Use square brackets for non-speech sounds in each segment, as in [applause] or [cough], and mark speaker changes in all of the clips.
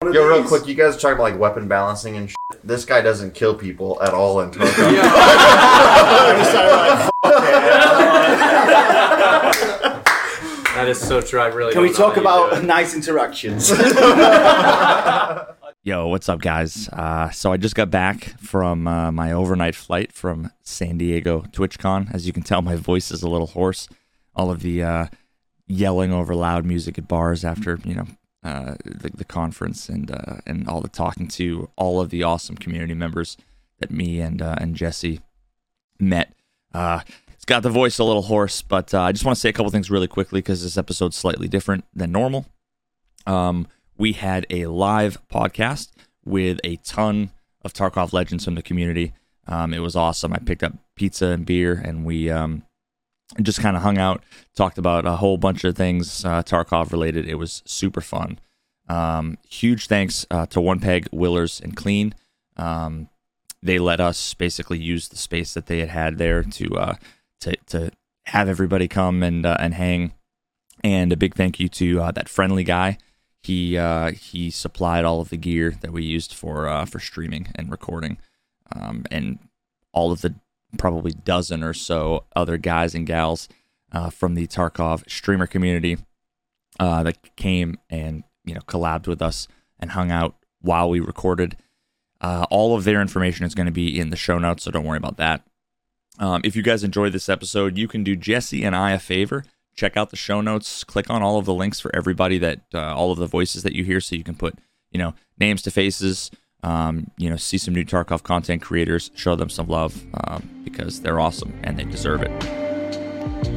Speaker 1: one of
Speaker 2: Yo,
Speaker 1: these.
Speaker 2: real quick, you guys are talking about like weapon balancing and shit. This guy doesn't kill people at all in
Speaker 3: [laughs]
Speaker 2: Tarkov.
Speaker 1: I'm sorry, like,
Speaker 3: That is so true. I really don't
Speaker 1: Can we
Speaker 3: know
Speaker 1: talk
Speaker 3: how you do
Speaker 1: about
Speaker 3: it.
Speaker 1: nice interactions?
Speaker 4: Yo, what's up, guys? Uh, so I just got back from uh, my overnight flight from San Diego TwitchCon. As you can tell, my voice is a little hoarse. All of the uh, yelling over loud music at bars after you know uh, the, the conference, and uh, and all the talking to all of the awesome community members that me and uh, and Jesse met. Uh, it's got the voice a little hoarse, but uh, I just want to say a couple things really quickly because this episode's slightly different than normal. Um, we had a live podcast with a ton of Tarkov legends from the community. Um, it was awesome. I picked up pizza and beer, and we um, just kind of hung out, talked about a whole bunch of things uh, Tarkov related. It was super fun. Um, huge thanks uh, to One Peg, Willers, and Clean. Um, they let us basically use the space that they had had there to uh, to to have everybody come and uh, and hang. And a big thank you to uh, that friendly guy. He uh, he supplied all of the gear that we used for uh, for streaming and recording, um, and all of the probably dozen or so other guys and gals uh, from the Tarkov streamer community uh, that came and you know collabed with us and hung out while we recorded. Uh, all of their information is going to be in the show notes, so don't worry about that. Um, if you guys enjoyed this episode, you can do Jesse and I a favor. Check out the show notes. Click on all of the links for everybody that uh, all of the voices that you hear, so you can put you know names to faces. Um, you know, see some new Tarkov content creators. Show them some love um, because they're awesome and they deserve it.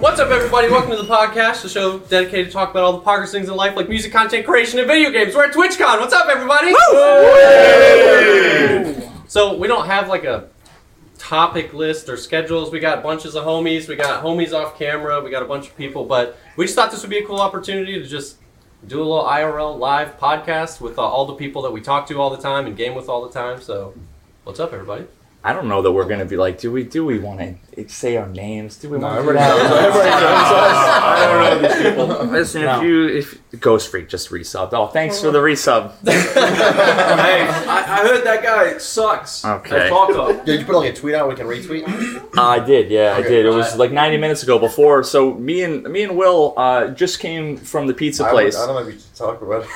Speaker 3: What's up, everybody? Welcome to the podcast, the show dedicated to talk about all the progress things in life, like music, content creation, and video games. We're at TwitchCon. What's up, everybody? So we don't have like a topic list or schedules. We got bunches of homies. We got homies off camera. We got a bunch of people, but we just thought this would be a cool opportunity to just do a little IRL live podcast with uh, all the people that we talk to all the time and game with all the time. So, what's up, everybody?
Speaker 5: I don't know that we're gonna be like, do we do we want to say our names? Do we want to?
Speaker 2: [laughs] I don't know these people.
Speaker 5: Listen, if you if Ghost Freak just resubbed, oh thanks for the resub.
Speaker 6: Hey, I, I heard that guy sucks.
Speaker 5: Okay.
Speaker 6: At Falco.
Speaker 1: Did you put like a tweet out we can retweet?
Speaker 5: I did, yeah, I did. It was like 90 minutes ago. Before, so me and me and Will uh, just came from the pizza
Speaker 2: I,
Speaker 5: place.
Speaker 2: would- I don't know if you should talk [laughs] about it.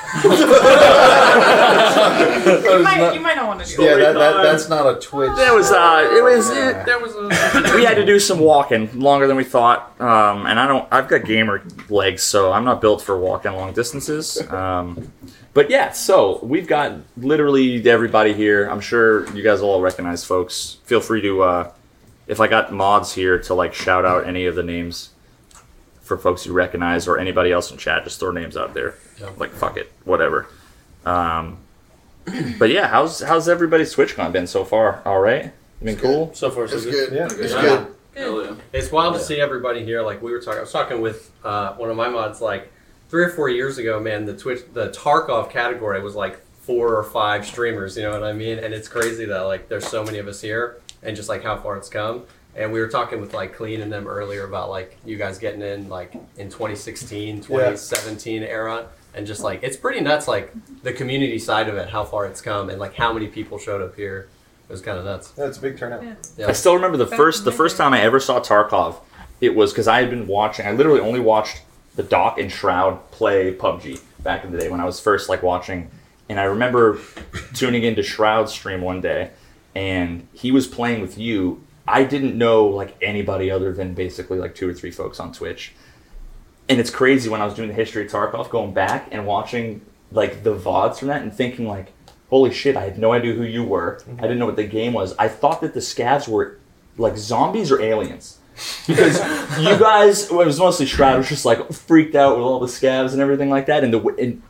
Speaker 5: [laughs]
Speaker 7: You might, you might not want to do
Speaker 2: yeah,
Speaker 7: it.
Speaker 2: that, that, that's not a Twitch.
Speaker 5: There was uh, it was it,
Speaker 3: There was a
Speaker 5: we had to do some walking longer than we thought. Um, and I don't, I've got gamer legs, so I'm not built for walking long distances. Um, but yeah, so we've got literally everybody here. I'm sure you guys will all recognize folks. Feel free to, uh, if I got mods here to like shout out any of the names for folks you recognize or anybody else in chat, just throw names out there. Like fuck it, whatever. Um, but yeah, how's how's everybody's TwitchCon been so far? All right, been cool.
Speaker 1: So far, so
Speaker 2: It's
Speaker 1: good.
Speaker 2: good. It's
Speaker 6: Yeah.
Speaker 2: good.
Speaker 6: Hell yeah.
Speaker 3: It's wild to see everybody here. Like we were talking, I was talking with uh, one of my mods like three or four years ago. Man, the Twitch, the Tarkov category was like four or five streamers. You know what I mean? And it's crazy that like there's so many of us here, and just like how far it's come. And we were talking with like Clean and them earlier about like you guys getting in like in 2016, 2017 era, and just like it's pretty nuts. Like the community side of it, how far it's come, and like how many people showed up here. It was kind of nuts.
Speaker 1: Yeah, it's a big turnout.
Speaker 3: Yeah.
Speaker 5: I still remember the first the first time I ever saw Tarkov. It was because I had been watching. I literally only watched the Doc and Shroud play PUBG back in the day when I was first like watching. And I remember tuning into Shroud's stream one day, and he was playing with you. I didn't know like anybody other than basically like two or three folks on Twitch. And it's crazy when I was doing the history of Tarkov, going back and watching like the VODs from that and thinking like, holy shit, I had no idea who you were. I didn't know what the game was. I thought that the scavs were like zombies or aliens. Because you guys, well, it was mostly Shroud, was just like freaked out with all the scavs and everything like that. And the w- and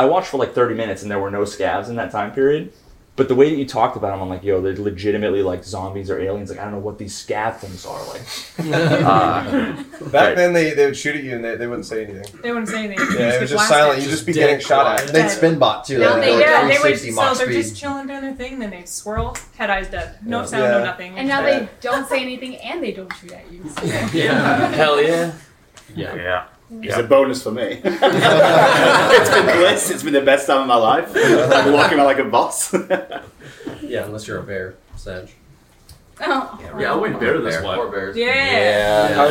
Speaker 5: I watched for like 30 minutes and there were no scavs in that time period. But the way that you talked about them, I'm like, yo, they're legitimately like zombies or aliens. Like, I don't know what these scav things are. Like,
Speaker 1: [laughs]
Speaker 5: uh,
Speaker 1: Back
Speaker 5: Right.
Speaker 1: then, they, they would shoot at you and they, they wouldn't say anything.
Speaker 7: They wouldn't say anything.
Speaker 1: Yeah, it
Speaker 7: They
Speaker 1: was
Speaker 7: get
Speaker 1: just
Speaker 7: blasted.
Speaker 1: silent. You'd just be
Speaker 3: Just
Speaker 1: getting
Speaker 3: dead
Speaker 1: shot at.
Speaker 3: quiet.
Speaker 1: They'd spin bot too.
Speaker 7: No,
Speaker 1: They'd
Speaker 7: they,
Speaker 1: go
Speaker 7: yeah, they would.
Speaker 1: 360
Speaker 7: So
Speaker 1: mock
Speaker 7: they're
Speaker 1: speed.
Speaker 7: just chilling doing their thing. Then they swirl, head eyes dead, no sound,
Speaker 1: Yeah.
Speaker 7: no nothing.
Speaker 8: And now
Speaker 7: [laughs]
Speaker 1: Yeah.
Speaker 8: they don't say anything and they don't shoot at you. So.
Speaker 6: Hell yeah.
Speaker 5: yeah.
Speaker 8: It's a bonus for me. it's been bliss. It's been the best time of my life. I'm walking around like a boss.
Speaker 3: Yeah, unless you're a bear, Sag.
Speaker 7: Oh.
Speaker 6: Yeah, I went bear this
Speaker 3: Bear.
Speaker 6: one. Poor bears.
Speaker 7: Yeah.
Speaker 3: Yeah.
Speaker 1: I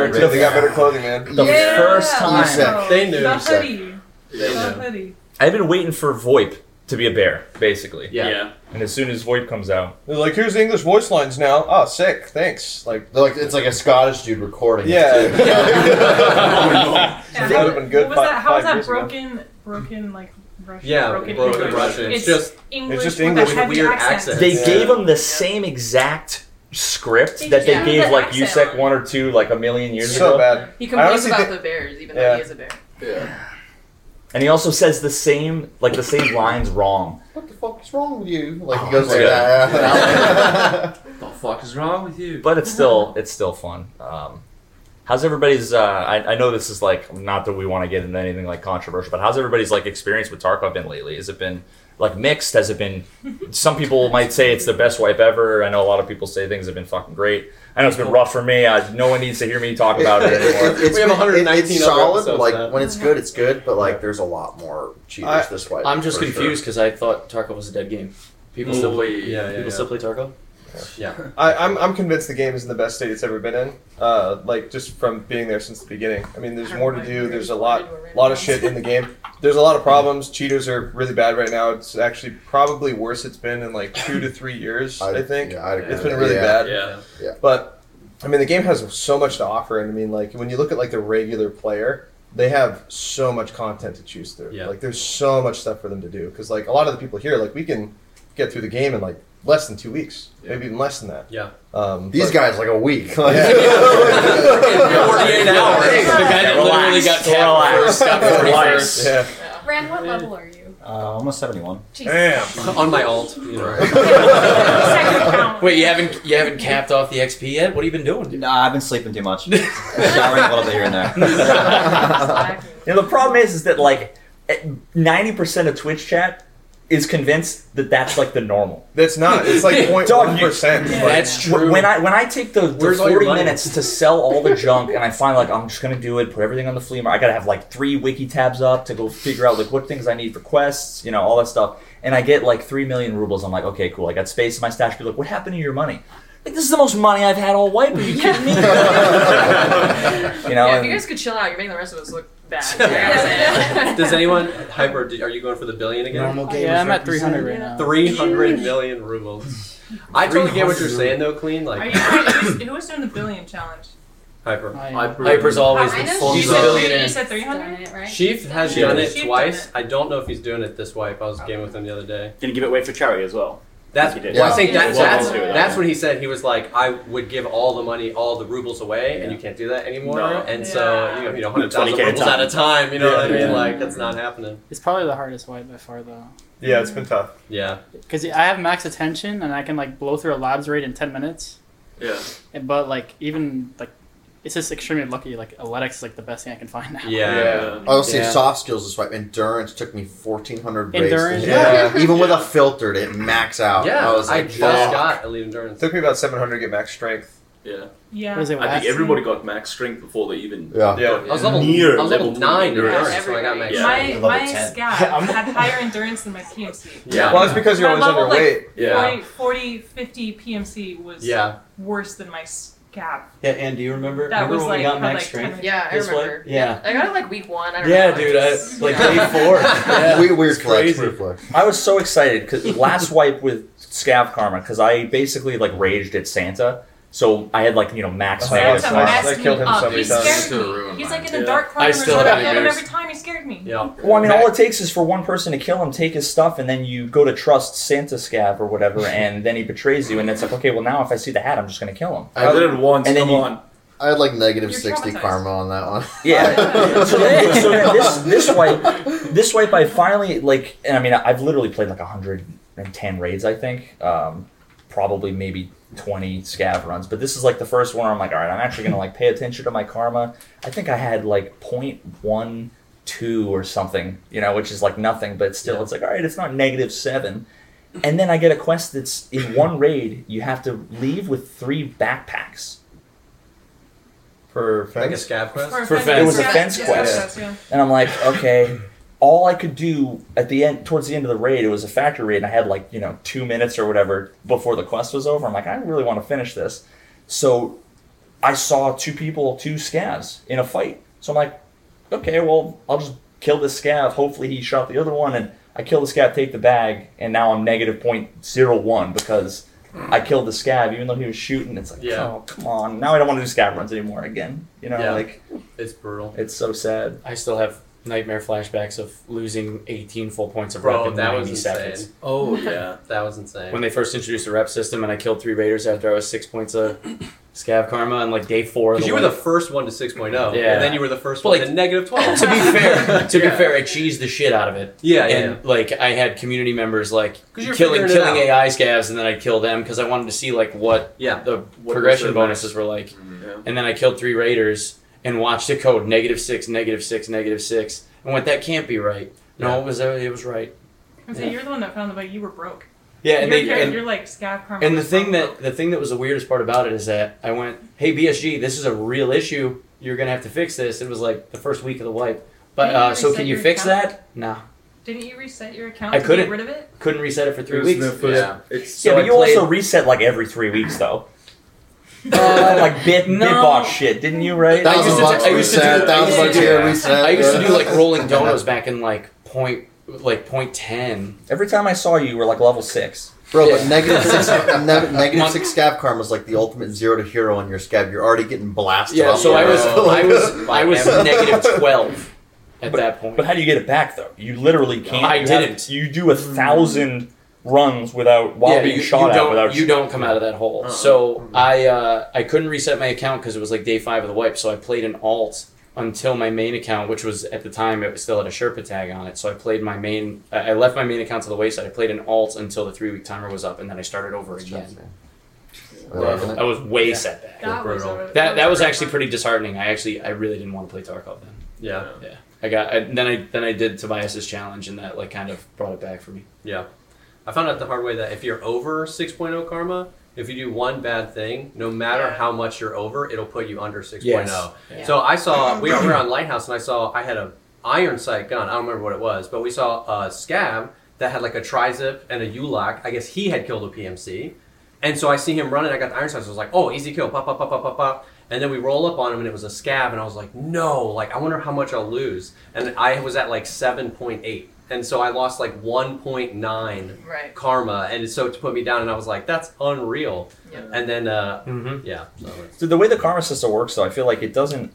Speaker 1: went bear too. They got better clothing, man. Oh.
Speaker 2: The
Speaker 7: Yeah.
Speaker 2: first time.
Speaker 1: Sick.
Speaker 3: They knew.
Speaker 7: The
Speaker 1: Sick.
Speaker 7: hoodie.
Speaker 3: They
Speaker 7: The
Speaker 3: know.
Speaker 7: hoodie.
Speaker 5: I've been waiting for VoIP to be a bear, basically.
Speaker 3: Yeah.
Speaker 5: And as soon as VoIP comes out,
Speaker 1: They're like, here's the English voice lines now. Oh, sick. Thanks. Like,
Speaker 2: They're like it's like a Scottish dude recording. it,
Speaker 1: yeah. [laughs]
Speaker 2: too.
Speaker 7: Yeah,
Speaker 1: That
Speaker 7: how-
Speaker 1: would've been good
Speaker 7: What was
Speaker 1: five-
Speaker 7: that? How was
Speaker 1: five
Speaker 7: that
Speaker 1: years ago.
Speaker 7: broken? Broken like Russian.
Speaker 3: Yeah,
Speaker 7: broken,
Speaker 3: broken
Speaker 7: English.
Speaker 3: Russian. It's
Speaker 7: It's
Speaker 3: just-
Speaker 7: English.
Speaker 1: just
Speaker 7: with
Speaker 1: English
Speaker 7: a
Speaker 1: with
Speaker 7: heavy
Speaker 3: weird
Speaker 7: accent.
Speaker 3: accents.
Speaker 5: they
Speaker 1: Yeah.
Speaker 5: gave them the same exact script
Speaker 9: They
Speaker 5: that they
Speaker 9: just
Speaker 5: gave
Speaker 7: put
Speaker 5: like
Speaker 7: accent
Speaker 5: USEC
Speaker 7: on.
Speaker 5: one or two like a million years
Speaker 1: so
Speaker 5: ago.
Speaker 1: bad.
Speaker 9: He
Speaker 1: I
Speaker 9: complains
Speaker 1: honestly
Speaker 9: about
Speaker 1: think-
Speaker 9: the bears, even
Speaker 1: Yeah.
Speaker 9: though he is a
Speaker 1: [laughs]
Speaker 9: bear.
Speaker 6: Yeah.
Speaker 5: And he also says the same like the same lines wrong.
Speaker 2: What the fuck is wrong with you? Like he
Speaker 5: Oh,
Speaker 2: goes like
Speaker 5: yeah.
Speaker 2: that. and I'm like-
Speaker 6: The fuck is wrong with you?
Speaker 5: But it's still it's still fun. Um, how's everybody's uh, I, I know this is like not that we want to get into anything like controversial, but how's everybody's like experience with Tarkov been lately? Has it been like mixed? Has it been some people might say it's the best wipe ever. I know a lot of people say things have been fucking great. I know it's been rough for me. I, no one needs to hear me talk about it anymore.
Speaker 2: it's
Speaker 3: We have
Speaker 2: been-
Speaker 3: 119
Speaker 2: It's
Speaker 3: other
Speaker 2: solid.
Speaker 3: episodes
Speaker 2: Like
Speaker 3: now.
Speaker 2: when it's good, it's good. But like, there's a lot more cheaters
Speaker 1: I-
Speaker 5: [laughs]
Speaker 2: this way.
Speaker 10: I'm just
Speaker 2: for sure.
Speaker 10: confused because I thought Tarkov was a dead game. People still play.
Speaker 3: Yeah, yeah,
Speaker 10: people
Speaker 3: yeah.
Speaker 10: still play Tarkov.
Speaker 1: I, I'm, I'm convinced the game is in the best state it's ever been in. Uh, like just from being there since the beginning. I mean, there's more to do. There's a lot, lot of shit in the game. There's a lot of problems. Cheaters are really bad right now. It's actually probably worse. It's been in like two to three years. I, think
Speaker 2: yeah, I'd agree
Speaker 1: it's
Speaker 2: with
Speaker 1: been
Speaker 2: that.
Speaker 1: really
Speaker 2: Yeah.
Speaker 1: bad.
Speaker 6: Yeah.
Speaker 1: But I mean, the game has so much to offer, and I mean, like when you look at like the regular player, they have so much content to choose through.
Speaker 3: Yeah.
Speaker 1: Like there's so much stuff for them to do because like a lot of the people here, like we can get through the game in like less than two weeks, maybe even less than that.
Speaker 3: Yeah.
Speaker 1: Um,
Speaker 2: These
Speaker 1: but-
Speaker 2: guys like a week. [laughs]
Speaker 3: Forty-eight hours.
Speaker 10: The guy that literally got tapped first, got 41st.
Speaker 1: Yeah.
Speaker 9: Ran, what level are you?
Speaker 5: Uh, almost seventy-one.
Speaker 9: Jesus.
Speaker 3: On my alt. You know.
Speaker 7: Second
Speaker 11: [laughs]
Speaker 7: count.
Speaker 10: Wait, you haven't you haven't capped off the XP yet? What have you been doing?
Speaker 5: Nah, I've been sleeping too
Speaker 10: [laughs]
Speaker 5: much. Showering a little bit here and
Speaker 9: Slack.
Speaker 5: You know, the problem is, is that like eh, ninety percent of Twitch chat is convinced that that's like the normal.
Speaker 1: That's not. It's like point
Speaker 5: [laughs]
Speaker 1: one
Speaker 5: Dog, you-
Speaker 1: percent.
Speaker 10: That's true.
Speaker 5: When I when I take the, the
Speaker 3: Where's all your
Speaker 5: forty
Speaker 3: money?
Speaker 5: minutes to sell all the junk, and I find like I'm just gonna do it, put everything on the flea market. I gotta have like three wiki tabs up to go figure out like what things I need for quests, you know, all that stuff. And I get like three million rubles. I'm like, okay, cool. I got space in my stash. Be like, what happened to your money? Like this is the most money I've had all
Speaker 10: [laughs]
Speaker 5: white. Are you kidding me? you know.
Speaker 9: Yeah, if
Speaker 5: and-
Speaker 9: you guys could chill out, you're making the rest of us look
Speaker 3: [laughs]
Speaker 9: bad.
Speaker 7: [laughs] Yeah.
Speaker 3: Does anyone hyper? Are you going for the billion again?
Speaker 10: yeah, I'm at 300 right now.
Speaker 3: Three hundred million rubles. I totally get what you're
Speaker 10: 300.
Speaker 3: saying though, clean.
Speaker 7: Are
Speaker 3: Like
Speaker 7: you, who's, who was doing the billion challenge?
Speaker 3: hyper.
Speaker 10: Hyper's always
Speaker 9: I
Speaker 10: the
Speaker 9: know
Speaker 10: full
Speaker 9: she's
Speaker 7: You
Speaker 9: a
Speaker 7: said,
Speaker 9: billionaire.
Speaker 7: three- you
Speaker 10: billionaire.
Speaker 7: said 300?
Speaker 9: right?
Speaker 3: Sheaf has
Speaker 7: Sheaf.
Speaker 3: done it
Speaker 7: Sheaf
Speaker 3: twice.
Speaker 7: done
Speaker 3: I don't know if he's doing it this wipe. I was gaming with him the other day.
Speaker 8: Gonna give it away for charity as well.
Speaker 3: That's
Speaker 8: He did.
Speaker 3: well, I think that,
Speaker 9: Yeah.
Speaker 3: that's
Speaker 9: Well,
Speaker 8: yeah.
Speaker 3: that's what he said. He was like, I would give all the money, all the rubles away, and you can't do that anymore.
Speaker 8: No.
Speaker 3: And so you know, you know, hundred thousand
Speaker 8: 20K at a
Speaker 3: rubles at a time. You know what I mean?
Speaker 10: Yeah.
Speaker 3: Like that's not happening.
Speaker 10: It's probably the hardest wipe by far though,
Speaker 1: Yeah, it's been tough.
Speaker 3: Yeah,
Speaker 10: because I have max attention and I can like blow through a labs raid in 10 minutes.
Speaker 6: Yeah.
Speaker 10: But like even like, it's just extremely lucky. Like Aletics is like the best thing I can find now.
Speaker 3: yeah.
Speaker 1: Oh,
Speaker 2: I will say
Speaker 10: Yeah.
Speaker 2: soft skills this way. Endurance took me fourteen hundred raids.
Speaker 10: Endurance?
Speaker 1: Yeah.
Speaker 2: even with a filtered, it max out.
Speaker 3: Yeah,
Speaker 2: I was like,
Speaker 3: just
Speaker 2: fuck.
Speaker 3: got elite endurance.
Speaker 1: took me about 700 to get max strength.
Speaker 6: Yeah.
Speaker 7: Yeah.
Speaker 10: What is it,
Speaker 6: I
Speaker 10: last
Speaker 6: think everybody got max strength before they even.
Speaker 2: Yeah.
Speaker 1: Yeah.
Speaker 3: I was level,
Speaker 5: Near
Speaker 3: I was level
Speaker 6: level
Speaker 3: nine
Speaker 6: two.
Speaker 3: endurance
Speaker 9: Yeah,
Speaker 3: when I got max.
Speaker 6: Yeah.
Speaker 7: My,
Speaker 2: level
Speaker 7: my
Speaker 2: 10.
Speaker 7: scout had higher endurance than my PMC.
Speaker 3: Yeah.
Speaker 1: Well, it's because you're
Speaker 7: My
Speaker 1: always
Speaker 7: level, like-
Speaker 1: underweight.
Speaker 6: Yeah.
Speaker 7: 40, 40, 50 PMC was
Speaker 3: Yeah.
Speaker 7: worse than my scab.
Speaker 11: Yeah, and do you remember,
Speaker 7: That
Speaker 11: remember
Speaker 7: was
Speaker 11: when
Speaker 7: like,
Speaker 11: we got
Speaker 7: had,
Speaker 11: max
Speaker 7: like,
Speaker 11: strength?
Speaker 7: 10
Speaker 9: Yeah, I
Speaker 11: This
Speaker 9: remember.
Speaker 11: one? Yeah.
Speaker 9: I got it like week one. I don't
Speaker 11: Yeah,
Speaker 9: know.
Speaker 11: dude. I, like
Speaker 9: Yeah. [laughs]
Speaker 11: day
Speaker 7: [laughs]
Speaker 11: four. Yeah.
Speaker 2: We, weird flex.
Speaker 3: crazy.
Speaker 2: Weird flex.
Speaker 5: I was so excited because last wipe with Scav Karma because I basically like raged at Santa, so I had like you know max.
Speaker 1: Oh,
Speaker 5: max,
Speaker 1: that's
Speaker 7: Santa
Speaker 1: nice.
Speaker 5: max.
Speaker 1: That
Speaker 7: messed me
Speaker 1: killed him so
Speaker 9: Oh,
Speaker 7: up.
Speaker 1: many
Speaker 7: he
Speaker 1: times.
Speaker 6: It's
Speaker 7: scared
Speaker 6: gonna
Speaker 7: me.
Speaker 6: ruin
Speaker 7: He's
Speaker 6: mine.
Speaker 7: like in
Speaker 6: Yeah.
Speaker 7: a dark corner.
Speaker 10: I
Speaker 7: of
Speaker 10: still
Speaker 7: his
Speaker 10: have
Speaker 7: room, and
Speaker 10: nightmares.
Speaker 7: every time he scared me.
Speaker 3: Yeah.
Speaker 5: Well, I mean, all it takes is for one person to kill him, take his stuff, and then you go to trust Santa Scav or
Speaker 7: [laughs]
Speaker 5: whatever, and then he betrays you, and it's like, okay, well now if I see the hat, I'm just gonna kill him.
Speaker 2: I
Speaker 6: did it once.
Speaker 5: And then you-
Speaker 2: I had like negative
Speaker 7: You're
Speaker 2: sixty
Speaker 7: traumatized.
Speaker 2: karma on that one.
Speaker 5: [laughs]
Speaker 2: [laughs]
Speaker 5: Yeah. so then, so then this this wipe, this wipe, I finally like. And I mean, I've literally played like 110 raids, I think. Um, probably maybe 20 scav runs, but this is like the first one. Where I'm like, all right, I'm actually gonna like pay attention to my karma. I think I had like 0.12 or something, you know, which is like nothing, but still, it's like all right, it's not negative seven. And then I get a quest that's in one raid. You have to leave with three backpacks.
Speaker 1: For fence?
Speaker 3: Like a scab quest?
Speaker 7: For a
Speaker 5: for
Speaker 7: fence.
Speaker 5: It was a
Speaker 7: Yeah,
Speaker 5: fence
Speaker 7: yeah,
Speaker 5: quest,
Speaker 7: yeah.
Speaker 5: and I'm like, okay. All I could do at the end, towards the end of the raid, it was a factory raid, and I had like you know two minutes or whatever before the quest was over. I'm like, I really want to finish this, so I saw two people, two scavs in a fight. So I'm like, okay, well, I'll just kill this scav. Hopefully, he shot the other one, and I kill the scav, take the bag, and now I'm negative point zero one because I killed the scav, even though he was shooting. It's like,
Speaker 3: Yeah.
Speaker 5: oh, come on. Now I don't want to do scav runs anymore again. You know,
Speaker 3: Yeah.
Speaker 5: like
Speaker 3: It's brutal.
Speaker 5: it's so sad.
Speaker 11: I still have nightmare flashbacks of losing 18 full points of rep
Speaker 3: Bro,
Speaker 11: in
Speaker 3: that
Speaker 11: 90
Speaker 3: was insane.
Speaker 11: seconds. [laughs]
Speaker 3: Oh yeah, that was insane.
Speaker 11: When they first introduced the rep system, and I killed three raiders after I was six points of scav karma on like day four. of
Speaker 3: because you were
Speaker 11: win.
Speaker 3: the first one to 6.0,
Speaker 11: Yeah.
Speaker 3: and then you were the first
Speaker 11: But,
Speaker 3: one
Speaker 11: like,
Speaker 3: to negative 12.
Speaker 11: to be
Speaker 3: [laughs]
Speaker 11: fair, to
Speaker 3: Yeah.
Speaker 11: be fair, I cheesed the shit out of it.
Speaker 3: Yeah, yeah,
Speaker 11: and like I had community members like
Speaker 3: 'Cause you're
Speaker 11: killing
Speaker 3: figuring it
Speaker 11: killing
Speaker 3: out.
Speaker 11: AI scavs, and then I'd kill them because I wanted to see like what
Speaker 3: Yeah.
Speaker 11: the
Speaker 3: was
Speaker 11: progression
Speaker 3: their
Speaker 11: bonuses were like. And then I killed three raiders and watched the code negative six, negative six, negative six, and went that can't be right. No, it was it was right.
Speaker 7: And so you're the one that found the bug. You were broke.
Speaker 11: Yeah, and
Speaker 7: you're,
Speaker 11: they
Speaker 7: you're,
Speaker 11: and,
Speaker 7: you're like scab karma.
Speaker 11: and the thing that the thing that was the weirdest part about it is that I went, "Hey BSG, this is a real issue. You're gonna have to fix this." It was like the first week of the wipe, but
Speaker 7: Didn't you
Speaker 11: uh, so
Speaker 7: reset
Speaker 11: can you
Speaker 7: your
Speaker 11: fix
Speaker 7: account?
Speaker 11: that? Nah,
Speaker 7: Didn't you reset your account
Speaker 11: I
Speaker 7: to
Speaker 11: couldn't.
Speaker 7: get rid of it?
Speaker 11: Couldn't reset it for three
Speaker 5: It was
Speaker 11: weeks.
Speaker 5: the first- Yeah.
Speaker 11: it's,
Speaker 5: yeah, but you also reset like every three weeks
Speaker 11: [laughs]
Speaker 5: though. [laughs] like bit
Speaker 11: Uh, no.
Speaker 5: bitbox shit, didn't you? Right?
Speaker 11: I used to, do- I used to do, I used to do- I used to do like
Speaker 2: [laughs]
Speaker 11: rolling donos
Speaker 5: donuts.
Speaker 11: back in like point like point ten.
Speaker 5: Every time I saw you, you were like level six.
Speaker 2: Bro,
Speaker 11: Yeah.
Speaker 2: but negative
Speaker 5: [laughs]
Speaker 11: [laughs]
Speaker 2: six, ne- negative six scab karma is like the ultimate zero to hero on your scab. You're already getting blasted.
Speaker 11: Yeah,
Speaker 2: up.
Speaker 11: so I was I
Speaker 2: [laughs]
Speaker 11: was I was [laughs]
Speaker 2: Like-
Speaker 11: negative twelve at that point.
Speaker 5: But how do you get it back though? You literally can't.
Speaker 11: I
Speaker 5: You have-
Speaker 11: didn't.
Speaker 5: you do a thousand runs without while
Speaker 11: Yeah,
Speaker 5: being
Speaker 11: you,
Speaker 5: shot
Speaker 11: you
Speaker 5: at
Speaker 11: don't,
Speaker 5: without Uh-uh.
Speaker 11: you don't come out of that hole. So I uh, I couldn't reset my account because it was like day five of the wipe. So I played an alt until my main account, which was at the time it was still had a Sherpa tag on it. So I played my main. I I left my main account to the wayside. I played an alt until the three week timer was up, and then I started over again.
Speaker 2: Yeah.
Speaker 11: I was way set back.
Speaker 7: That was a-
Speaker 11: That that was actually pretty disheartening. I actually I really didn't want to play Tarkov then.
Speaker 3: Yeah,
Speaker 11: Yeah, I got I, then I then I did Tobias's challenge, and that like kind of brought it back for me.
Speaker 3: yeah. I found out the hard way that if you're over 6.0 karma, if you do one bad thing, no matter
Speaker 7: Yeah.
Speaker 3: how much you're over, it'll put you under 6.0.
Speaker 7: Yeah.
Speaker 3: So I
Speaker 7: [clears throat]
Speaker 3: saw we were on Lighthouse, and I saw I had a iron sight gun. I don't remember what it was, but we saw a scab that had like a trizip and a ulock. I guess he had killed a PMC, and so I see him running. I got the iron sight. So I was like, oh, easy kill, pop, pop, pop, pop, pop, pop. And then we roll up on him, and it was a scab, and I was like, no, like I wonder how much I'll lose. And I was at like seven point eight, and so I lost like one point nine
Speaker 9: Right.
Speaker 3: karma, and so to put me down, and I was like, that's unreal.
Speaker 9: Yeah.
Speaker 3: And then uh,
Speaker 11: Mm-hmm.
Speaker 3: yeah, so it's-
Speaker 5: So the way the karma system works, though, I feel like it doesn't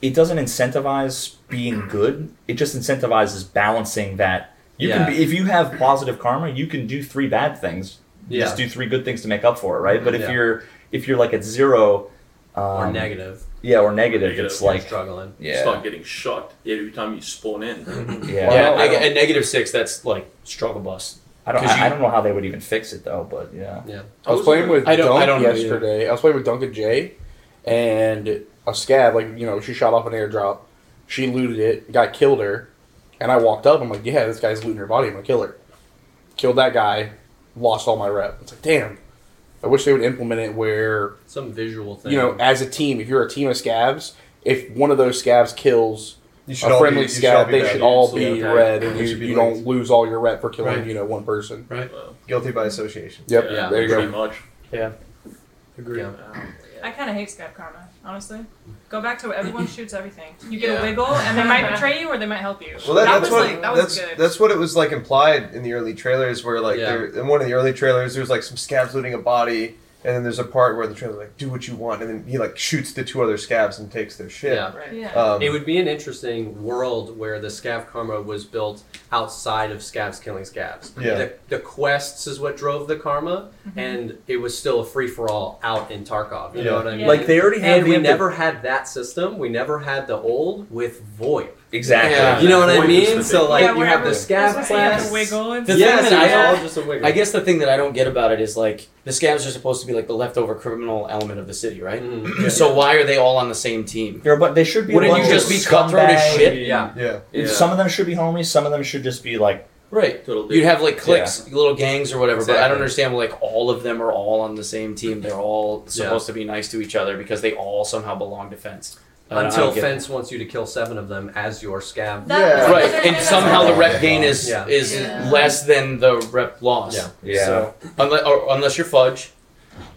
Speaker 5: it doesn't incentivize being good. It just incentivizes balancing that you
Speaker 3: Yeah.
Speaker 5: can be, if you have positive karma, you can do three bad things. You
Speaker 3: Yeah.
Speaker 5: Just do three good things to make up for it, right? But if
Speaker 3: Yeah.
Speaker 5: you're if you're like at zero, um,
Speaker 3: or negative,
Speaker 5: yeah, or negative,
Speaker 6: Negative,
Speaker 5: it's
Speaker 6: you're
Speaker 5: like
Speaker 3: struggling.
Speaker 6: Start getting shot every time you
Speaker 11: [laughs]
Speaker 6: spawn in.
Speaker 5: yeah.
Speaker 11: yeah,
Speaker 5: I,
Speaker 11: neg-
Speaker 5: don't,
Speaker 11: at negative six, that's like struggle bus.
Speaker 5: I don't,
Speaker 11: 'cause you-
Speaker 5: I, I don't know how they would even fix it though, but yeah.
Speaker 3: Yeah.
Speaker 12: I was playing with
Speaker 11: I don't-
Speaker 12: Dunk
Speaker 11: I don't know either.
Speaker 12: yesterday. I was playing with Dunk and Jay, and a scab, like, you know, she shot off an airdrop. She looted it, got killed her, and I walked up. I'm like, yeah, this guy's looting her body. I'm going to kill her. Killed that guy, lost all my rep. It's like, damn. I wish they would implement it where,
Speaker 3: some visual thing.
Speaker 12: you know, as a team, if you're a team of scabs, if one of those scabs kills
Speaker 1: You should
Speaker 12: a
Speaker 1: all
Speaker 12: friendly
Speaker 1: be, you should all
Speaker 12: scab,
Speaker 1: be
Speaker 12: they
Speaker 1: bad
Speaker 12: should
Speaker 1: dudes.
Speaker 12: all
Speaker 1: Yeah.
Speaker 12: be red, and
Speaker 1: They
Speaker 12: you,
Speaker 1: should be
Speaker 12: you
Speaker 1: linked.
Speaker 12: don't lose all your rep for killing,
Speaker 11: Right.
Speaker 12: you know, one person.
Speaker 11: Right.
Speaker 1: guilty by association.
Speaker 12: Yep,
Speaker 3: Yeah.
Speaker 12: there you go.
Speaker 6: Pretty much.
Speaker 11: Yeah. Agree.
Speaker 3: Yeah.
Speaker 7: I kind of hate scab karma, honestly. Go back
Speaker 11: [laughs]
Speaker 7: to everyone shoots everything. You get
Speaker 6: Yeah.
Speaker 7: a wiggle, and they might betray you or they might help you.
Speaker 1: Well, that, that's
Speaker 7: was
Speaker 1: what
Speaker 7: like that
Speaker 1: that's
Speaker 7: was good.
Speaker 1: that's what it was like implied in the early trailers, where like
Speaker 3: Yeah.
Speaker 1: there, in one of the early trailers, there's like some scabs looting a body, and then there's a part where the trailer like do what you want, and then he like shoots the two other scabs and takes their shit.
Speaker 3: Yeah.
Speaker 9: Right.
Speaker 7: yeah.
Speaker 1: Um,
Speaker 3: It would be an interesting world where the scav karma was built outside of scavs killing scavs.
Speaker 1: Yeah.
Speaker 3: The, the quests is what drove the karma,
Speaker 7: Mm-hmm.
Speaker 3: and it was still a free for all out in Tarkov. You know
Speaker 1: Yeah.
Speaker 3: what I mean?
Speaker 7: Yeah.
Speaker 5: Like they already have
Speaker 3: and
Speaker 5: the
Speaker 3: we
Speaker 5: imp-
Speaker 3: never had that system. We never had the old with VoIP.
Speaker 5: exactly.
Speaker 11: Yeah.
Speaker 3: You know what I
Speaker 6: VoIP is the
Speaker 3: mean?
Speaker 6: big
Speaker 3: So
Speaker 6: one.
Speaker 3: like
Speaker 7: Yeah,
Speaker 3: you have the
Speaker 7: wherever- that's
Speaker 3: scav
Speaker 7: what I said, you have
Speaker 3: class.
Speaker 7: to wiggle and
Speaker 11: The thing
Speaker 7: stuff.
Speaker 3: yes,
Speaker 11: that I-
Speaker 3: it's all just a wiggle.
Speaker 11: I guess the thing that I don't get about it is like the scavs are supposed to be like the leftover criminal element of the city, right?
Speaker 3: Mhm.
Speaker 11: so why are they all on the same team?
Speaker 5: They're, but they should be. a
Speaker 11: Wouldn't you
Speaker 5: bunch of
Speaker 11: just be cutthroat as
Speaker 5: scumbags.
Speaker 11: shit?
Speaker 3: Yeah.
Speaker 1: yeah.
Speaker 5: Some of them should be homies. Some of them should just be like
Speaker 11: Right.
Speaker 6: Total
Speaker 11: You'd have like
Speaker 6: difference.
Speaker 11: cliques, little gangs or whatever, but I
Speaker 6: Exactly.
Speaker 11: don't understand like all of them are all on the same team. They're all supposed
Speaker 3: Yeah.
Speaker 11: to be nice to each other because they all somehow belong to Fence. Uh, I don't- I
Speaker 3: Until
Speaker 11: don't get it.
Speaker 3: Fence wants you to kill seven of them as your scab.
Speaker 11: That- Yeah. Right, and somehow the rep gain is- is Yeah. less than the rep loss.
Speaker 3: Yeah.
Speaker 5: Yeah.
Speaker 11: So unless, or, unless you're fudge,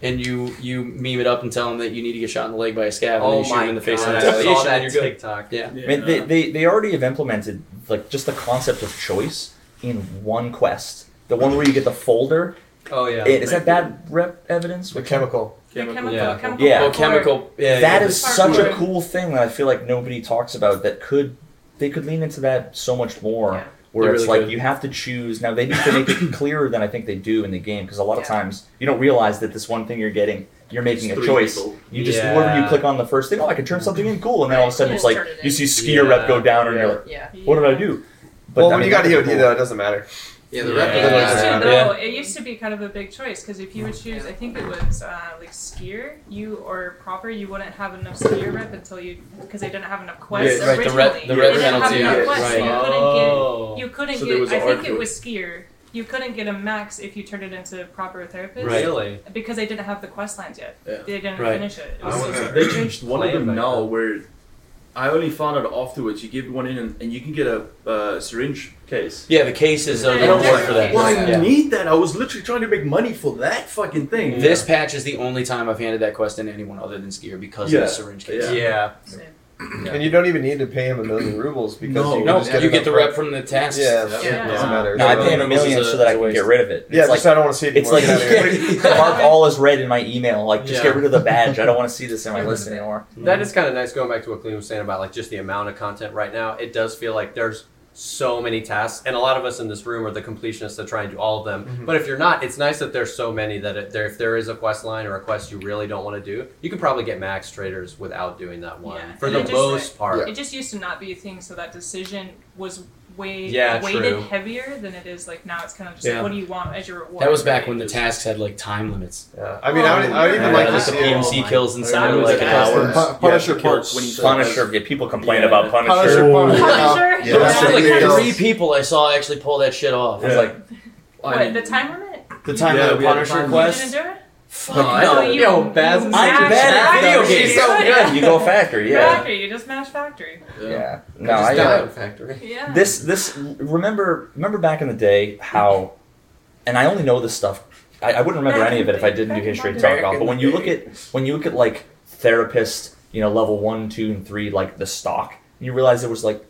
Speaker 11: and you you meme it up and tell them that you need to get shot in the leg by a scab,
Speaker 3: Oh
Speaker 11: and they shoot
Speaker 3: my
Speaker 11: him in the face
Speaker 3: God,
Speaker 11: in
Speaker 3: I saw
Speaker 11: retaliation,
Speaker 3: that
Speaker 11: and you're good.
Speaker 3: TikTok.
Speaker 11: Yeah.
Speaker 5: I mean, they, they, they already have implemented like just the concept of choice in one quest. The one where you get the folder.
Speaker 3: Oh yeah.
Speaker 5: It- is that bad rep evidence? The chemical.
Speaker 3: chemical- Yeah. chemical
Speaker 5: yeah.
Speaker 3: Oh, chemical- yeah,
Speaker 5: That
Speaker 3: yeah,
Speaker 5: is
Speaker 3: the
Speaker 5: such a
Speaker 3: spark.
Speaker 5: cool thing that I feel like nobody talks about. That could they could lean into that so much more. Where
Speaker 11: They
Speaker 5: it's
Speaker 11: really
Speaker 5: like
Speaker 11: could.
Speaker 5: you have to choose. Now they need to make it [coughs] clearer than I think they do in the game because a lot of times you don't realize that this one thing you're getting, you're making
Speaker 2: It's
Speaker 5: a
Speaker 2: three
Speaker 5: choice.
Speaker 2: people.
Speaker 5: You just
Speaker 2: Yeah.
Speaker 5: whenever you click on the first thing, oh, I can turn something in, cool, and then all of a sudden
Speaker 1: You
Speaker 5: it's
Speaker 1: just
Speaker 5: like
Speaker 1: turn it
Speaker 5: you
Speaker 1: in.
Speaker 5: see skier rep go down, and you're like,
Speaker 1: Yeah.
Speaker 5: what did I do?
Speaker 1: well, when
Speaker 5: I mean,
Speaker 1: you got
Speaker 5: that's
Speaker 1: EOD
Speaker 5: cool.
Speaker 1: though, it doesn't matter.
Speaker 5: Yeah,
Speaker 1: the
Speaker 5: rep-
Speaker 1: It
Speaker 7: It used
Speaker 1: doesn't
Speaker 7: to,
Speaker 1: matter.
Speaker 7: though, it used to be kind of a big choice because if you would choose, I think it was uh, like skier, you or proper, you wouldn't have enough skier rep until you because they didn't have enough quests
Speaker 11: Yeah, right, the
Speaker 7: originally.
Speaker 11: rep- the rep
Speaker 7: They didn't have
Speaker 11: penalty,
Speaker 7: enough
Speaker 11: yeah,
Speaker 7: quests, so
Speaker 11: right. Oh.
Speaker 7: You couldn't
Speaker 11: So
Speaker 7: get. You couldn't
Speaker 11: there
Speaker 7: get.
Speaker 11: was
Speaker 7: I
Speaker 11: an
Speaker 7: think
Speaker 11: arc
Speaker 7: it
Speaker 11: to
Speaker 7: was skier. You couldn't get a max if you turned it into proper therapist.
Speaker 3: Right. Really?
Speaker 7: Because they didn't have the quest lines yet.
Speaker 6: Yeah.
Speaker 7: They didn't finish it. It
Speaker 6: I
Speaker 7: was-
Speaker 11: [clears throat]
Speaker 6: was- they changed one of
Speaker 3: Plan
Speaker 6: them
Speaker 3: back
Speaker 6: now where I only found out afterwards. You give one in and, and you can get a uh, syringe case.
Speaker 11: Yeah, the uh, cases are
Speaker 6: And
Speaker 11: the
Speaker 6: I was
Speaker 11: reward
Speaker 6: like,
Speaker 11: for that.
Speaker 6: Why
Speaker 11: Yeah.
Speaker 6: need that? I was literally trying to make money for that fucking thing.
Speaker 11: This patch is the only time I've handed that quest in to anyone other than Skier because of
Speaker 6: Yeah.
Speaker 11: the syringe case.
Speaker 6: Yeah.
Speaker 1: And you don't even need to pay him a million rubles because
Speaker 11: No.
Speaker 1: you, can
Speaker 11: No,
Speaker 1: just get,
Speaker 11: you
Speaker 1: it
Speaker 11: get
Speaker 1: up
Speaker 11: the
Speaker 1: front.
Speaker 11: rep from the tasks.
Speaker 1: Yeah,
Speaker 11: Yeah.
Speaker 1: it doesn't
Speaker 11: Yeah.
Speaker 1: matter.
Speaker 5: No, I pay him a million so that I can get rid of it.
Speaker 1: Yeah,
Speaker 5: It's
Speaker 1: just I don't wanna see it
Speaker 5: It's
Speaker 1: anymore.
Speaker 5: like
Speaker 1: Get out of
Speaker 5: [laughs]
Speaker 1: here.
Speaker 5: yeah, mark all as red in my email. Like just
Speaker 3: Yeah.
Speaker 5: get rid of the badge. I don't want to see this in my list anymore.
Speaker 3: That is kind of nice going back to what Clean was saying about like just the amount of content right now. It does feel like there's so many tasks, and a lot of us in this room are the completionists that try and do all of them.
Speaker 5: Mm-hmm.
Speaker 11: Mhm.
Speaker 3: But if you're not, it's nice that there's so many that it, there, if there is a quest line or a quest you really don't want to do, you can probably get max traders without doing that one
Speaker 7: Yeah,
Speaker 3: for
Speaker 7: and
Speaker 3: the
Speaker 7: it just-
Speaker 3: most part.
Speaker 7: It just used to not be a thing, so that decision was way
Speaker 11: Yeah,
Speaker 7: weighted
Speaker 11: true.
Speaker 7: heavier than it is like now. It's kind of just
Speaker 11: Yeah.
Speaker 7: like, what do you want as your reward?
Speaker 11: That was back when the tasks had like time limits.
Speaker 1: Yeah. I mean, I would- I would even
Speaker 11: Yeah,
Speaker 1: like to
Speaker 11: the
Speaker 1: see-
Speaker 11: PMC
Speaker 1: oh
Speaker 11: kills
Speaker 1: my-
Speaker 11: inside of
Speaker 1: Yeah,
Speaker 11: like an
Speaker 1: yeah.
Speaker 11: hour.
Speaker 1: Pu- Punisher
Speaker 11: Yeah.
Speaker 1: parts when you-
Speaker 5: Punisher. Yeah, people complain
Speaker 11: Yeah.
Speaker 5: about Punisher.
Speaker 11: There
Speaker 5: Punisher.
Speaker 7: Punisher?
Speaker 5: Yeah.
Speaker 11: was
Speaker 5: Yeah.
Speaker 11: like
Speaker 5: Yeah.
Speaker 11: three people I saw actually pull that shit off. I was
Speaker 5: Yeah.
Speaker 11: like,
Speaker 7: What, the time limit?
Speaker 11: the time
Speaker 5: Yeah,
Speaker 11: of
Speaker 5: we
Speaker 11: the
Speaker 5: had a
Speaker 11: Punisher
Speaker 5: time
Speaker 11: quest.
Speaker 7: You didn't do it?
Speaker 11: Fuck
Speaker 3: Oh, I
Speaker 11: no.
Speaker 3: know. Yo, Baz-
Speaker 11: I'm
Speaker 3: Smash
Speaker 11: bad at
Speaker 3: Factory.
Speaker 11: video games.
Speaker 3: She's so good.
Speaker 5: You go factory. Yeah.
Speaker 7: Factory. You just mashed factory.
Speaker 5: Yeah.
Speaker 3: I
Speaker 5: No,
Speaker 3: just
Speaker 5: I,
Speaker 3: died
Speaker 5: uh,
Speaker 3: in Factory.
Speaker 7: Yeah.
Speaker 5: This this remember remember back in the day how, and I only know this stuff. I, I wouldn't remember any of it if I didn't do history and talk about. But when you look at when you look at like therapist, you know, level one, two, and three, like the stock, you realize there was like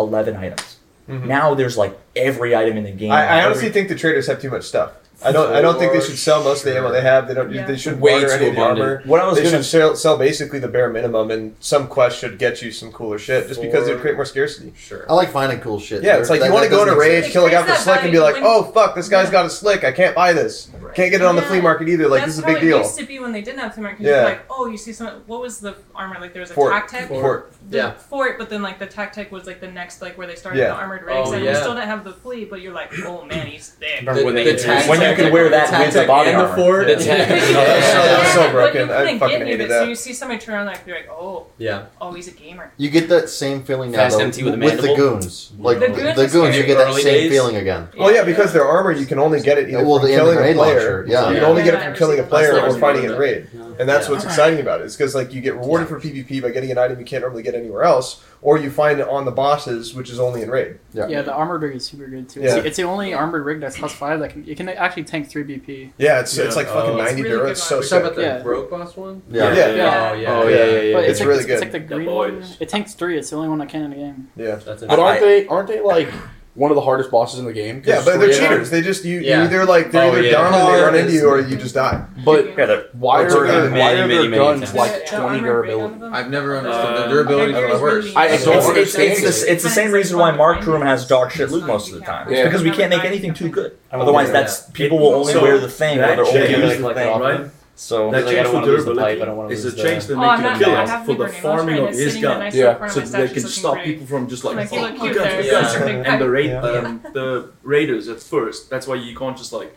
Speaker 5: eleven items.
Speaker 1: Mhm.
Speaker 5: Now there's like every item in the game.
Speaker 1: I, I
Speaker 5: every-
Speaker 1: honestly think the traders have too much stuff. I don't. I don't think they should sell most of the ammo they have. They don't. They should
Speaker 5: Way
Speaker 1: barter
Speaker 5: too
Speaker 1: any of the
Speaker 5: abundant.
Speaker 1: armor.
Speaker 5: What I was
Speaker 1: they
Speaker 5: gonna-
Speaker 1: should sell, sell basically the bare minimum, and some quest should get you some cooler shit, just because it would create more scarcity.
Speaker 3: Sure.
Speaker 2: I like finding cool shit.
Speaker 1: Yeah, it's like you want to go in a rage, kill a guy with a
Speaker 7: Except
Speaker 1: slick,
Speaker 7: that
Speaker 1: and be like,
Speaker 7: when-
Speaker 1: "Oh fuck, this guy's got a slick. I can't buy this. Can't get it on the flea market either. Like
Speaker 7: That's
Speaker 1: this is a
Speaker 7: how
Speaker 1: big
Speaker 7: it
Speaker 1: deal."
Speaker 7: used to be when they didn't have the market.
Speaker 1: Yeah.
Speaker 7: Yeah. Like, oh, you see some. What was the armor like? There was a
Speaker 1: Fort.
Speaker 7: tactic.
Speaker 1: Fort.
Speaker 7: The
Speaker 1: Yeah.
Speaker 7: Fort, but then like the tactic was like the next like where they started
Speaker 5: Yeah.
Speaker 7: the armored rigs,
Speaker 5: Oh,
Speaker 7: and
Speaker 5: yeah.
Speaker 7: we still didn't have the flea. But you're like, oh man, he's thick.
Speaker 5: Remember
Speaker 1: [laughs]
Speaker 5: when they introduced- when you could wear that with the body
Speaker 3: and the
Speaker 5: armor.
Speaker 3: Ford. [laughs]
Speaker 5: Yeah.
Speaker 3: The tag-
Speaker 5: No, that was so- that was so
Speaker 7: Yeah,
Speaker 5: broken.
Speaker 7: But you couldn't
Speaker 5: I fucking
Speaker 7: get any of
Speaker 5: hated
Speaker 7: it, so
Speaker 5: that.
Speaker 7: you see somebody turn on like, you're like, oh,
Speaker 3: Yeah.
Speaker 7: oh, he's a gamer.
Speaker 2: You get that same feeling now
Speaker 1: Fast
Speaker 2: though,
Speaker 1: MT with a
Speaker 2: the
Speaker 1: mandible?
Speaker 2: goons. Like
Speaker 1: The
Speaker 2: the
Speaker 1: goons
Speaker 2: goons,
Speaker 1: are scary.
Speaker 2: you get that
Speaker 1: Early
Speaker 2: same
Speaker 1: days.
Speaker 2: feeling again.
Speaker 1: Well, Oh, yeah, because their armor you can only get it either
Speaker 2: Well,
Speaker 1: from
Speaker 2: the- and the
Speaker 1: killing a
Speaker 2: grenade
Speaker 1: player.
Speaker 2: launcher, yeah.
Speaker 1: You
Speaker 2: Yeah.
Speaker 1: can only get it
Speaker 2: Yeah.
Speaker 1: from killing a
Speaker 2: That's
Speaker 1: player
Speaker 2: never
Speaker 1: or
Speaker 2: seen
Speaker 1: fighting in
Speaker 2: that.
Speaker 1: raid, and that's what's exciting about it. It's because like you get rewarded for PvP by getting an item you can't normally get anywhere else, or you find it on the bosses, which is only in raid.
Speaker 10: Yeah. the armored rig is super good too.
Speaker 1: Yeah.
Speaker 10: It's, it's the only armored rig that's plus five that can it can actually tank three BP.
Speaker 1: Yeah, it's- it's like Yeah. fucking Oh, it's 90 really duro, good it's so
Speaker 3: We're talking about the
Speaker 10: Yeah.
Speaker 3: rogue boss one.
Speaker 1: Yeah. Yeah. Yeah.
Speaker 3: Oh yeah.
Speaker 1: Oh, yeah, yeah, yeah.
Speaker 10: But
Speaker 1: It's
Speaker 10: like-
Speaker 1: really
Speaker 10: It's
Speaker 1: good.
Speaker 10: like the green one. It tanks three. It's the only one that can in the game.
Speaker 1: Yeah,
Speaker 10: But
Speaker 12: But aren't they aren't they like one of the hardest bosses in the game? 'Cause
Speaker 1: Yeah, but they're
Speaker 12: three of them-
Speaker 1: cheaters. They just you, you either like they're either dumb
Speaker 10: Oh,
Speaker 1: and they run into you, or you just die.
Speaker 12: But why
Speaker 1: Or
Speaker 12: are,
Speaker 1: burn
Speaker 12: their-
Speaker 1: them
Speaker 12: why
Speaker 1: many,
Speaker 12: are
Speaker 1: many,
Speaker 12: their
Speaker 1: many
Speaker 12: guns
Speaker 1: times.
Speaker 12: like twenty durability?
Speaker 3: I've never
Speaker 12: understood the
Speaker 3: durability
Speaker 12: is the worst.
Speaker 5: I- it's, it's, it's, it's the- it's the same reason why Mark Room has dog shit loot most of the time. It's
Speaker 12: Yeah.
Speaker 5: because we can't make anything too good. Otherwise, that's people will only
Speaker 6: So
Speaker 5: wear the thing or
Speaker 6: that
Speaker 5: they'll only
Speaker 6: change-
Speaker 5: use the thing.
Speaker 6: Right?
Speaker 5: So
Speaker 6: that change for durability is
Speaker 5: It's
Speaker 6: a change
Speaker 5: that
Speaker 6: that
Speaker 7: Oh, I'm not-
Speaker 6: makes it
Speaker 7: I
Speaker 6: kill
Speaker 7: haven't been
Speaker 6: for the
Speaker 7: very much,
Speaker 6: farming
Speaker 7: right?
Speaker 6: of
Speaker 7: It's
Speaker 6: his
Speaker 7: sitting there
Speaker 6: gun,
Speaker 7: nicely in front of
Speaker 6: so
Speaker 7: my
Speaker 6: that they
Speaker 7: statue,
Speaker 6: can
Speaker 7: it's
Speaker 6: stop
Speaker 7: looking
Speaker 6: people from just like,
Speaker 7: Like, you
Speaker 6: "Oh
Speaker 7: look
Speaker 6: my
Speaker 7: cute
Speaker 6: God,
Speaker 7: there."
Speaker 6: my
Speaker 7: Yeah.
Speaker 6: God's
Speaker 7: Yeah.
Speaker 6: And the raid,
Speaker 7: Yeah.
Speaker 6: um, the raiders at first. That's why you can't just like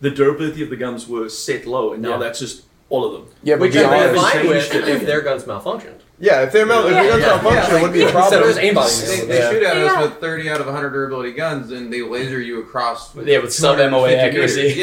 Speaker 6: the durability of the guns were set low, and now
Speaker 3: Yeah.
Speaker 6: that's just all of them.
Speaker 12: Yeah, but
Speaker 3: Which
Speaker 12: be
Speaker 3: I'd be
Speaker 12: honest-
Speaker 3: fine
Speaker 6: Changed
Speaker 3: with
Speaker 6: it.
Speaker 3: if their guns malfunctioned.
Speaker 1: Yeah, if they're mel- if they're not functional, it would be a problem.
Speaker 13: They, they shoot at us with 30 out of 100 durability guns, and they laser you across. With
Speaker 11: Yeah, with sub MOA
Speaker 13: 250 meters.
Speaker 11: accuracy.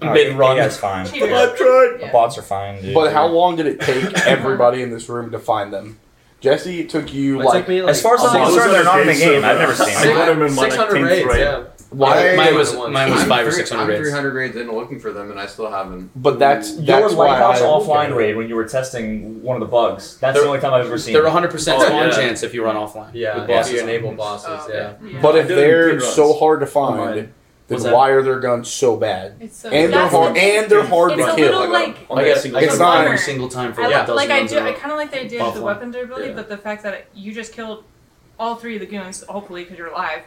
Speaker 13: [laughs] Yeah,
Speaker 11: Mid run.
Speaker 5: That's fine.
Speaker 13: I've
Speaker 5: tried. Bots are fine. Dude.
Speaker 12: But how long did it take everybody in this room to find them? Jesse, it took you
Speaker 5: It
Speaker 12: like,
Speaker 5: took me, like, As far as I'm almost concerned, they're not in the game. I've never seen them. I got them in my, like, 600 raids, yeah.
Speaker 12: Why?
Speaker 11: Mine was- mine was
Speaker 13: I'm
Speaker 11: five or
Speaker 13: three-
Speaker 11: 600
Speaker 13: I'm
Speaker 11: raids.
Speaker 13: 300 raids in looking for them, and I still haven't.
Speaker 12: But that's
Speaker 5: Your Lighthouse offline raid when you were testing one of the bugs. That's the only time I've ever seen.
Speaker 11: They're
Speaker 5: it.
Speaker 11: 100% spawn chance if you run offline.
Speaker 3: Yeah,
Speaker 11: with
Speaker 3: yeah.
Speaker 11: bosses
Speaker 3: You
Speaker 11: on
Speaker 3: enable
Speaker 11: it.
Speaker 3: bosses, Oh, okay. yeah.
Speaker 12: But
Speaker 3: Yeah.
Speaker 12: if
Speaker 3: I did it in
Speaker 12: they're
Speaker 3: Kid Rock's.
Speaker 12: so hard to find,
Speaker 3: Mine.
Speaker 12: then
Speaker 3: Was that-
Speaker 12: why are their guns so bad?
Speaker 7: It's so-
Speaker 12: and they're
Speaker 7: That's
Speaker 12: hard.
Speaker 7: the-
Speaker 12: And they're hard
Speaker 7: it's
Speaker 12: to
Speaker 7: a
Speaker 12: kill.
Speaker 7: little, like-
Speaker 11: I got- I got
Speaker 12: it's not
Speaker 11: every single time for
Speaker 7: I
Speaker 11: like
Speaker 7: like,
Speaker 11: a dozen
Speaker 7: like I
Speaker 11: rounds
Speaker 7: do.
Speaker 11: in a
Speaker 7: I
Speaker 11: row.
Speaker 7: kind of like the idea of the
Speaker 11: Offline.
Speaker 7: weapon durability, but the fact that you just killed all three of the goons, hopefully because you're alive.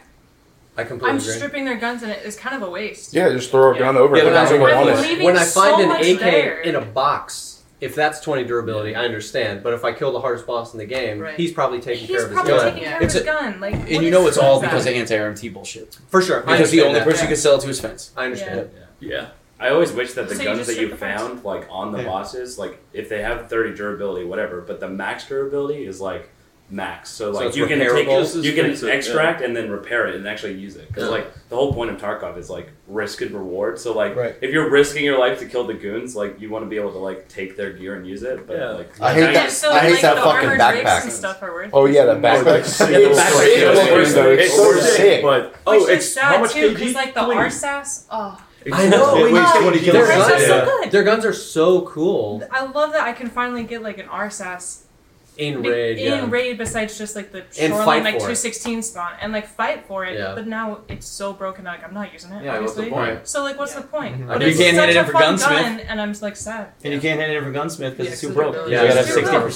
Speaker 3: I completely
Speaker 7: I'm
Speaker 3: agree.
Speaker 7: stripping their guns, and it is kind of a waste.
Speaker 12: Yeah, just throw a gun over
Speaker 3: Yeah,
Speaker 12: it.
Speaker 3: when,
Speaker 12: That's
Speaker 3: I,
Speaker 12: what
Speaker 3: when
Speaker 12: it
Speaker 3: I-
Speaker 12: is.
Speaker 3: when I
Speaker 7: so
Speaker 3: find an
Speaker 7: much
Speaker 3: AK
Speaker 7: there.
Speaker 3: in a box, if that's 20 durability, I understand. But if I kill the hardest boss in the game,
Speaker 7: Right.
Speaker 3: he's probably taking
Speaker 7: He's
Speaker 3: care of his
Speaker 7: probably
Speaker 3: gun.
Speaker 7: taking care of
Speaker 11: It's
Speaker 7: his
Speaker 11: a-
Speaker 7: gun. Like, what
Speaker 11: And you
Speaker 7: is
Speaker 11: know it's all
Speaker 7: that?
Speaker 11: because of anti-RMT bullshit.
Speaker 3: For sure. I
Speaker 11: Because the
Speaker 3: understand
Speaker 11: only
Speaker 3: that.
Speaker 11: person
Speaker 3: Yeah.
Speaker 11: who can sell it to his fence.
Speaker 3: I understand.
Speaker 11: Yeah.
Speaker 14: Yeah. I always wish that the
Speaker 11: So you
Speaker 14: guns
Speaker 11: just
Speaker 14: that
Speaker 11: took
Speaker 14: you
Speaker 11: the first-
Speaker 14: found, like on the
Speaker 11: Yeah.
Speaker 14: bosses, like if they have 30 durability, whatever, but the max durability is like max. So
Speaker 11: So
Speaker 14: like
Speaker 11: it's
Speaker 14: you can
Speaker 11: repairable?
Speaker 14: take
Speaker 11: This is
Speaker 14: you can
Speaker 11: fix it, yeah.
Speaker 14: extract and then repair it and actually use it. Because
Speaker 11: Yeah.
Speaker 14: like the whole point of Tarkov is like risk and reward. So like if you're risking your life to kill the goons, like you want to be able to like take their gear and use it. But
Speaker 12: Yeah.
Speaker 14: like
Speaker 12: I hate
Speaker 14: now you-
Speaker 12: that- So, I hate like, that the fucking armored rigs backpack. and
Speaker 7: stuff are worth
Speaker 12: Oh yeah, that backpack.
Speaker 7: [laughs]
Speaker 14: It's sick. Yeah, the backpack is
Speaker 12: It's so sick.
Speaker 14: sick.
Speaker 12: It's so
Speaker 14: It's sick,
Speaker 12: sick.
Speaker 14: but-
Speaker 7: Which
Speaker 14: Oh,
Speaker 7: is
Speaker 14: it's- how
Speaker 7: sad
Speaker 14: much
Speaker 7: too,
Speaker 14: KG?
Speaker 7: because like the
Speaker 14: Please.
Speaker 7: RSAS. Oh,
Speaker 3: I know.
Speaker 7: It weighs
Speaker 3: yeah.
Speaker 7: 20
Speaker 3: Their
Speaker 7: kilos.
Speaker 3: guns-
Speaker 7: That's so good.
Speaker 3: Their guns are so cool.
Speaker 7: I love that I can finally get like an RSAS
Speaker 3: In
Speaker 7: be-
Speaker 3: raid,
Speaker 7: in
Speaker 3: yeah.
Speaker 7: raid besides just like the
Speaker 3: And
Speaker 7: shoreline
Speaker 3: fight
Speaker 7: like
Speaker 3: for it.
Speaker 7: 216 spawn and like fight for it.
Speaker 3: Yeah.
Speaker 7: But now it's so broken. Like I'm not using it.
Speaker 3: Yeah, what's the
Speaker 7: obviously.
Speaker 3: point? Mm-hmm.
Speaker 7: So like, what's the point?
Speaker 11: Mhm.
Speaker 7: But
Speaker 11: You
Speaker 7: it's
Speaker 11: can't
Speaker 7: such
Speaker 11: hit it
Speaker 7: a
Speaker 11: in for
Speaker 7: fun
Speaker 11: gunsmith.
Speaker 7: gun, and I'm just like sad.
Speaker 11: And you can't hand it over gunsmith because it's too
Speaker 7: it's
Speaker 11: broke.
Speaker 7: too
Speaker 11: You
Speaker 5: broke.
Speaker 11: gotta have
Speaker 5: It's too broke.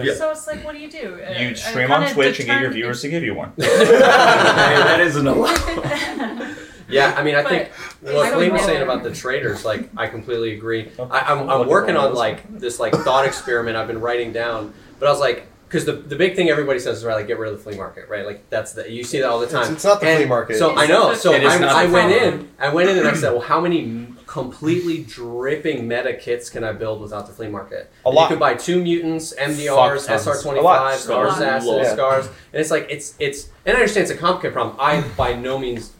Speaker 11: 60%.
Speaker 5: Yeah.
Speaker 7: So it's like, what do you do? Uh,
Speaker 5: You'd
Speaker 7: I
Speaker 5: stream on
Speaker 7: kinda
Speaker 5: Twitch and get your
Speaker 7: determine-
Speaker 5: viewers to give you
Speaker 3: [laughs]
Speaker 5: one. [laughs]
Speaker 14: that isn't
Speaker 1: [laughs]
Speaker 3: Yeah, I mean, I
Speaker 7: But
Speaker 3: think
Speaker 7: it's
Speaker 3: what
Speaker 7: so
Speaker 3: Wayne was
Speaker 7: cool.
Speaker 3: saying about the traders, like, I completely agree.
Speaker 14: Oh,
Speaker 3: I, I'm, I'm working on like this like thought experiment I've been writing down, but I was like, because the, the big thing everybody says is right, like get rid of the flea market, right? Like that's the you see that all the time.
Speaker 1: It's- it's not the
Speaker 3: And
Speaker 1: flea market.
Speaker 3: So I know. So I,
Speaker 1: It is not
Speaker 3: I
Speaker 1: the
Speaker 3: went
Speaker 1: problem.
Speaker 3: in. I went in and I said, well, how many completely dripping meta kits can I build without the flea market?
Speaker 1: A lot.
Speaker 3: You could buy two mutants,
Speaker 1: Fuck
Speaker 3: MDRs,
Speaker 1: tons.
Speaker 3: SR25,
Speaker 1: A lot.
Speaker 3: scars,
Speaker 1: A lot.
Speaker 3: asses,
Speaker 1: Yeah.
Speaker 3: scars, and it's like it's it's. And I understand it's a complicated problem. I by no means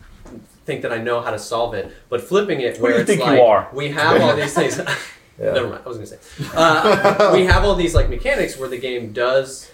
Speaker 3: think that I know how to solve it, but flipping it
Speaker 5: Who
Speaker 3: where
Speaker 5: do you
Speaker 3: it's
Speaker 5: think
Speaker 3: like
Speaker 5: you are?
Speaker 3: we have
Speaker 5: [laughs]
Speaker 3: all these things. [laughs] Never mind. I was gonna say uh, [laughs] we have all these like mechanics where the game
Speaker 11: [laughs]
Speaker 3: does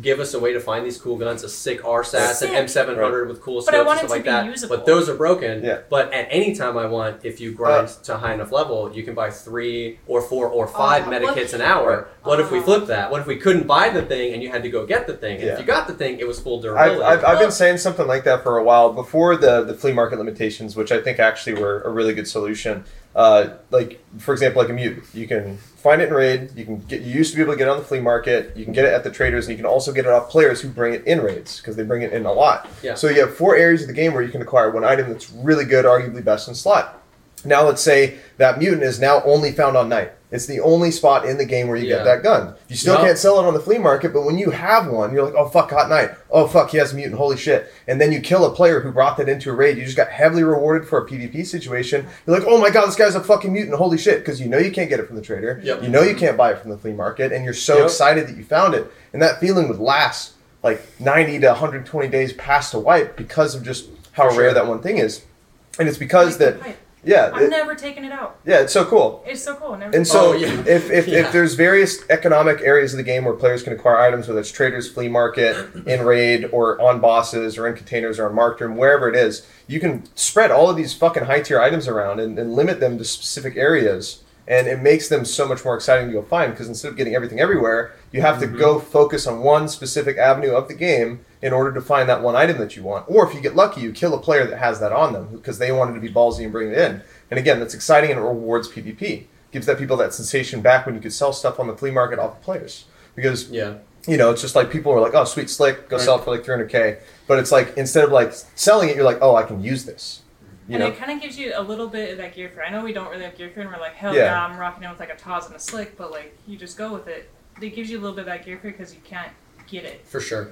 Speaker 3: give us a way to find these cool guns, a sick RSAS
Speaker 7: Sick.
Speaker 3: and M700 with cool
Speaker 7: But
Speaker 3: scopes
Speaker 7: I
Speaker 3: and
Speaker 7: want it
Speaker 3: stuff
Speaker 7: to
Speaker 3: like
Speaker 7: be
Speaker 3: that.
Speaker 7: usable.
Speaker 3: But those are broken.
Speaker 1: Yeah. Uh,
Speaker 3: But at any time I want, if you grind to high enough level, you can buy three or four
Speaker 7: Oh,
Speaker 3: or five
Speaker 11: Uh,
Speaker 3: meta
Speaker 11: what-
Speaker 3: kits an hour. What if we flip that? What if we couldn't buy the thing and you had to go get the thing? And
Speaker 1: Yeah.
Speaker 3: if you got the thing, it was full
Speaker 1: I've,
Speaker 3: durability.
Speaker 1: I've, I've been saying something like that for a while before the, the flea market limitations, which I think actually were a really good solution. Uh, like for example, like a mute, you can find it in raid. You can get you used to be able to get it on the flea market. You can get it at the traders, and you can also get it off players who bring it in raids because they bring it in a lot.
Speaker 3: Yeah.
Speaker 1: So you have four areas of the game where you can acquire one item that's really good, arguably best in slot. Now let's say that mutant is now only found on night. It's the only spot in the game where you
Speaker 3: Yeah.
Speaker 1: get that gun. You still
Speaker 3: Yup.
Speaker 1: can't sell it on the flea market, but when you have one, you're like, oh fuck, hot night. Oh fuck, he has a mutant. Holy shit! And then you kill a player who brought that into a raid. You just got heavily rewarded for a PvP situation. You're like, oh my god, this guy's a fucking mutant. Holy shit! Because you know you can't get it from the trader.
Speaker 3: Yup.
Speaker 1: You know you can't buy it from the flea market, and you're so
Speaker 3: Yup.
Speaker 1: excited that you found it. And that feeling would last like 90 to 120 days past a wipe because of just how
Speaker 3: Sure.
Speaker 1: rare that one thing is. And it's because that,
Speaker 7: Right.
Speaker 1: yeah,
Speaker 7: I'm
Speaker 1: it-
Speaker 7: never taking it out.
Speaker 1: yeah, it's so cool.
Speaker 7: It's so cool. Never
Speaker 1: And so,
Speaker 7: oh, yeah.
Speaker 1: if, if,
Speaker 7: Yeah.
Speaker 1: if there's various economic areas of the game where players can acquire items, whether it's traders, flea
Speaker 7: [clears throat]
Speaker 1: market, in raid, or on bosses, or in containers, or on marked room, wherever it is, you can spread all of these fucking high tier items around and, and limit them to specific areas. And it makes them so much more exciting to go find because instead of getting everything everywhere, you have
Speaker 7: Mm-hmm.
Speaker 1: to go focus on one specific avenue of the game in order to find that one item that you want. Or if you get lucky, you kill a player that has that on them because they wanted to be ballsy and bring it in. And again, that's exciting and it rewards PvP. Gives that people that sensation back when you could sell stuff on the flea market off of players. Because
Speaker 3: Yeah.
Speaker 1: you know, it's just like people are like, oh, sweet slick, go
Speaker 3: Right.
Speaker 1: sell it for like 300k. But it's like instead of like selling it, you're like, oh, I can use this. You
Speaker 7: and
Speaker 1: know,
Speaker 7: it kind of gives you a little bit of that gear for. I know we don't really have gear for, and we're like, hell yeah,
Speaker 1: Yeah.
Speaker 7: I'm rocking it with like a Taz and a Slick, but like you just go with it. It gives you a little bit of that gear for because you can't get it.
Speaker 3: For sure.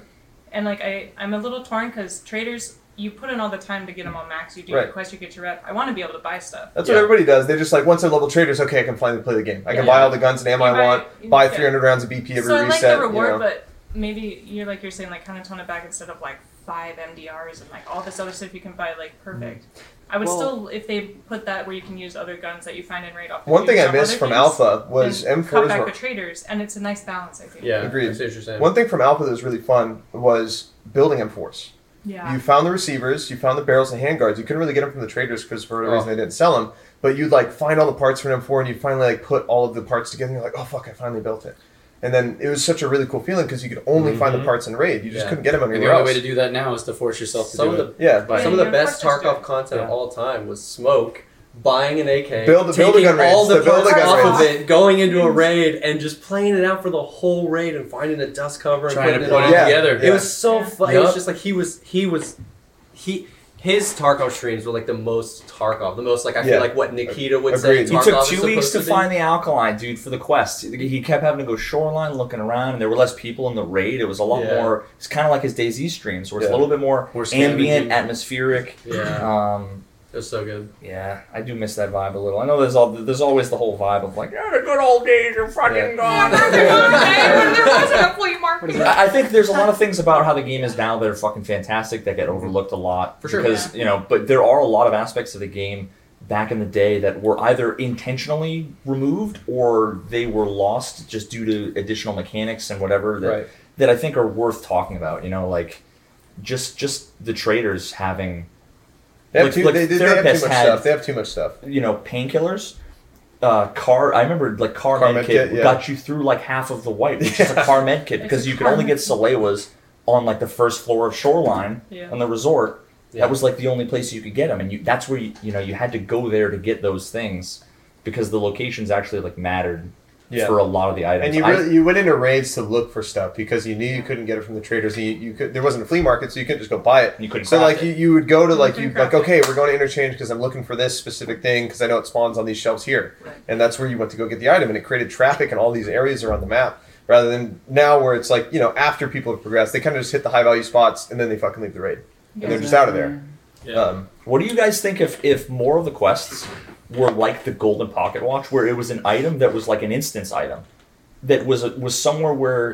Speaker 7: And like I, I'm a little torn because traders you put in all the time to get them on max. You do
Speaker 1: Right.
Speaker 7: your quest, you get your rep. I want to be able to buy stuff.
Speaker 1: That's what everybody does. They're just like, once they're level traders, okay, I can finally play the game. I can
Speaker 7: Yeah.
Speaker 1: buy all the guns and ammo
Speaker 7: You
Speaker 1: I
Speaker 7: buy-
Speaker 1: want, buy
Speaker 7: yeah.
Speaker 1: 300 rounds of BP every
Speaker 7: so I like
Speaker 1: reset.
Speaker 7: the reward,
Speaker 1: you know?
Speaker 7: but maybe you're like you're saying, like kind of tone it back instead of like five MDRs and like all this other stuff you can buy. Like perfect. I would
Speaker 1: Mm-hmm. Well-
Speaker 7: still if they put that where you can use other guns that you find in raid. off.
Speaker 1: One thing I
Speaker 7: other
Speaker 1: missed from
Speaker 7: things,
Speaker 1: Alpha was
Speaker 7: then
Speaker 1: M4s
Speaker 7: Cut back
Speaker 1: were-
Speaker 7: the traders, and it's a nice balance. I think.
Speaker 1: agreed.
Speaker 3: that's interesting.
Speaker 1: One thing from Alpha that was really fun was building M4s.
Speaker 7: Yeah.
Speaker 1: You found the receivers, you found the barrels and handguards. You couldn't really get them from the traders because for whatever
Speaker 3: Oh.
Speaker 1: reason they didn't sell them. But you'd like find all the parts for an M4 and you'd finally like put all of the parts together. and You're like, oh fuck, I finally built it. And then it was such a really cool feeling because you could only find the
Speaker 11: Mhm.
Speaker 1: parts in raid. You just
Speaker 11: Yeah.
Speaker 1: couldn't get them
Speaker 11: And the
Speaker 1: anywhere
Speaker 11: only
Speaker 1: else.
Speaker 11: way to do that now is to force yourself to
Speaker 3: Some
Speaker 11: do
Speaker 3: of
Speaker 11: it.
Speaker 3: the
Speaker 1: Yeah.
Speaker 11: by-
Speaker 3: some of the best Tarkov content of all time was smoke, buying an AK,
Speaker 1: Build the- build the
Speaker 3: taking
Speaker 1: gun
Speaker 3: all
Speaker 1: raids,
Speaker 3: the
Speaker 1: the build the
Speaker 3: parts
Speaker 1: gun
Speaker 3: off
Speaker 1: raids.
Speaker 3: of it, going into a raid, and just playing it out for the whole raid and finding a dust cover and
Speaker 11: Trying to
Speaker 3: putting it,
Speaker 11: put it
Speaker 3: on.
Speaker 11: Yeah. together.
Speaker 3: It was so fun. It
Speaker 11: Yup.
Speaker 3: was just like he was he was he. His Tarkov streams were like the most Tarkov, the most like I
Speaker 5: Yeah.
Speaker 3: feel like what Nikita would say.
Speaker 5: You
Speaker 3: Tarkov
Speaker 5: took
Speaker 3: is
Speaker 5: two weeks
Speaker 3: supposed
Speaker 5: to
Speaker 3: be.
Speaker 5: find the alkaline dude for the quest. He kept having to go shoreline, looking around, and there were less people in the raid. It was a lot
Speaker 3: Yeah.
Speaker 5: more. It's kind of like his DayZ streams, where it's a
Speaker 3: Yeah.
Speaker 5: little bit more
Speaker 3: More scavenging.
Speaker 5: ambient, atmospheric.
Speaker 3: Yeah.
Speaker 5: Um,
Speaker 3: it was so good.
Speaker 5: Yeah, I do miss that vibe a little. I know there's all there's always the whole vibe of like "Ah,
Speaker 15: The good old days are fucking
Speaker 5: Yeah.
Speaker 12: [laughs]
Speaker 15: gone.
Speaker 5: I I think there's a lot of things about how the game is now that are fucking fantastic that get overlooked a lot.
Speaker 3: For sure.
Speaker 5: Because, you know, but there are a lot of aspects of the game back in the day that were either intentionally removed or they were lost just due to additional mechanics and whatever that,
Speaker 3: Right.
Speaker 5: that I think are worth talking about, you know, like just just the traders having
Speaker 1: They have too- they- they- they have too
Speaker 5: therapists
Speaker 1: much
Speaker 5: had,
Speaker 1: stuff. They have too much stuff.
Speaker 5: You know, painkillers. Uh, car. I remember like car,
Speaker 1: Car
Speaker 5: med
Speaker 1: med
Speaker 5: kit
Speaker 1: kit, yeah.
Speaker 5: got you through like half of the white, which is a car med kit because you could only get Salewas on like the first floor of Shoreline
Speaker 3: Yeah.
Speaker 5: on the resort.
Speaker 3: Yeah.
Speaker 5: That was like the only place you could get them, and you, that's where you you know you had to go there to get those things because the locations actually like mattered
Speaker 1: Yeah.
Speaker 5: for a lot of the items.
Speaker 1: And you
Speaker 5: I-
Speaker 1: really, you went into raids to look for stuff because you knew you couldn't get it from the traders. and You, you could there wasn't a flea market, so you couldn't just go buy it.
Speaker 5: You couldn't
Speaker 1: So
Speaker 5: craft
Speaker 1: like you, you would go to like you
Speaker 5: couldn't
Speaker 1: like
Speaker 5: craft
Speaker 1: okay, we're going to interchange because I'm looking for this specific thing because I know it spawns on these shelves here, and that's where you went to go get the item, and it created traffic in all these areas around the map. Rather than now, where it's like you know after people have progressed, they kind of just hit the high value spots and then they fucking leave the raid, and they're just out of there.
Speaker 5: Um, what do you guys think if if more of the quests were like the Golden Pocket Watch, where it was an item that was like an instance item, that was a, was somewhere where,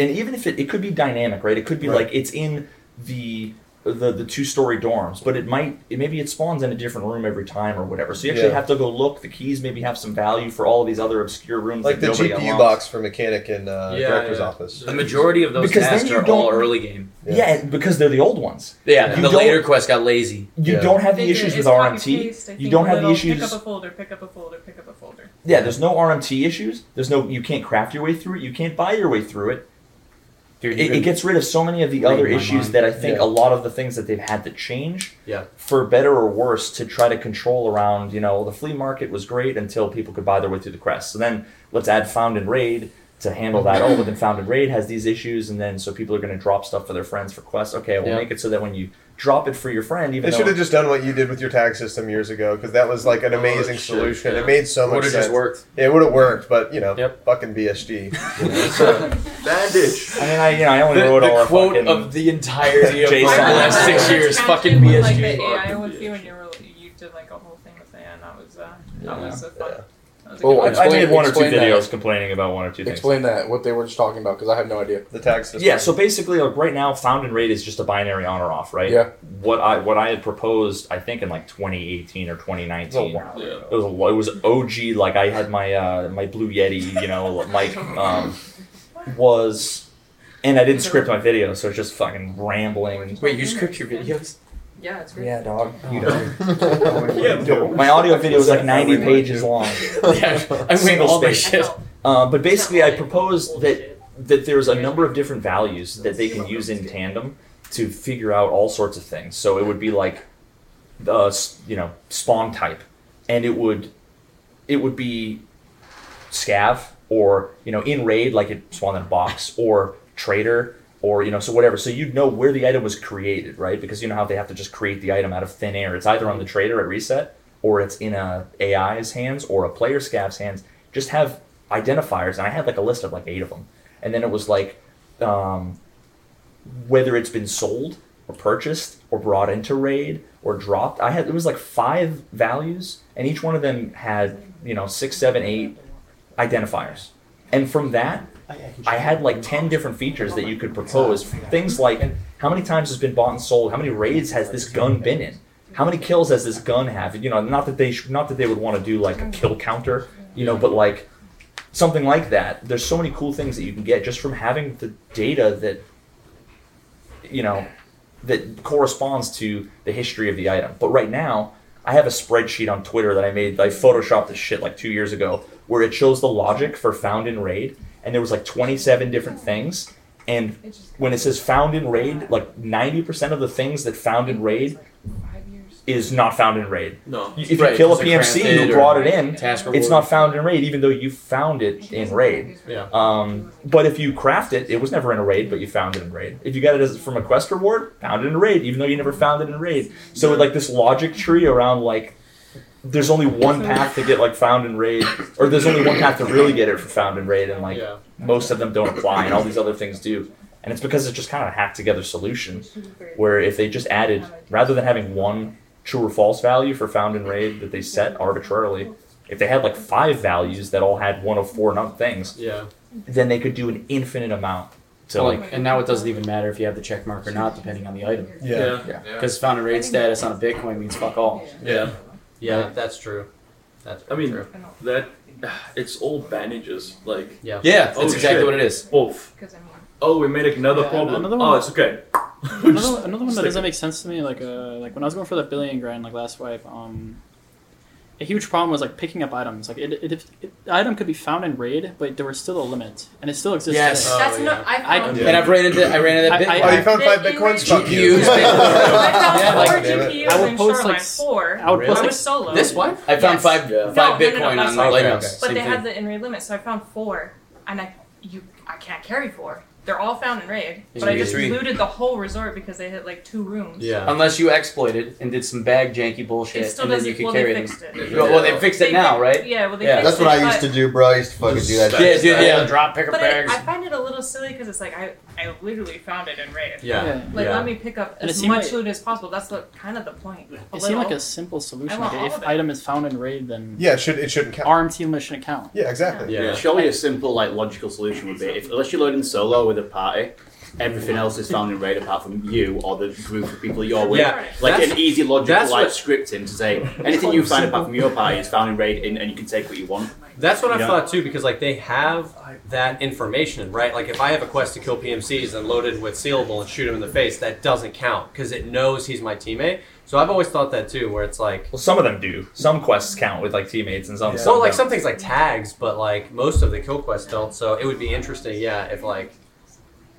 Speaker 5: and even if it, it could be dynamic, right? It could be
Speaker 1: Right.
Speaker 5: like it's in the the, the two story dorms, but it might it, maybe it spawns in a different room every time or whatever. So you actually
Speaker 1: Yeah.
Speaker 5: have to go look. The keys maybe have some value for all these other obscure rooms,
Speaker 1: Like
Speaker 5: that
Speaker 1: the
Speaker 5: nobody
Speaker 1: GPU
Speaker 5: unlocks.
Speaker 1: box for mechanic in uh, director's office.
Speaker 11: The majority of those
Speaker 5: Because then
Speaker 11: tasks
Speaker 5: you
Speaker 11: are all
Speaker 5: don't-
Speaker 11: early game.
Speaker 5: Yeah, and because they're the old ones.
Speaker 11: Yeah,
Speaker 5: You
Speaker 11: and the
Speaker 5: don't-
Speaker 11: later quest got lazy.
Speaker 5: You don't have the issues with
Speaker 7: Paste, I
Speaker 5: RMT. You
Speaker 7: think,
Speaker 5: don't
Speaker 7: a
Speaker 5: have the
Speaker 7: little,
Speaker 5: issues.
Speaker 7: Pick up a folder. Pick up a folder. Pick up a folder.
Speaker 5: Yeah, there's no RMT issues. There's no you can't craft your way through it. You can't buy your way through it.
Speaker 11: Dude,
Speaker 5: it, it gets rid of so many of the
Speaker 11: Read
Speaker 5: other
Speaker 11: my
Speaker 5: issues
Speaker 11: mind.
Speaker 5: that I think
Speaker 11: Yeah.
Speaker 5: a lot of the things that they've had to change
Speaker 11: Yeah.
Speaker 5: for better or worse to try to control around, you know, the flea market was great until people could buy their way through the crest. So then let's add Found and Raid to handle that.
Speaker 11: Mm-hmm.
Speaker 5: oh, but then Found and Raid has these issues and then so people are gonna drop stuff for their friends for quests. Okay, we'll
Speaker 1: Yeah.
Speaker 5: make it so that when you drop it for your friend, even
Speaker 1: They
Speaker 5: though
Speaker 1: should have just done what you did with your tag system years ago because that was like an amazing
Speaker 5: Oh, shit,
Speaker 1: solution.
Speaker 5: yeah.
Speaker 1: It made so much
Speaker 5: Would've just
Speaker 1: sense.
Speaker 5: worked.
Speaker 1: Yeah, it would have worked, but you know,
Speaker 5: [laughs]
Speaker 1: fucking BSG. Bandage.
Speaker 5: I mean, I you know, I only
Speaker 11: The-
Speaker 5: wrote
Speaker 11: the
Speaker 5: all
Speaker 11: quote
Speaker 5: fucking-
Speaker 11: of the entirety of my
Speaker 5: Jason.
Speaker 11: last six years, fucking
Speaker 7: With, like
Speaker 11: BSG.
Speaker 7: the AI with you, and you were, you did like a whole thing with AI, and that was uh, that was a fun. That was a
Speaker 12: Oh,
Speaker 5: I,
Speaker 7: good
Speaker 5: I
Speaker 12: Explain-
Speaker 5: made one or two
Speaker 12: explain that.
Speaker 5: videos complaining about one or two things.
Speaker 12: Explain that what they were just talking about because I have no idea.
Speaker 1: The tax
Speaker 5: Yeah, so basically, like right now, found and rate is just a binary on or off, right?
Speaker 12: Yeah.
Speaker 5: What I what I had proposed, I think in like 2018 or 2019.
Speaker 12: Oh, wow. Yeah.
Speaker 5: It was a, lo- it was OG. Like I had my uh, my blue yeti, you know, [laughs] like um, was, and I didn't script my video, so it's just fucking rambling.
Speaker 11: Wait, you script your videos?
Speaker 9: Yeah, it's great.
Speaker 5: Yeah, dog.
Speaker 2: Oh.
Speaker 5: You
Speaker 11: Oh. [laughs]
Speaker 5: yeah,
Speaker 11: don't.
Speaker 2: [laughs]
Speaker 5: my audio video is like 90 pages long.
Speaker 11: Yeah, I
Speaker 5: [laughs]
Speaker 11: wing
Speaker 5: Single
Speaker 11: all my
Speaker 5: spaced.
Speaker 11: shit.
Speaker 5: Uh, but basically, I proposed that that there's a number of different values that they can use in tandem to figure out all sorts of things. So it would be like, uh, s- you know, spawn type, and it would it would be scav or you know in raid like it spawned in a box or trader or you know so whatever so you'd know where the item was created right because you know how they have to just create the item out of thin air it's either on the trader at reset or it's in a ai's hands or a player scav's hands just have identifiers and i had like a list of like eight of them and then it was like um, whether it's been sold or purchased or brought into raid or dropped. I had it was like five values, and each one of them had you know six, seven, eight identifiers. And from that, I had like ten different features that you could propose. Things like how many times has been bought and sold, how many raids has this gun been in, how many kills has this gun have. You know, not that they sh- not that they would want to do like a kill counter, you know, but like something like that. There's so many cool things that you can get just from having the data that you know that corresponds to the history of the item. But right now, I have a spreadsheet on Twitter that I made. I photoshopped this shit like two years ago, where it shows the logic for found in raid, and there was like 27 different things. And when it says found in raid, like 90% of the things that found in raid is not found in raid.
Speaker 6: No.
Speaker 5: If
Speaker 6: Right,
Speaker 5: you kill a
Speaker 6: it's like
Speaker 5: PMC
Speaker 6: crafted
Speaker 5: who
Speaker 6: or
Speaker 5: brought it in,
Speaker 6: task
Speaker 5: it's
Speaker 6: reward.
Speaker 5: not found in raid, even though you found it in raid.
Speaker 6: Yeah.
Speaker 5: Um, but if you craft it, it was never in a raid, but you found it in raid. If you got it as from a quest reward, found it in raid, even though you never found it in raid. So like this logic tree around like there's only one path to get like found in raid, or there's only one path to really get it for found in raid, and like
Speaker 3: Yeah.
Speaker 5: most of them don't apply, and all these other things do. And it's because it's just kind of a hacked together solution, where if they just added rather than having one true or false value for found and raid that they set arbitrarily, if they had like five values that all had one of four num things,
Speaker 11: Yeah.
Speaker 5: then they could do an infinite amount to
Speaker 11: Well,
Speaker 5: like
Speaker 11: and now it doesn't even matter if you have the check mark or not, depending on the item.
Speaker 5: Yeah. Yeah. Yeah.
Speaker 11: Because found a raid status on a Bitcoin means fuck all.
Speaker 6: Yeah.
Speaker 11: Yeah, that's true. That's
Speaker 6: I mean, that it's all bandages. Like Oh,
Speaker 11: Yeah. Yeah, that's exactly what it is.
Speaker 6: Oof. Oh, we made another
Speaker 10: Yeah,
Speaker 6: problem.
Speaker 10: another
Speaker 6: Oh,
Speaker 10: one.
Speaker 6: it's okay.
Speaker 10: another, another one that
Speaker 6: stick
Speaker 10: doesn't
Speaker 6: it.
Speaker 10: make sense to me, like uh, like when I was going for that billion grind, like last wipe, um, a huge problem was like picking up items. Like it, it, it, the item could be found in raid, but there was still a limit, and it still exists.
Speaker 11: Yes.
Speaker 10: today.
Speaker 11: That's Oh, not- yeah. I found-
Speaker 10: I-
Speaker 11: And I've ran into- I ran into
Speaker 10: I-
Speaker 11: Bitcoin.
Speaker 10: I-
Speaker 11: Oh, you found
Speaker 1: five bitcoins? Fuck you. [laughs]
Speaker 11: GPUs, Bitcoin.
Speaker 1: I
Speaker 11: [laughs]
Speaker 7: found
Speaker 11: Yeah,
Speaker 7: four
Speaker 11: like-
Speaker 7: GPUs
Speaker 11: I would
Speaker 7: in
Speaker 11: post, like,
Speaker 7: Shoreline 4.
Speaker 11: I would post,
Speaker 7: I
Speaker 11: like,
Speaker 7: was solo.
Speaker 11: this one? I found five- Yeah. five
Speaker 7: no, no, no,
Speaker 11: Bitcoin
Speaker 7: that's
Speaker 11: on
Speaker 7: not-
Speaker 11: Lighthouse.
Speaker 7: But
Speaker 11: Same
Speaker 7: they
Speaker 11: thing.
Speaker 7: had the in-raid limit, so I found four, and I you I can't carry four. They're all found in raid,
Speaker 11: You
Speaker 7: but I
Speaker 11: need
Speaker 7: just
Speaker 11: three.
Speaker 7: looted the whole resort because they hit like two rooms.
Speaker 11: Unless you exploited and did some bag janky
Speaker 7: It
Speaker 11: bullshit,
Speaker 7: still
Speaker 11: and then you
Speaker 7: doesn't-
Speaker 11: could
Speaker 7: well, they
Speaker 11: carry them.
Speaker 7: fixed it.
Speaker 11: Yeah, Well, they fixed it
Speaker 7: They
Speaker 11: now,
Speaker 7: fi-
Speaker 11: right?
Speaker 7: yeah, well, they
Speaker 11: yeah.
Speaker 2: That's what I used to do, bro. I used to fucking do that. shit.
Speaker 11: Yeah, dude, yeah. Drop picker
Speaker 7: But it,
Speaker 11: bags.
Speaker 7: I find it a little silly because it's like I, I literally found it in raid.
Speaker 11: Yeah. Yeah.
Speaker 7: Like
Speaker 11: Yeah.
Speaker 7: let me pick up
Speaker 10: And it
Speaker 7: as
Speaker 10: seemed
Speaker 7: much
Speaker 10: like-
Speaker 7: loot as possible. That's the kind of the point. A
Speaker 10: It seemed like
Speaker 7: little.
Speaker 10: a simple
Speaker 7: I
Speaker 10: solution.
Speaker 7: want
Speaker 10: Like,
Speaker 7: all
Speaker 10: if
Speaker 7: of it.
Speaker 10: item is found in raid, then
Speaker 1: yeah, it should it shouldn't count.
Speaker 10: Arm team shouldn't count.
Speaker 1: Yeah, exactly.
Speaker 8: Yeah. Surely a simple, like, logical solution would be if, unless you load in solo with a party, everything else is found in raid apart from you or the group of people you're with.
Speaker 11: Yeah.
Speaker 8: Like
Speaker 11: That's-
Speaker 8: an easy logical
Speaker 11: that's
Speaker 8: like
Speaker 11: what-
Speaker 8: scripting to say anything you find apart from your party is found in raid and, and you can take what you want.
Speaker 3: That's what I
Speaker 8: Yeah.
Speaker 3: thought too, because like they have that information, right? Like if I have a quest to kill PMCs and load it with sealable and shoot him in the face, that doesn't count because it knows he's my teammate. So I've always thought that too, where it's like
Speaker 5: well, some of them do. Some quests count with like teammates and some.
Speaker 3: Well,
Speaker 5: some
Speaker 3: like
Speaker 5: don't.
Speaker 3: some things like tags, but like most of the kill quests don't. So it would be interesting, yeah, if like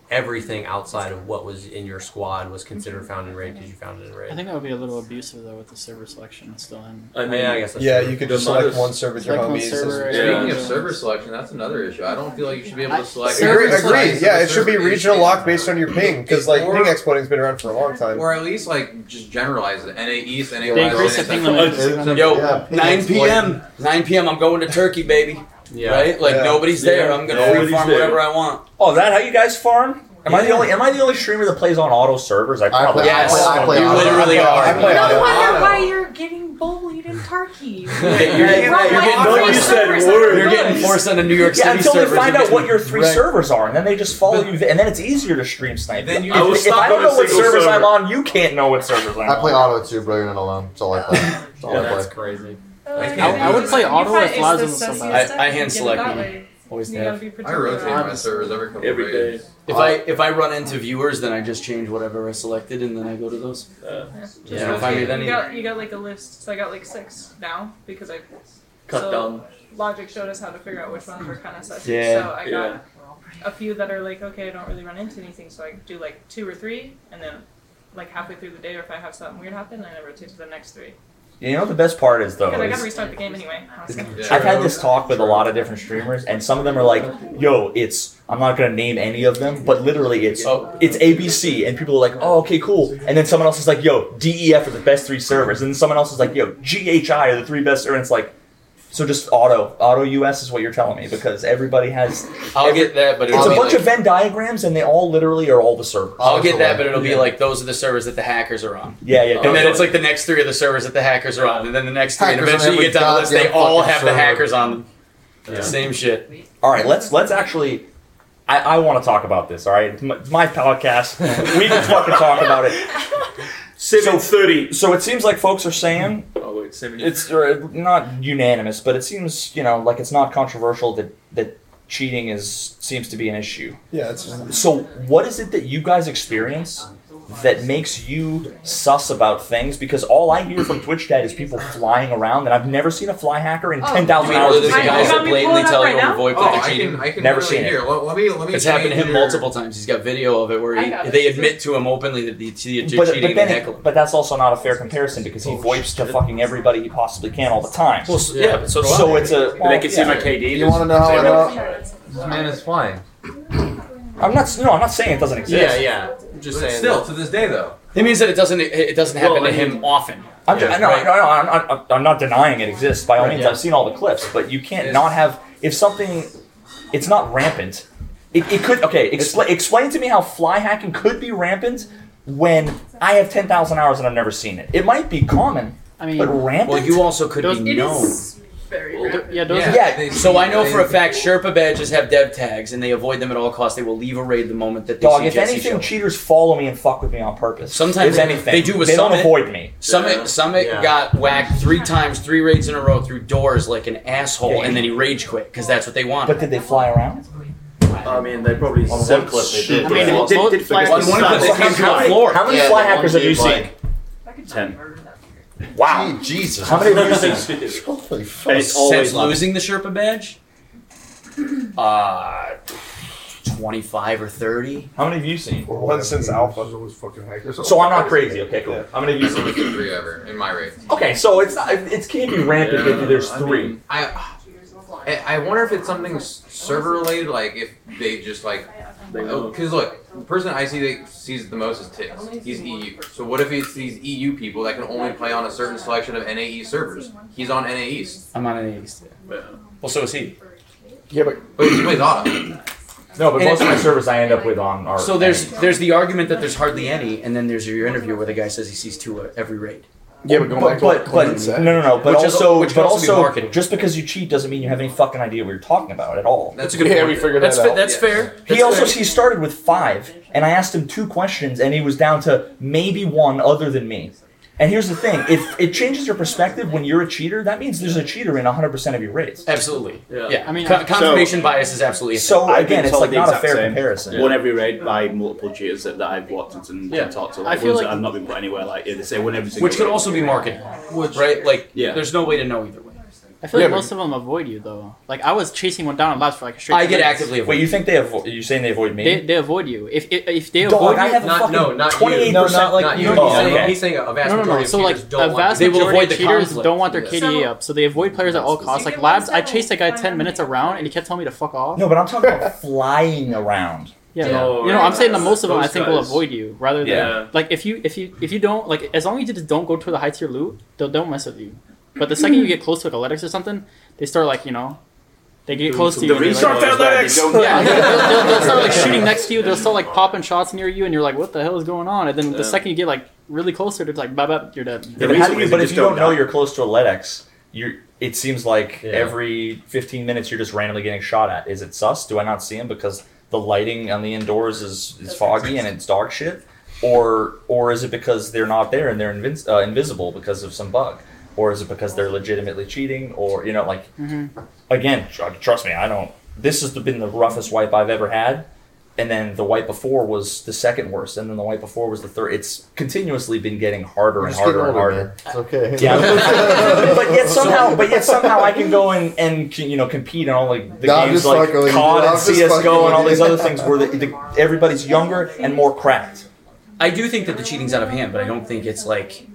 Speaker 3: everything outside of what was in your squad was considered found in raid because you found it in raid.
Speaker 10: I think that would be a little abusive though with the server selection that's still in.
Speaker 3: I mean, I guess that's
Speaker 1: Yeah,
Speaker 3: true.
Speaker 1: you could
Speaker 3: The
Speaker 1: just select
Speaker 3: modders-
Speaker 1: one server to your
Speaker 10: Select one
Speaker 1: homies.
Speaker 10: server,
Speaker 1: Yeah.
Speaker 13: Speaking of server selection, that's another issue. I don't feel like you should be able to select.
Speaker 1: Agree, agree.
Speaker 13: selection
Speaker 1: Yeah,
Speaker 13: of
Speaker 1: it should be
Speaker 13: server
Speaker 1: regional
Speaker 13: issues.
Speaker 1: lock based on your ping, because like
Speaker 13: Or-
Speaker 1: ping exploiting's been around for a long time.
Speaker 13: Or at least like just generalize it. NA East, NA
Speaker 1: They
Speaker 13: West.
Speaker 1: increase
Speaker 13: NA
Speaker 1: the ping
Speaker 13: Central.
Speaker 11: Yo,
Speaker 1: Yeah, ping
Speaker 11: 9
Speaker 1: exploit.
Speaker 11: p.m. 9 p.m. I'm going to Turkey, baby.
Speaker 3: Yeah.
Speaker 11: Right? Like
Speaker 5: Yeah.
Speaker 11: nobody's there. I'm gonna
Speaker 5: Yeah.
Speaker 11: free farm
Speaker 5: Nobody's there.
Speaker 11: whatever I want.
Speaker 5: Oh, is that how you guys farm? Am I the only? Am I the only streamer that plays on auto servers? I probably
Speaker 11: Yes. I play- I play
Speaker 5: You
Speaker 11: auto.
Speaker 5: literally
Speaker 11: I play-
Speaker 5: are.
Speaker 11: I play
Speaker 7: No wonder why you're getting bullied in Turkey.
Speaker 11: You're getting-
Speaker 7: From
Speaker 11: you're
Speaker 7: my
Speaker 11: getting-
Speaker 7: free
Speaker 11: you said
Speaker 7: servers,
Speaker 11: word.
Speaker 7: I'm
Speaker 11: You're getting
Speaker 7: good.
Speaker 11: forced on a New York
Speaker 5: yeah,
Speaker 11: City
Speaker 5: until they
Speaker 11: server
Speaker 5: find
Speaker 11: to
Speaker 5: out
Speaker 11: get
Speaker 5: what
Speaker 11: you-
Speaker 5: your three
Speaker 11: Right.
Speaker 5: servers are, and then they just follow you, th- and then it's easier to stream snipe.
Speaker 13: Then you-
Speaker 5: if
Speaker 13: I will
Speaker 5: if
Speaker 13: stop
Speaker 5: I don't
Speaker 13: on
Speaker 5: know
Speaker 13: a
Speaker 5: what
Speaker 13: single
Speaker 5: servers I'm
Speaker 13: server.
Speaker 5: on, you can't know what servers I'm
Speaker 2: I
Speaker 5: on.
Speaker 2: play auto too, bro. You're not alone. That's all I play. That's all I play.
Speaker 3: crazy.
Speaker 11: Uh,
Speaker 10: I, I would play auto
Speaker 7: find
Speaker 10: with
Speaker 7: it's
Speaker 10: Lazarus
Speaker 7: the
Speaker 10: and stuff.
Speaker 7: sussiest
Speaker 10: like that.
Speaker 7: stuff, you get it that way.
Speaker 11: Always
Speaker 7: You gotta
Speaker 11: have.
Speaker 7: be particular.
Speaker 13: servers every couple
Speaker 11: Every
Speaker 13: of
Speaker 11: day.
Speaker 13: days.
Speaker 11: If I if I run into viewers, then I just change whatever I selected, and then I go to those.
Speaker 7: Just
Speaker 11: yeah. If I made
Speaker 7: you,
Speaker 11: any,
Speaker 7: got, you got like a list, so I got like six now because I
Speaker 11: Cut
Speaker 7: so
Speaker 11: down.
Speaker 7: Logic showed us how to figure out which ones were kind of suspect.
Speaker 11: Yeah.
Speaker 7: So I got a few that are like, okay, I don't really run into anything, so I do like two or three, and then like halfway through the day, or if I have something weird happen, I rotate to the next three.
Speaker 5: You know what the best part is though.
Speaker 7: Because I gotta
Speaker 5: is-
Speaker 7: restart the game anyway. honestly.
Speaker 5: I've had this talk with a lot of different streamers, and some of them are like, "Yo, it's I'm not gonna name any of them, but literally it's
Speaker 11: Oh.
Speaker 5: it's ABC," and people are like, "Oh, okay, cool." And then someone else is E like, "Yo, DEF are the best three servers," and then someone else is like, "Yo, GHI are the three best," servers," and it's like, So just auto auto US is what you're telling me because everybody has.
Speaker 11: I'll get that, but
Speaker 5: it's
Speaker 11: it'll
Speaker 5: a
Speaker 11: be
Speaker 5: bunch
Speaker 11: like-
Speaker 5: of Venn diagrams, and they all literally are all the servers.
Speaker 11: I'll get that, but it'll be
Speaker 5: Yeah.
Speaker 11: like those are the servers that the hackers are on.
Speaker 5: Yeah, yeah,
Speaker 11: And then
Speaker 5: definitely.
Speaker 11: it's like the next three are the servers that the hackers are on, and then the next three, and
Speaker 5: Hackers on
Speaker 11: eventually you
Speaker 5: every
Speaker 11: get down the list, they
Speaker 5: goddamn
Speaker 11: all
Speaker 5: fucking
Speaker 11: have the
Speaker 5: server.
Speaker 11: hackers on them. Same shit.
Speaker 5: All right, let's let's actually. I, I want to talk about this. All right, it's my, it's my podcast. we can fucking talk about it. Seven thirty. So it seems like folks are saying
Speaker 6: Oh wait, seventy.
Speaker 5: it's or, not unanimous, but it seems you know like it's not controversial that that cheating is seems to be an issue.
Speaker 1: Yeah, it's just,
Speaker 5: So what is it that you guys experience that makes you sus about things? Because all I hear from Twitch chat is people flying around, and I've never seen a fly hacker in
Speaker 11: Oh.
Speaker 5: ten thousand
Speaker 11: You mean
Speaker 5: hours.
Speaker 11: all those
Speaker 5: of video.
Speaker 11: guys that blatantly tell you over VoIP that
Speaker 5: Oh,
Speaker 11: they're
Speaker 5: I
Speaker 11: cheating?
Speaker 5: can- I can Never really seen it. hear. Let- let me- let me
Speaker 11: It's happened to him
Speaker 5: change your-
Speaker 11: multiple times. He's got video of it where
Speaker 5: I got
Speaker 11: he,
Speaker 5: it.
Speaker 11: they admit to him openly that they- they're cheating
Speaker 5: But, but,
Speaker 11: and
Speaker 5: then
Speaker 11: they
Speaker 5: it-
Speaker 11: heckle him.
Speaker 5: but that's also not a fair comparison because he voips to fucking everybody he possibly can all the time.
Speaker 11: Well, so- yeah, but so do I.
Speaker 5: it's a.
Speaker 11: They can see my KD. You wanna
Speaker 5: know how I
Speaker 11: know?
Speaker 13: This man is flying.
Speaker 5: I'm not. No, I'm not saying it doesn't exist.
Speaker 11: Yeah, yeah. I'm just
Speaker 13: But
Speaker 11: saying.
Speaker 13: still,
Speaker 11: that-
Speaker 13: to this day, though.
Speaker 11: It means that it doesn't. It it doesn't
Speaker 13: Well,
Speaker 11: happen
Speaker 13: I
Speaker 11: to him
Speaker 13: mean-
Speaker 11: often.
Speaker 5: I'm,
Speaker 11: Yeah,
Speaker 5: I know,
Speaker 11: right.
Speaker 5: no, no, I'm, not, I'm not denying it exists by all
Speaker 11: Right,
Speaker 5: means.
Speaker 11: yeah.
Speaker 5: I've seen all the clips, but you can't not have if something it's not rampant. It, it could okay. Expla- explain to me how fly hacking could be rampant when I have ten thousand hours and I've never seen it. It might be common,
Speaker 10: I mean,
Speaker 5: but rampant.
Speaker 11: Well, you also could
Speaker 10: Those-
Speaker 11: be
Speaker 10: it
Speaker 11: known.
Speaker 10: is yeah, those
Speaker 11: yeah.
Speaker 10: are-
Speaker 11: so I know for a fact Sherpa badges have dev tags and they avoid them at all costs. They will leave a raid the moment that they
Speaker 5: Dog,
Speaker 11: see
Speaker 5: if
Speaker 11: Jesse
Speaker 5: anything,
Speaker 11: show.
Speaker 5: cheaters follow me and fuck with me on purpose.
Speaker 11: Sometimes
Speaker 5: if anything,
Speaker 11: they do with
Speaker 5: they
Speaker 11: Summit.
Speaker 5: don't avoid me.
Speaker 11: Summit Summit got whacked three times, three raids in a row through doors like an asshole,
Speaker 5: Yeah.
Speaker 11: and then he rage quit because that's what they wanted.
Speaker 5: But did they fly around?
Speaker 13: I mean, they probably
Speaker 11: On one clip they did, I mean, yeah. it did- did fly-
Speaker 13: Because
Speaker 11: on one
Speaker 13: they
Speaker 11: clip
Speaker 13: suck.
Speaker 11: they came to the floor.
Speaker 5: How many
Speaker 11: Yeah,
Speaker 5: fly
Speaker 11: the
Speaker 5: hackers
Speaker 11: one
Speaker 5: have you
Speaker 11: gave,
Speaker 5: seen?
Speaker 8: Ten.
Speaker 5: Wow, [laughs]
Speaker 2: Jesus!
Speaker 5: How many have you seen?
Speaker 2: Holy fuck.
Speaker 11: Since losing the Sherpa badge, uh, twenty-five or thirty.
Speaker 5: How many have you seen?
Speaker 1: One since Alpha.
Speaker 5: So I'm not crazy. Okay, cool. I'm gonna use
Speaker 13: three ever in my raid.
Speaker 5: Okay, so it's not, it can't be rampant
Speaker 13: Yeah,
Speaker 5: if there's
Speaker 13: I
Speaker 5: three.
Speaker 13: mean, I, I I wonder if it's something s- server related, like if they just like because look, the person I see that sees it the most is Tix. He's EU. So what if it's these EU people that can only play on a certain selection of NAE servers? He's on NAE. East.
Speaker 11: I'm on an East. Well, so is he.
Speaker 12: Yeah, but
Speaker 13: But he plays auto.
Speaker 5: No, but
Speaker 11: And
Speaker 5: most
Speaker 11: it-
Speaker 5: of my servers I end up with on are.
Speaker 11: So there's there's the argument that there's hardly any, and then there's your interview where the guy says he sees two at every raid.
Speaker 12: Yeah, but going
Speaker 5: but,
Speaker 12: back to
Speaker 5: but,
Speaker 12: what
Speaker 5: but
Speaker 12: Clinton said.
Speaker 5: no, no, no. But
Speaker 11: Which is-
Speaker 5: also,
Speaker 11: which could
Speaker 5: but
Speaker 11: also be
Speaker 5: also,
Speaker 11: marketing.
Speaker 5: just because you cheat doesn't mean you have any fucking idea what you're talking about at all.
Speaker 11: That's a good point. that's fa- That's fair.
Speaker 5: He
Speaker 11: That's
Speaker 5: also
Speaker 11: fair.
Speaker 5: he started with five, and I asked him two questions, and he was down to maybe one other than me. And here's the thing: if it changes your perspective when you're a cheater, that means there's a cheater in 100 percent of your rates.
Speaker 11: Absolutely. Yeah. I mean,
Speaker 5: So-
Speaker 11: confirmation bias is absolutely. a thing.
Speaker 5: So
Speaker 8: I've
Speaker 5: again,
Speaker 8: been
Speaker 5: it's
Speaker 8: told
Speaker 5: like
Speaker 8: the
Speaker 5: not a
Speaker 8: exact
Speaker 5: fair
Speaker 8: same.
Speaker 5: comparison.
Speaker 8: One every raid by multiple cheaters that, that I've walked into and
Speaker 11: Yeah.
Speaker 8: talked to.
Speaker 11: I
Speaker 8: Like,
Speaker 11: feel
Speaker 8: ones
Speaker 11: like-
Speaker 8: that I've not been put anywhere. Like yeah, they say one every single.
Speaker 11: Which could
Speaker 8: raid.
Speaker 11: also be marketing, right? Like,
Speaker 8: Yeah.
Speaker 11: there's no way to know either way.
Speaker 10: I feel
Speaker 11: Yeah,
Speaker 10: like
Speaker 11: but-
Speaker 10: most of them avoid you though. Like I was chasing one down on laps for like a straight.
Speaker 11: I get
Speaker 10: minutes.
Speaker 11: actively avoided.
Speaker 5: Wait, you think they avoid? You're saying they avoid me?
Speaker 10: They, they avoid you. If if, if they
Speaker 5: Dog,
Speaker 10: avoid
Speaker 5: I
Speaker 10: you,
Speaker 5: have a Not- fucking no, not you. 28% No, not like
Speaker 10: No,
Speaker 5: you.
Speaker 10: no,
Speaker 5: Oh,
Speaker 10: no,
Speaker 5: okay.
Speaker 10: no.
Speaker 5: He's saying a vast
Speaker 10: no, no, no.
Speaker 5: majority of
Speaker 10: So like
Speaker 5: cheaters don't
Speaker 10: a
Speaker 5: want
Speaker 10: vast
Speaker 5: to- They will
Speaker 10: majority
Speaker 5: avoid the
Speaker 10: of cheaters
Speaker 5: conflict.
Speaker 10: don't want their KDE
Speaker 5: Yeah.
Speaker 10: up, so they avoid players at all costs. Like labs, I chased a guy ten minutes around and he kept telling me to fuck off.
Speaker 5: No, but I'm talking about flying around.
Speaker 10: Yeah, you know, I'm saying that most of them I think will
Speaker 5: Oh, guys.
Speaker 10: avoid you rather than
Speaker 5: Yeah.
Speaker 10: like if you if you if you don't like as long as you just don't go to the high tier loot, they'll don't mess with you. But the second you get close to athletics or something, they start like you know, they get close to you. and they're like- Yeah, they'll, they'll-
Speaker 5: [laughs]
Speaker 10: they'll start like shooting next to you. They'll start like popping shots near you, and you're like, "What the hell is going on?" And then the
Speaker 5: Yeah.
Speaker 10: second you get like really closer, they're like, "Bop, bop, you're dead."
Speaker 5: but how do you- but if you don't know you're close to a LEDX, you're. It seems like every 15 minutes you're just randomly getting shot at. Is it sus? Do I not see him because the lighting on the indoors is, is foggy and it's dog shit, or or is it because they're not there and they're invinc- uh, invisible because of some bug, or is it because they're legitimately cheating, or you know like
Speaker 10: Mm-hmm.
Speaker 5: again, tr- trust me, I don't. This has been the roughest wipe I've ever had, and then the wipe before was the second worst, and then the wipe before was the third. It's continuously been getting harder
Speaker 2: You're
Speaker 5: and
Speaker 2: just getting
Speaker 5: harder and
Speaker 2: older,
Speaker 5: harder.
Speaker 2: man. It's okay.
Speaker 5: [laughs] Yeah, but
Speaker 2: [laughs]
Speaker 5: yet somehow, but yet somehow I can go and and c- you know compete in all like the
Speaker 2: No, I'm
Speaker 5: games
Speaker 2: just
Speaker 5: like
Speaker 2: fucking with you.
Speaker 5: COD
Speaker 2: I'm
Speaker 5: and
Speaker 2: just
Speaker 5: CS:GO and all these
Speaker 2: fucking
Speaker 5: other
Speaker 2: with you.
Speaker 5: things where the, the, everybody's younger and more cracked.
Speaker 11: I do think that the cheating's out of hand, but I don't think it's like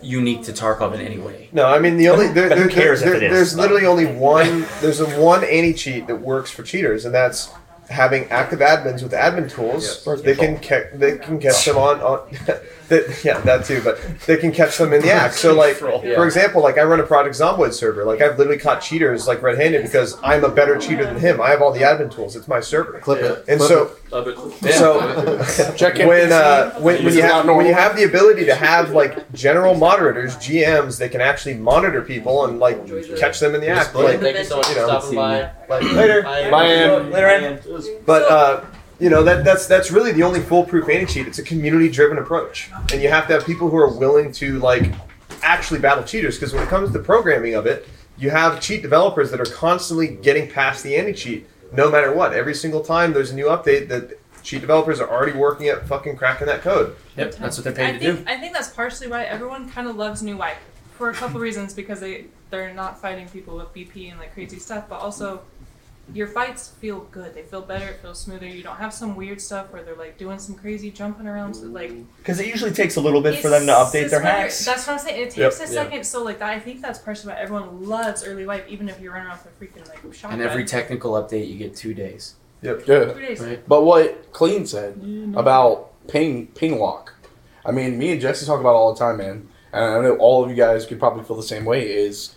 Speaker 11: unique to Tarkov in any way.
Speaker 1: No, I mean the
Speaker 11: [laughs]
Speaker 1: only
Speaker 11: But-
Speaker 1: there,
Speaker 11: but who
Speaker 1: there,
Speaker 11: cares if
Speaker 1: there-
Speaker 11: it is, [laughs]
Speaker 1: There's
Speaker 11: though?
Speaker 1: literally only one. There's a one anti cheat that works for cheaters, and that's having active admins with admin tools, they can ca- they can catch them on on. [laughs] that yeah, that too, but they can catch them in the act. So like,
Speaker 2: Yeah.
Speaker 1: for example, like I run a Project Zomboid server. Like I've literally caught cheaters like red-handed because I'm a better cheater than him. I have all the admin tools. It's my server.
Speaker 2: Clip it.
Speaker 1: And
Speaker 2: Clip
Speaker 1: so
Speaker 16: Love it.
Speaker 1: so
Speaker 12: [laughs] Check in.
Speaker 1: when uh, when, when
Speaker 12: Is
Speaker 1: you
Speaker 12: it
Speaker 1: have
Speaker 12: not
Speaker 1: when you
Speaker 12: normal?
Speaker 1: have the ability to have like general moderators, GMs, they can actually monitor people and like catch them in the act. Like,
Speaker 17: Thank you so much for stopping by.
Speaker 1: like, later,
Speaker 17: Bye.
Speaker 1: later, Ann. But uh, you know that that's that's really the only foolproof anti-cheat. It's a community-driven approach, and you have to have people who are willing to like actually battle cheaters. Because when it comes to programming of it, you have cheat developers that are constantly getting past the anti-cheat, no matter what. Every single time there's a new update, that cheat developers are already working at fucking cracking that code.
Speaker 17: Yep, that's what they're
Speaker 7: I think, I think that's partially why everyone kind of loves New Wipe for a couple reasons because they they're not fighting people with BP and like crazy stuff, but also your fights feel good. They feel better. It feels smoother. You don't have some weird stuff where they're like doing some crazy jumping around. So, like
Speaker 5: Because it usually takes a little bit for them to update their
Speaker 7: It's better.
Speaker 5: hacks.
Speaker 7: That's what I'm saying. It
Speaker 5: Yep.
Speaker 7: takes a
Speaker 5: Yeah.
Speaker 7: second. So like that, I think that's partially why everyone loves early wipe, even if you run around with a freaking like shotgun.
Speaker 17: And every technical update, you get two days.
Speaker 1: Yep.
Speaker 12: Yeah.
Speaker 7: Two days. Right.
Speaker 12: But what Clean said
Speaker 7: no.
Speaker 12: about ping ping lock, I mean, me and Jesse talk about it all the time, man. And I know all of you guys could probably feel the same way. Is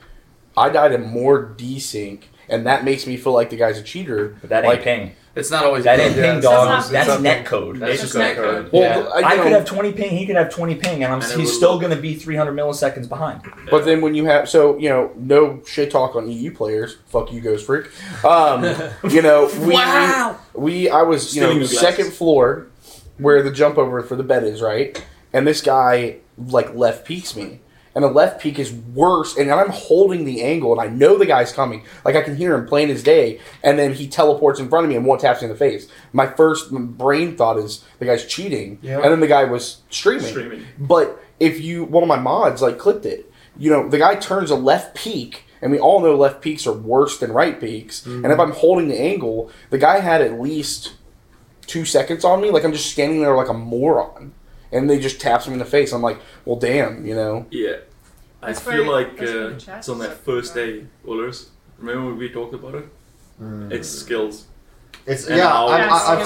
Speaker 12: I died in more desync, and that makes me feel like the guy's a cheater. But
Speaker 5: that ain't
Speaker 12: like,
Speaker 5: ping.
Speaker 17: It's not always
Speaker 5: That ain't ping, dog. That's, net
Speaker 12: code.
Speaker 5: code.
Speaker 12: That's just net code.
Speaker 5: Well,
Speaker 12: Yeah.
Speaker 5: I,
Speaker 12: I know.
Speaker 5: could have 20 ping. He could have 20 ping, and I'm,
Speaker 12: And it
Speaker 5: he's
Speaker 12: would-
Speaker 5: still going to be 300 milliseconds behind.
Speaker 12: But then when you have so you know no shit talk on EU players, fuck you, Ghost Freak. Um, you know we,
Speaker 5: Wow.
Speaker 12: we I was you
Speaker 5: Stealing
Speaker 12: know
Speaker 5: the glasses.
Speaker 12: second floor where the jump over for the bed is right, and this guy like left peeks me, and the left peek is worse, and I'm holding the angle, and I know the guy's coming, like I can hear him plain as day, and then he teleports in front of me and one taps me in the face. My first brain thought is the guy's cheating,
Speaker 2: Yeah.
Speaker 12: and then the guy was streaming.
Speaker 2: Streaming.
Speaker 12: But if you, one of my mods like clipped it. You know, the guy turns a left peak, and we all know left peaks are worse than right peaks. And
Speaker 1: Mm-hmm.
Speaker 12: if I'm holding the angle, the guy had at least two seconds on me. Like I'm just standing there like a moron, and they just taps me in the face. I'm like, well, damn, you know.
Speaker 6: Yeah. I
Speaker 7: That's
Speaker 6: feel
Speaker 7: why-
Speaker 6: like
Speaker 7: that's why the
Speaker 6: uh,
Speaker 7: chat
Speaker 6: it's
Speaker 7: is
Speaker 6: on that first day, Ullers. Remember when we talked about it? It's skills.
Speaker 2: It's
Speaker 6: And
Speaker 2: yeah.
Speaker 6: how-
Speaker 2: I,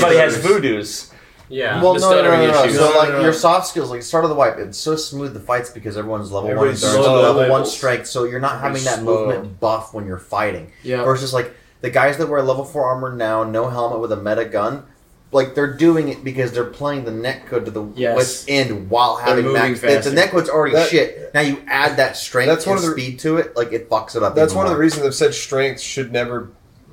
Speaker 2: I, I,
Speaker 5: voodoos.
Speaker 17: Yeah.
Speaker 2: Well,
Speaker 17: the
Speaker 2: no, no, no,
Speaker 17: stuttering
Speaker 2: no, no.
Speaker 17: issues.
Speaker 2: So like your soft skills, like start of the wipe, it's so smooth the fights because everyone's level
Speaker 17: Everybody's
Speaker 2: one,
Speaker 17: slow
Speaker 2: level, level
Speaker 17: levels.
Speaker 2: one strength. So you're not having
Speaker 17: Everybody's
Speaker 2: that
Speaker 17: slow.
Speaker 2: movement buff when you're fighting.
Speaker 17: Yeah.
Speaker 2: Versus like the guys that wear level four armor now, no helmet with a meta gun. Like they're doing it because they're playing the net code to the
Speaker 17: Yes.
Speaker 2: what's end while
Speaker 17: They're
Speaker 2: having
Speaker 17: moving
Speaker 2: max. If
Speaker 17: faster.
Speaker 2: the net code's already
Speaker 1: That-
Speaker 2: shit, now you add that strength
Speaker 1: That's one
Speaker 2: and
Speaker 1: of the-
Speaker 2: speed to it, like it fucks it up.
Speaker 1: That's
Speaker 2: even
Speaker 1: one of the
Speaker 2: more.
Speaker 1: reasons I've said strength should never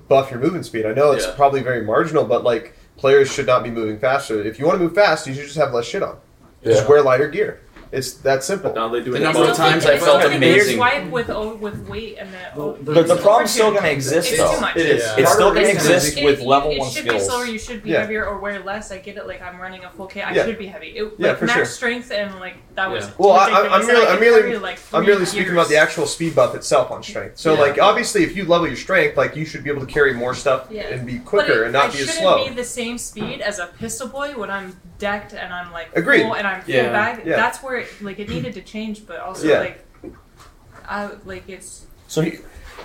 Speaker 1: buff your movement speed. I know it's
Speaker 2: Yeah.
Speaker 1: probably very marginal, but like players should not be moving faster. If you want to move fast, you should just have less shit on. Just
Speaker 6: Yeah.
Speaker 1: wear lighter gear. It's that simple.
Speaker 6: Now they do
Speaker 17: The
Speaker 6: it
Speaker 17: number of
Speaker 6: both.
Speaker 17: times
Speaker 7: It's still gonna be Swipe with oh, with weight and that. Oh,
Speaker 5: But the problem's still going to exist,
Speaker 7: It's
Speaker 5: though.
Speaker 7: too much.
Speaker 5: It is.
Speaker 7: Yeah.
Speaker 5: It's still going to
Speaker 7: It's too much.
Speaker 5: exist with
Speaker 7: It-
Speaker 5: level
Speaker 7: it
Speaker 5: one
Speaker 7: should
Speaker 5: skills.
Speaker 7: be slower. You should be
Speaker 5: Yeah.
Speaker 7: heavier or wear less. I get it. Like I'm running a full K. I
Speaker 1: Yeah.
Speaker 7: should be heavy. It,
Speaker 1: Yeah,
Speaker 7: like,
Speaker 1: for
Speaker 7: max
Speaker 1: sure.
Speaker 7: strength and like that was.
Speaker 1: Well, I, I-
Speaker 7: ridiculous.
Speaker 1: I'm
Speaker 7: And I
Speaker 1: merely, I'm
Speaker 7: could
Speaker 1: merely,
Speaker 7: carry, like,
Speaker 1: I'm
Speaker 7: three
Speaker 1: merely speaking about the
Speaker 7: years.
Speaker 1: actual speed buff itself on strength. So,
Speaker 7: Yeah.
Speaker 1: like, obviously, if you level your strength, like, you should be able to carry more stuff
Speaker 7: Yeah.
Speaker 1: and be
Speaker 7: But
Speaker 1: quicker
Speaker 7: it-
Speaker 1: and not
Speaker 7: I
Speaker 1: be as
Speaker 7: shouldn't
Speaker 1: slow.
Speaker 7: Be the same speed as a pistol boy when I'm decked and I'm like
Speaker 1: Agreed.
Speaker 7: full and I'm full
Speaker 1: Yeah.
Speaker 7: back.
Speaker 1: Yeah.
Speaker 7: That's where it, like it needed to change, but also
Speaker 5: Yeah.
Speaker 7: like, I like it's.
Speaker 5: So he-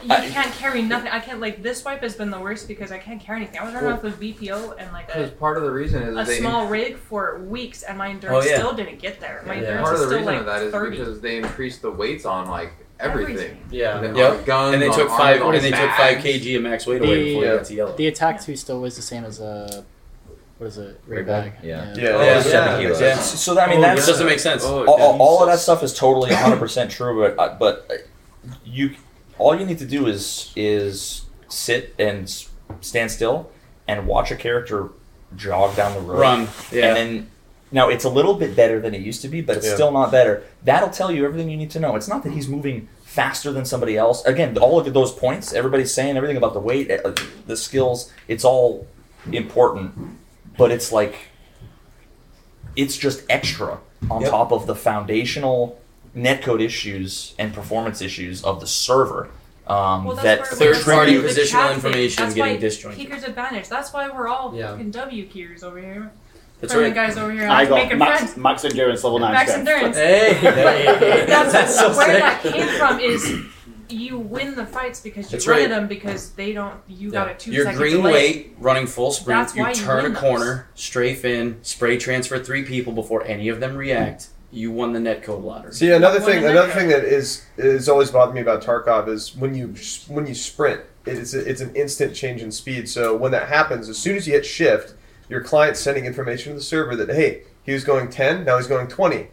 Speaker 7: You
Speaker 5: I-
Speaker 7: can't carry nothing. I can't like this wipe has been the worst because I can't carry anything. I was running off with BPO and like
Speaker 13: Because
Speaker 7: a,
Speaker 13: part of the reason is
Speaker 7: a
Speaker 13: that they
Speaker 7: small rig for weeks, and my endurance
Speaker 13: Oh, yeah.
Speaker 7: still didn't get there. My endurance
Speaker 13: Part
Speaker 7: is
Speaker 13: of the
Speaker 7: still
Speaker 13: reason
Speaker 7: like
Speaker 13: of that is
Speaker 7: 30.
Speaker 13: because they increased the weights on like everything.
Speaker 7: Everything.
Speaker 17: Yeah.
Speaker 13: The-
Speaker 17: Yep.
Speaker 13: on guns,
Speaker 17: And they
Speaker 13: on
Speaker 17: took
Speaker 13: arms,
Speaker 17: five-
Speaker 13: on
Speaker 17: and they took
Speaker 13: uh, bags.
Speaker 17: five kg of max weight away before you got to yellow.
Speaker 10: The attack two still is the same as a what is it? Ray bag.
Speaker 5: Yeah.
Speaker 17: Yeah.
Speaker 5: Oh,
Speaker 17: Yeah.
Speaker 5: it's seven
Speaker 17: Yeah.
Speaker 5: kilos.
Speaker 17: Yeah.
Speaker 5: So that, I mean,
Speaker 17: Oh,
Speaker 5: that's
Speaker 17: yeah. Doesn't make sense.
Speaker 5: All,
Speaker 17: Oh,
Speaker 5: all- all of that stuff is totally 100
Speaker 17: [laughs]
Speaker 5: percent true, but uh, but uh, you all you need to do is is sit and s- stand still and watch a character jog down the road,
Speaker 17: Run. Yeah.
Speaker 5: and then. Now it's a little bit better than it used to be, but it's
Speaker 17: Yeah.
Speaker 5: still not better. That'll tell you everything you need to know. It's not that he's moving faster than somebody else. Again, all of those points, everybody's saying everything about the weight, uh, the skills. It's all important, but it's like it's just extra on
Speaker 17: Yep.
Speaker 5: top of the foundational netcode issues and performance issues of the server um,
Speaker 7: Well,
Speaker 5: that
Speaker 7: that's where
Speaker 5: third
Speaker 7: we're
Speaker 5: party
Speaker 7: like, the
Speaker 17: positional
Speaker 7: traffic,
Speaker 17: information
Speaker 7: that's
Speaker 17: getting
Speaker 7: why
Speaker 17: disjointed.
Speaker 7: Peeker's advantage. That's why we're all
Speaker 17: Yeah.
Speaker 7: fucking W gears over here.
Speaker 17: That's
Speaker 7: From the
Speaker 17: right.
Speaker 7: guys over here,
Speaker 17: I
Speaker 7: like,
Speaker 17: got
Speaker 7: making
Speaker 17: max-
Speaker 7: friends.
Speaker 17: max endurance level nine
Speaker 7: Max
Speaker 17: strength.
Speaker 7: endurance.
Speaker 17: Hey, there you go.
Speaker 7: [laughs] that's,
Speaker 17: That's so
Speaker 7: where
Speaker 17: sick.
Speaker 7: that came from. Is you win the fights because you
Speaker 11: That's
Speaker 7: run
Speaker 11: right.
Speaker 7: at them because they don't. You got a two
Speaker 11: You're
Speaker 7: second
Speaker 11: green
Speaker 7: delay.
Speaker 11: late, running full sprint.
Speaker 7: That's
Speaker 11: you
Speaker 7: why you
Speaker 11: turn
Speaker 7: win
Speaker 11: a
Speaker 7: those.
Speaker 11: corner, strafe in, spray transfer three people before any of them react. You won the net code lottery.
Speaker 1: See, another thing, another thing that is is always bothered me about Tarkov is when you when you sprint, it's it's an instant change in speed. So when that happens, as soon as you hit shift, your client's sending information to the server that hey, he was going ten, now he's going twenty.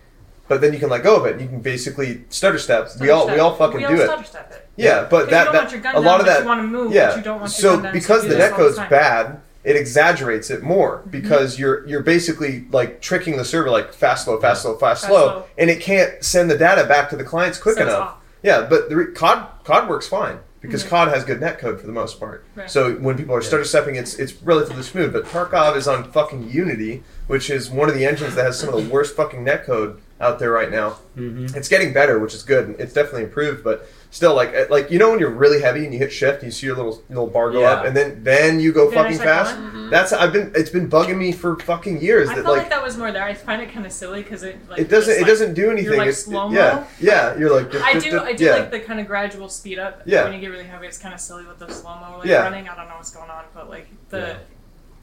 Speaker 1: But then you can let go of it. You can basically stutter step. we
Speaker 7: Stutter
Speaker 1: all we
Speaker 7: step.
Speaker 1: all fucking
Speaker 7: We all
Speaker 1: do
Speaker 7: stutter
Speaker 1: it.
Speaker 7: step it.
Speaker 1: Yeah,
Speaker 7: Because you
Speaker 1: but that,
Speaker 7: don't
Speaker 1: that
Speaker 7: want your gun
Speaker 1: a lot
Speaker 7: down,
Speaker 1: of
Speaker 7: but
Speaker 1: that
Speaker 7: you wanna move, but
Speaker 1: yeah.
Speaker 7: you don't want your
Speaker 1: so
Speaker 7: gun down, so
Speaker 1: because
Speaker 7: you
Speaker 1: the
Speaker 7: do this all the
Speaker 1: netcode's
Speaker 7: time. Mm-hmm.
Speaker 1: bad, it exaggerates it more because you're you're basically like tricking the server like fast slow fast slow fast,
Speaker 7: Fast,
Speaker 1: slow,
Speaker 7: slow.
Speaker 1: and it can't send the data back to the clients quick
Speaker 7: So it's
Speaker 1: enough.
Speaker 7: off.
Speaker 1: Yeah, but the re- COD COD works fine because
Speaker 7: Mhm.
Speaker 1: COD has good netcode for the most part.
Speaker 7: Right.
Speaker 1: So when people are stutter stepping, it's it's relatively smooth. But Tarkov is on fucking Unity, which is one of the engines that has some of the worst fucking netcode out there right now.
Speaker 11: Mhm.
Speaker 1: It's getting better, which is good. and It's definitely improved, but still, like uh, like you know when you're really heavy and you hit shift, you see your little little bar go up,
Speaker 11: Yeah.
Speaker 1: and then then you go
Speaker 7: Then I
Speaker 1: fucking
Speaker 7: check
Speaker 1: fast.
Speaker 7: one. Mhm.
Speaker 1: That's I've been it's been bugging me for fucking years
Speaker 7: I
Speaker 1: that
Speaker 7: felt like,
Speaker 1: like
Speaker 7: that was more there. I find it kind of silly because it like
Speaker 1: it doesn't
Speaker 7: just,
Speaker 1: it
Speaker 7: like,
Speaker 1: doesn't do anything.
Speaker 7: You're like
Speaker 1: It's- it-
Speaker 7: slow mo.
Speaker 1: yeah, yeah. You're like dup,
Speaker 7: I
Speaker 1: dup,
Speaker 7: do
Speaker 1: dup,
Speaker 7: I do
Speaker 1: yeah.
Speaker 7: like the kind of gradual speed up
Speaker 1: Yeah.
Speaker 7: when you get really heavy. It's kind of silly with the slow mo like
Speaker 1: Yeah.
Speaker 7: running. I don't know what's going on, but like the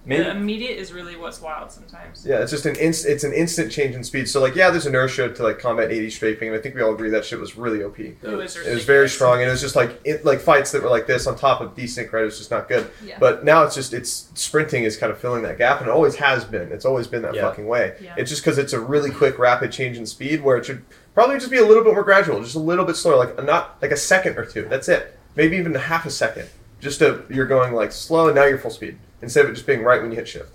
Speaker 1: Maybe-
Speaker 7: the immediate is really what's wild sometimes.
Speaker 1: Yeah, it's just an inst- it's an instant change in speed. So like, yeah, there's inertia to like combat 80 strafing, and I think we all agree that shit was really OP. It
Speaker 7: was
Speaker 1: very strong, and it was just like it, like fights that were like this on top of desync, right? It was just not good.
Speaker 7: Yeah.
Speaker 1: But now it's just it's sprinting is kind of filling that gap, and it always has been. It's always been that fucking way.
Speaker 7: Yeah.
Speaker 1: It's just because it's a really quick, rapid change in speed where it should probably just be a little bit more gradual, just a little bit slower, like not like a second or two. That's it. Maybe even a half a second. Just to you're going like slow, and now you're full speed instead of it just being right when you hit shift.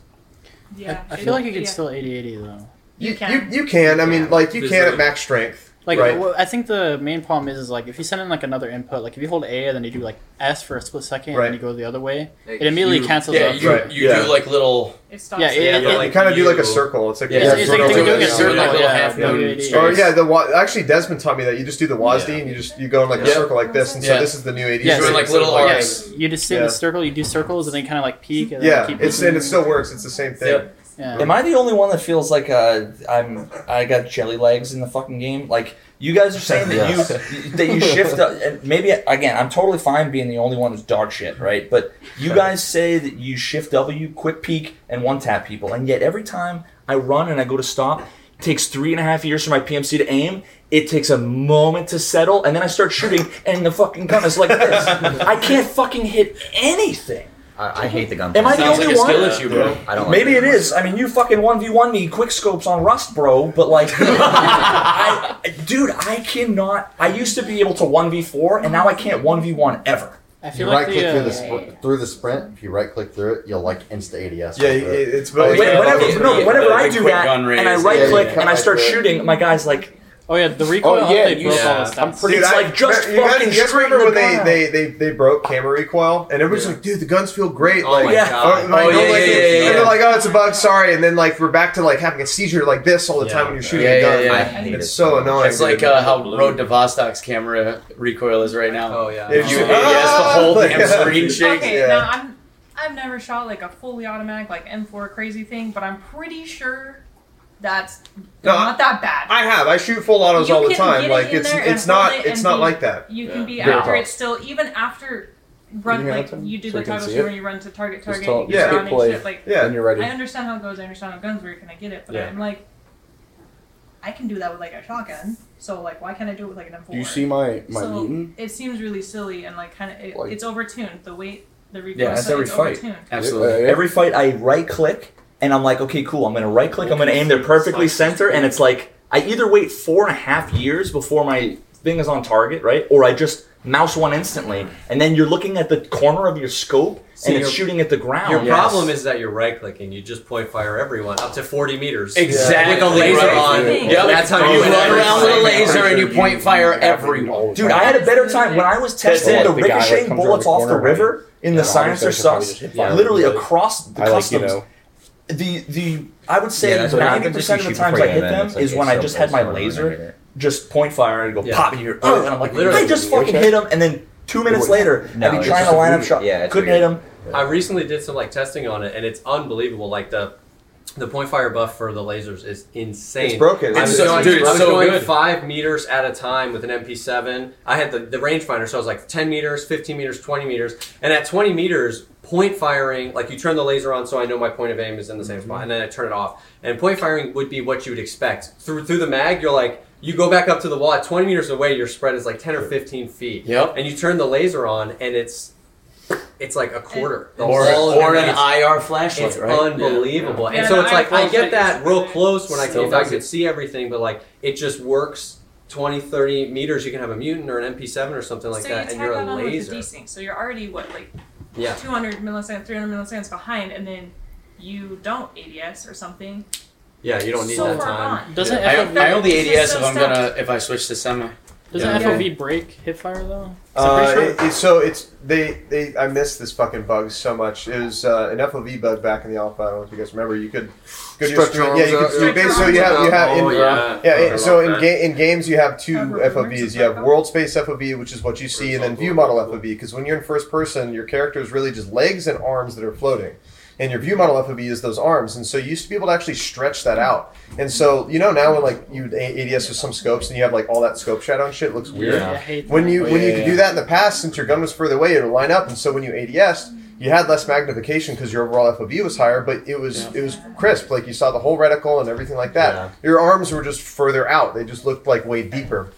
Speaker 7: Yeah,
Speaker 10: I, I feel like you
Speaker 7: it-
Speaker 10: could
Speaker 7: yeah.
Speaker 10: still 80-80 though.
Speaker 1: You can. You, you can. I mean, like you can at max strength.
Speaker 10: Like
Speaker 1: right?
Speaker 10: well, I think the main problem is is like if you send in like another input, like if you hold A and then you do like S for a split second
Speaker 1: Right.
Speaker 10: and then you go the other way,
Speaker 1: Like,
Speaker 10: it immediately
Speaker 1: you-
Speaker 10: cancels
Speaker 1: yeah,
Speaker 10: out.
Speaker 1: you- Right. you Yeah. do, like,
Speaker 11: little.
Speaker 7: It stops.
Speaker 10: Yeah, it,
Speaker 1: you kind of do like a circle. It's like
Speaker 10: Yeah, it's- it's like doing a circle, yeah, yeah, yeah, yeah.
Speaker 1: Or yeah, the wa- actually Desmond taught me that you just do the WASD and you just you go in like a
Speaker 10: Yeah.
Speaker 1: circle like this, and so
Speaker 10: Yeah.
Speaker 1: this is the new AD.
Speaker 10: Yes.
Speaker 1: strength, so like-
Speaker 10: Yes. You just sit in
Speaker 1: Yeah.
Speaker 10: a circle, you do circles, and then kind of like peek. And
Speaker 1: Yeah,
Speaker 10: then keep
Speaker 1: it's
Speaker 10: looking.
Speaker 1: and it still works. It's the same thing.
Speaker 10: Yeah.
Speaker 5: Am I the only one that feels like uh, I'm I got jelly legs in the fucking game? Like you guys are saying that you
Speaker 1: Yes.
Speaker 5: that you shift up, and maybe again I'm totally fine being the only one who's dog shit, right? But you guys say that you shift W, quick peek, and one tap people, and yet every time I run and I go to stop, it takes three and a half years for my PMC to aim. It takes a moment to settle, and then I start shooting, and the fucking gun is like this. I can't fucking hit anything.
Speaker 2: I, I hate the gun.
Speaker 5: Am I the
Speaker 2: Sounds
Speaker 5: only
Speaker 2: like a
Speaker 5: one?
Speaker 2: skill issue, bro. I don't.
Speaker 5: Maybe it is. I mean, you fucking one v one me quick scopes on Rust, bro. But like, [laughs] I, dude, I cannot. I used to be able to one v four, and now I can't one v one ever.
Speaker 10: I
Speaker 2: If you right click
Speaker 10: uh,
Speaker 2: through the spr- through the sprint, if you right click through it, you'll like insta ADS.
Speaker 1: Yeah,
Speaker 2: right through
Speaker 1: it- it's
Speaker 5: But whenever, no, whenever I do that, and I right click and I start shooting, my guy's like,
Speaker 10: "Oh yeah, the recoil
Speaker 5: Oh yeah,
Speaker 10: update broke all the
Speaker 5: I'm
Speaker 10: stats.
Speaker 5: pretty. It's
Speaker 1: I-
Speaker 5: like just
Speaker 1: you guys-
Speaker 5: fucking
Speaker 1: you guys
Speaker 5: straight
Speaker 1: remember
Speaker 5: in
Speaker 1: when
Speaker 5: the
Speaker 1: they,
Speaker 5: gun.
Speaker 1: they, they, they broke camera recoil and everybody's like, dude, the guns feel great.
Speaker 5: Oh
Speaker 1: like,
Speaker 5: my Yeah. God.
Speaker 1: oh, like,
Speaker 5: Oh,
Speaker 1: no,
Speaker 5: yeah,
Speaker 1: like,
Speaker 5: yeah, yeah,
Speaker 1: and
Speaker 5: yeah.
Speaker 1: they're like, oh, it's a bug, sorry. And then like we're back to like having a seizure like this all the time when you're shooting a gun. it's so annoying.
Speaker 11: It's like
Speaker 1: dude.
Speaker 11: uh, how Road to Vostok's camera recoil is right now. Oh yeah,
Speaker 1: It's-
Speaker 11: you
Speaker 1: [laughs]
Speaker 11: ADS the
Speaker 1: Ah!
Speaker 11: whole damn screen shakes.
Speaker 7: Okay, now I'm I've never shot like a fully automatic like M4 crazy thing, but I'm pretty sure that's
Speaker 1: No,
Speaker 7: not
Speaker 1: I-
Speaker 7: that bad.
Speaker 1: I have. I shoot full autos
Speaker 7: You
Speaker 1: all the
Speaker 7: can get
Speaker 1: time.
Speaker 7: it
Speaker 1: Like
Speaker 7: in
Speaker 1: it's
Speaker 7: there and
Speaker 1: it's
Speaker 7: hold
Speaker 1: not
Speaker 7: it
Speaker 1: it's
Speaker 7: and
Speaker 1: not
Speaker 7: be-
Speaker 1: like that.
Speaker 7: You can be
Speaker 1: Very
Speaker 7: after
Speaker 1: hard.
Speaker 7: it still, even after run
Speaker 1: Can you
Speaker 7: like
Speaker 1: hand it
Speaker 7: you do
Speaker 1: so
Speaker 7: the
Speaker 1: we can
Speaker 7: title
Speaker 1: see
Speaker 7: screen
Speaker 1: it?
Speaker 7: where you run to target
Speaker 1: Just
Speaker 7: target,
Speaker 1: tell-
Speaker 7: you get
Speaker 1: yeah. skip
Speaker 7: on
Speaker 1: play,
Speaker 7: and shit. Like
Speaker 1: yeah. then you're ready.
Speaker 7: I understand how it goes. I understand how guns work, and I get it. But
Speaker 12: Yeah.
Speaker 7: I'm like, I can do that with like a shotgun. So like, why can't I do it with like an M4?
Speaker 12: Do you see my my
Speaker 7: so
Speaker 12: mutant?
Speaker 7: it seems really silly and like kind of it,
Speaker 12: Like-
Speaker 7: it's overtuned. The weight, the recoil,
Speaker 5: Yeah, that's
Speaker 7: so
Speaker 5: every
Speaker 7: it's
Speaker 5: fight.
Speaker 7: Overtuned.
Speaker 12: Uh, yeah.
Speaker 5: Every fight, I right click, and I'm like, okay, cool. I'm gonna right click. I'm gonna aim. They're perfectly center, and it's like I either wait four and a half years before my thing is on target, right, or I just mouse one instantly, and then you're looking at the corner of your scope,
Speaker 3: See,
Speaker 5: and it's
Speaker 3: your-
Speaker 5: shooting at the ground.
Speaker 3: Your problem is that you're right clicking. You just point fire everyone up to 40 meters.
Speaker 11: Exactly.
Speaker 3: With a laser
Speaker 11: Right.
Speaker 3: on.
Speaker 11: Yep.
Speaker 3: That's how
Speaker 11: You
Speaker 3: you
Speaker 11: run around with a laser and you
Speaker 3: [laughs]
Speaker 11: point fire
Speaker 5: everyone. Dude, I had a better time when I was
Speaker 12: That's
Speaker 5: testing
Speaker 12: it.
Speaker 5: the
Speaker 12: The guy that
Speaker 5: ricocheting
Speaker 12: comes around
Speaker 5: bullets
Speaker 12: the
Speaker 5: off the
Speaker 12: corner, right?
Speaker 5: river in
Speaker 12: Yeah,
Speaker 5: the
Speaker 12: the
Speaker 5: silencer
Speaker 12: officer probably
Speaker 5: sucks,
Speaker 12: just hit fire.
Speaker 5: literally
Speaker 12: Yeah.
Speaker 5: across the
Speaker 12: I like, you
Speaker 5: customs.
Speaker 12: know-
Speaker 5: The the I would
Speaker 12: Yeah,
Speaker 5: say
Speaker 12: that's what
Speaker 5: ninety
Speaker 12: happens if you
Speaker 5: percent of the
Speaker 12: shoot
Speaker 5: times
Speaker 12: before
Speaker 5: I
Speaker 12: you
Speaker 5: hit
Speaker 12: land,
Speaker 5: them
Speaker 12: it's like
Speaker 5: is
Speaker 12: it's
Speaker 5: when I
Speaker 12: so
Speaker 5: just had
Speaker 12: close,
Speaker 5: my
Speaker 12: so I hit
Speaker 5: laser, just point fire and go
Speaker 12: Yeah.
Speaker 5: pop in your
Speaker 12: Yeah.
Speaker 5: oh, and I'm like,
Speaker 3: Literally.
Speaker 5: I just fucking hit him, and then two minutes later,
Speaker 3: No,
Speaker 5: I'd be
Speaker 3: it's
Speaker 5: trying
Speaker 3: just
Speaker 5: to line up
Speaker 3: weird.
Speaker 5: shot,
Speaker 3: Yeah, it's
Speaker 5: couldn't
Speaker 3: weird.
Speaker 5: hit him.
Speaker 3: I recently did some like testing on it, and it's unbelievable. Like the The point fire buff for the lasers is insane.
Speaker 1: It's broken.
Speaker 3: I
Speaker 1: It's
Speaker 3: was
Speaker 1: so-
Speaker 3: going,
Speaker 1: dude, it's
Speaker 3: I was
Speaker 1: so
Speaker 3: going
Speaker 1: good.
Speaker 3: five meters at a time with an MP7. I had the, the rangefinder, so I was like 10 meters, 15 meters, 20 meters. And at 20 meters, point firing, like you turn the laser on so I know my point of aim is in the same spot, and then I turn it off. And point firing would be what you would expect. Through, through the mag, you're like, you go back up to the wall. At 20 meters away, your spread is like 10 or 15 feet.
Speaker 11: Yep.
Speaker 3: And you turn the laser on, and it's it's like a quarter. The
Speaker 11: Or-
Speaker 3: whole
Speaker 11: or an
Speaker 3: it's-
Speaker 11: IR flashlight,
Speaker 3: It's
Speaker 11: right?
Speaker 3: unbelievable.
Speaker 11: Yeah.
Speaker 3: And
Speaker 11: Yeah,
Speaker 3: so
Speaker 11: the
Speaker 3: it's
Speaker 11: IR
Speaker 3: like I get
Speaker 11: flashlight
Speaker 3: that real close when I
Speaker 11: Still
Speaker 3: can, if I
Speaker 11: does
Speaker 3: could see everything, but like it just works 20, 30 meters. You can have a mutant or an MP7 or something like
Speaker 7: so
Speaker 3: that,
Speaker 7: you
Speaker 3: and
Speaker 7: tag
Speaker 3: you're
Speaker 7: that
Speaker 3: a
Speaker 7: on with the
Speaker 3: laser.
Speaker 7: desync, so you're already what like
Speaker 3: Yeah.
Speaker 7: 200 milliseconds, 300 milliseconds behind, and then you don't ADS or something.
Speaker 3: Yeah, you don't need
Speaker 7: So
Speaker 3: that
Speaker 7: far
Speaker 3: time.
Speaker 7: gone.
Speaker 10: Doesn't
Speaker 11: I,
Speaker 10: FOV
Speaker 11: I only
Speaker 10: It's just
Speaker 11: ADS
Speaker 10: so
Speaker 11: if I'm
Speaker 10: stacked.
Speaker 11: gonna if I switch to semi.
Speaker 10: Doesn't
Speaker 11: Yeah.
Speaker 10: FOV break hip fire though? 'Cause I'm
Speaker 1: Uh,
Speaker 10: pretty sure-
Speaker 1: it- it's- so it's they, they I miss this fucking bug so much. It was uh, an FOV bug back in the alpha. I don't know if you guys remember. You could go to your
Speaker 2: Stretch your
Speaker 1: string- yeah, you
Speaker 2: arms
Speaker 1: could do
Speaker 2: out, yeah.
Speaker 1: base. So you have you have in,
Speaker 2: Oh, yeah.
Speaker 1: yeah,
Speaker 2: I
Speaker 1: it- so
Speaker 2: love
Speaker 1: in
Speaker 2: that.
Speaker 1: ga- in games you have two FOVs. You have world space FOV, which is what you see, and then view model FOV. Because when you're in first person, your character is really just legs and arms that are floating. And your view model FOV is those arms, and so you used to be able to actually stretch that out. And so you know now when like you A- ADS with some scopes and you have like all that scope shadow and shit it looks weird.
Speaker 2: Yeah, I hate
Speaker 1: When
Speaker 2: that.
Speaker 1: you
Speaker 2: Oh,
Speaker 1: when
Speaker 2: yeah,
Speaker 1: you could
Speaker 2: yeah,
Speaker 1: do
Speaker 2: yeah.
Speaker 1: that in the past, since your gun was further away, it would line up, and so when you ADS, you had less magnification because your overall FOV was higher, but it was it was crisp. Like you saw the whole reticle and everything like that. Your arms were just further out; they just looked like way deeper.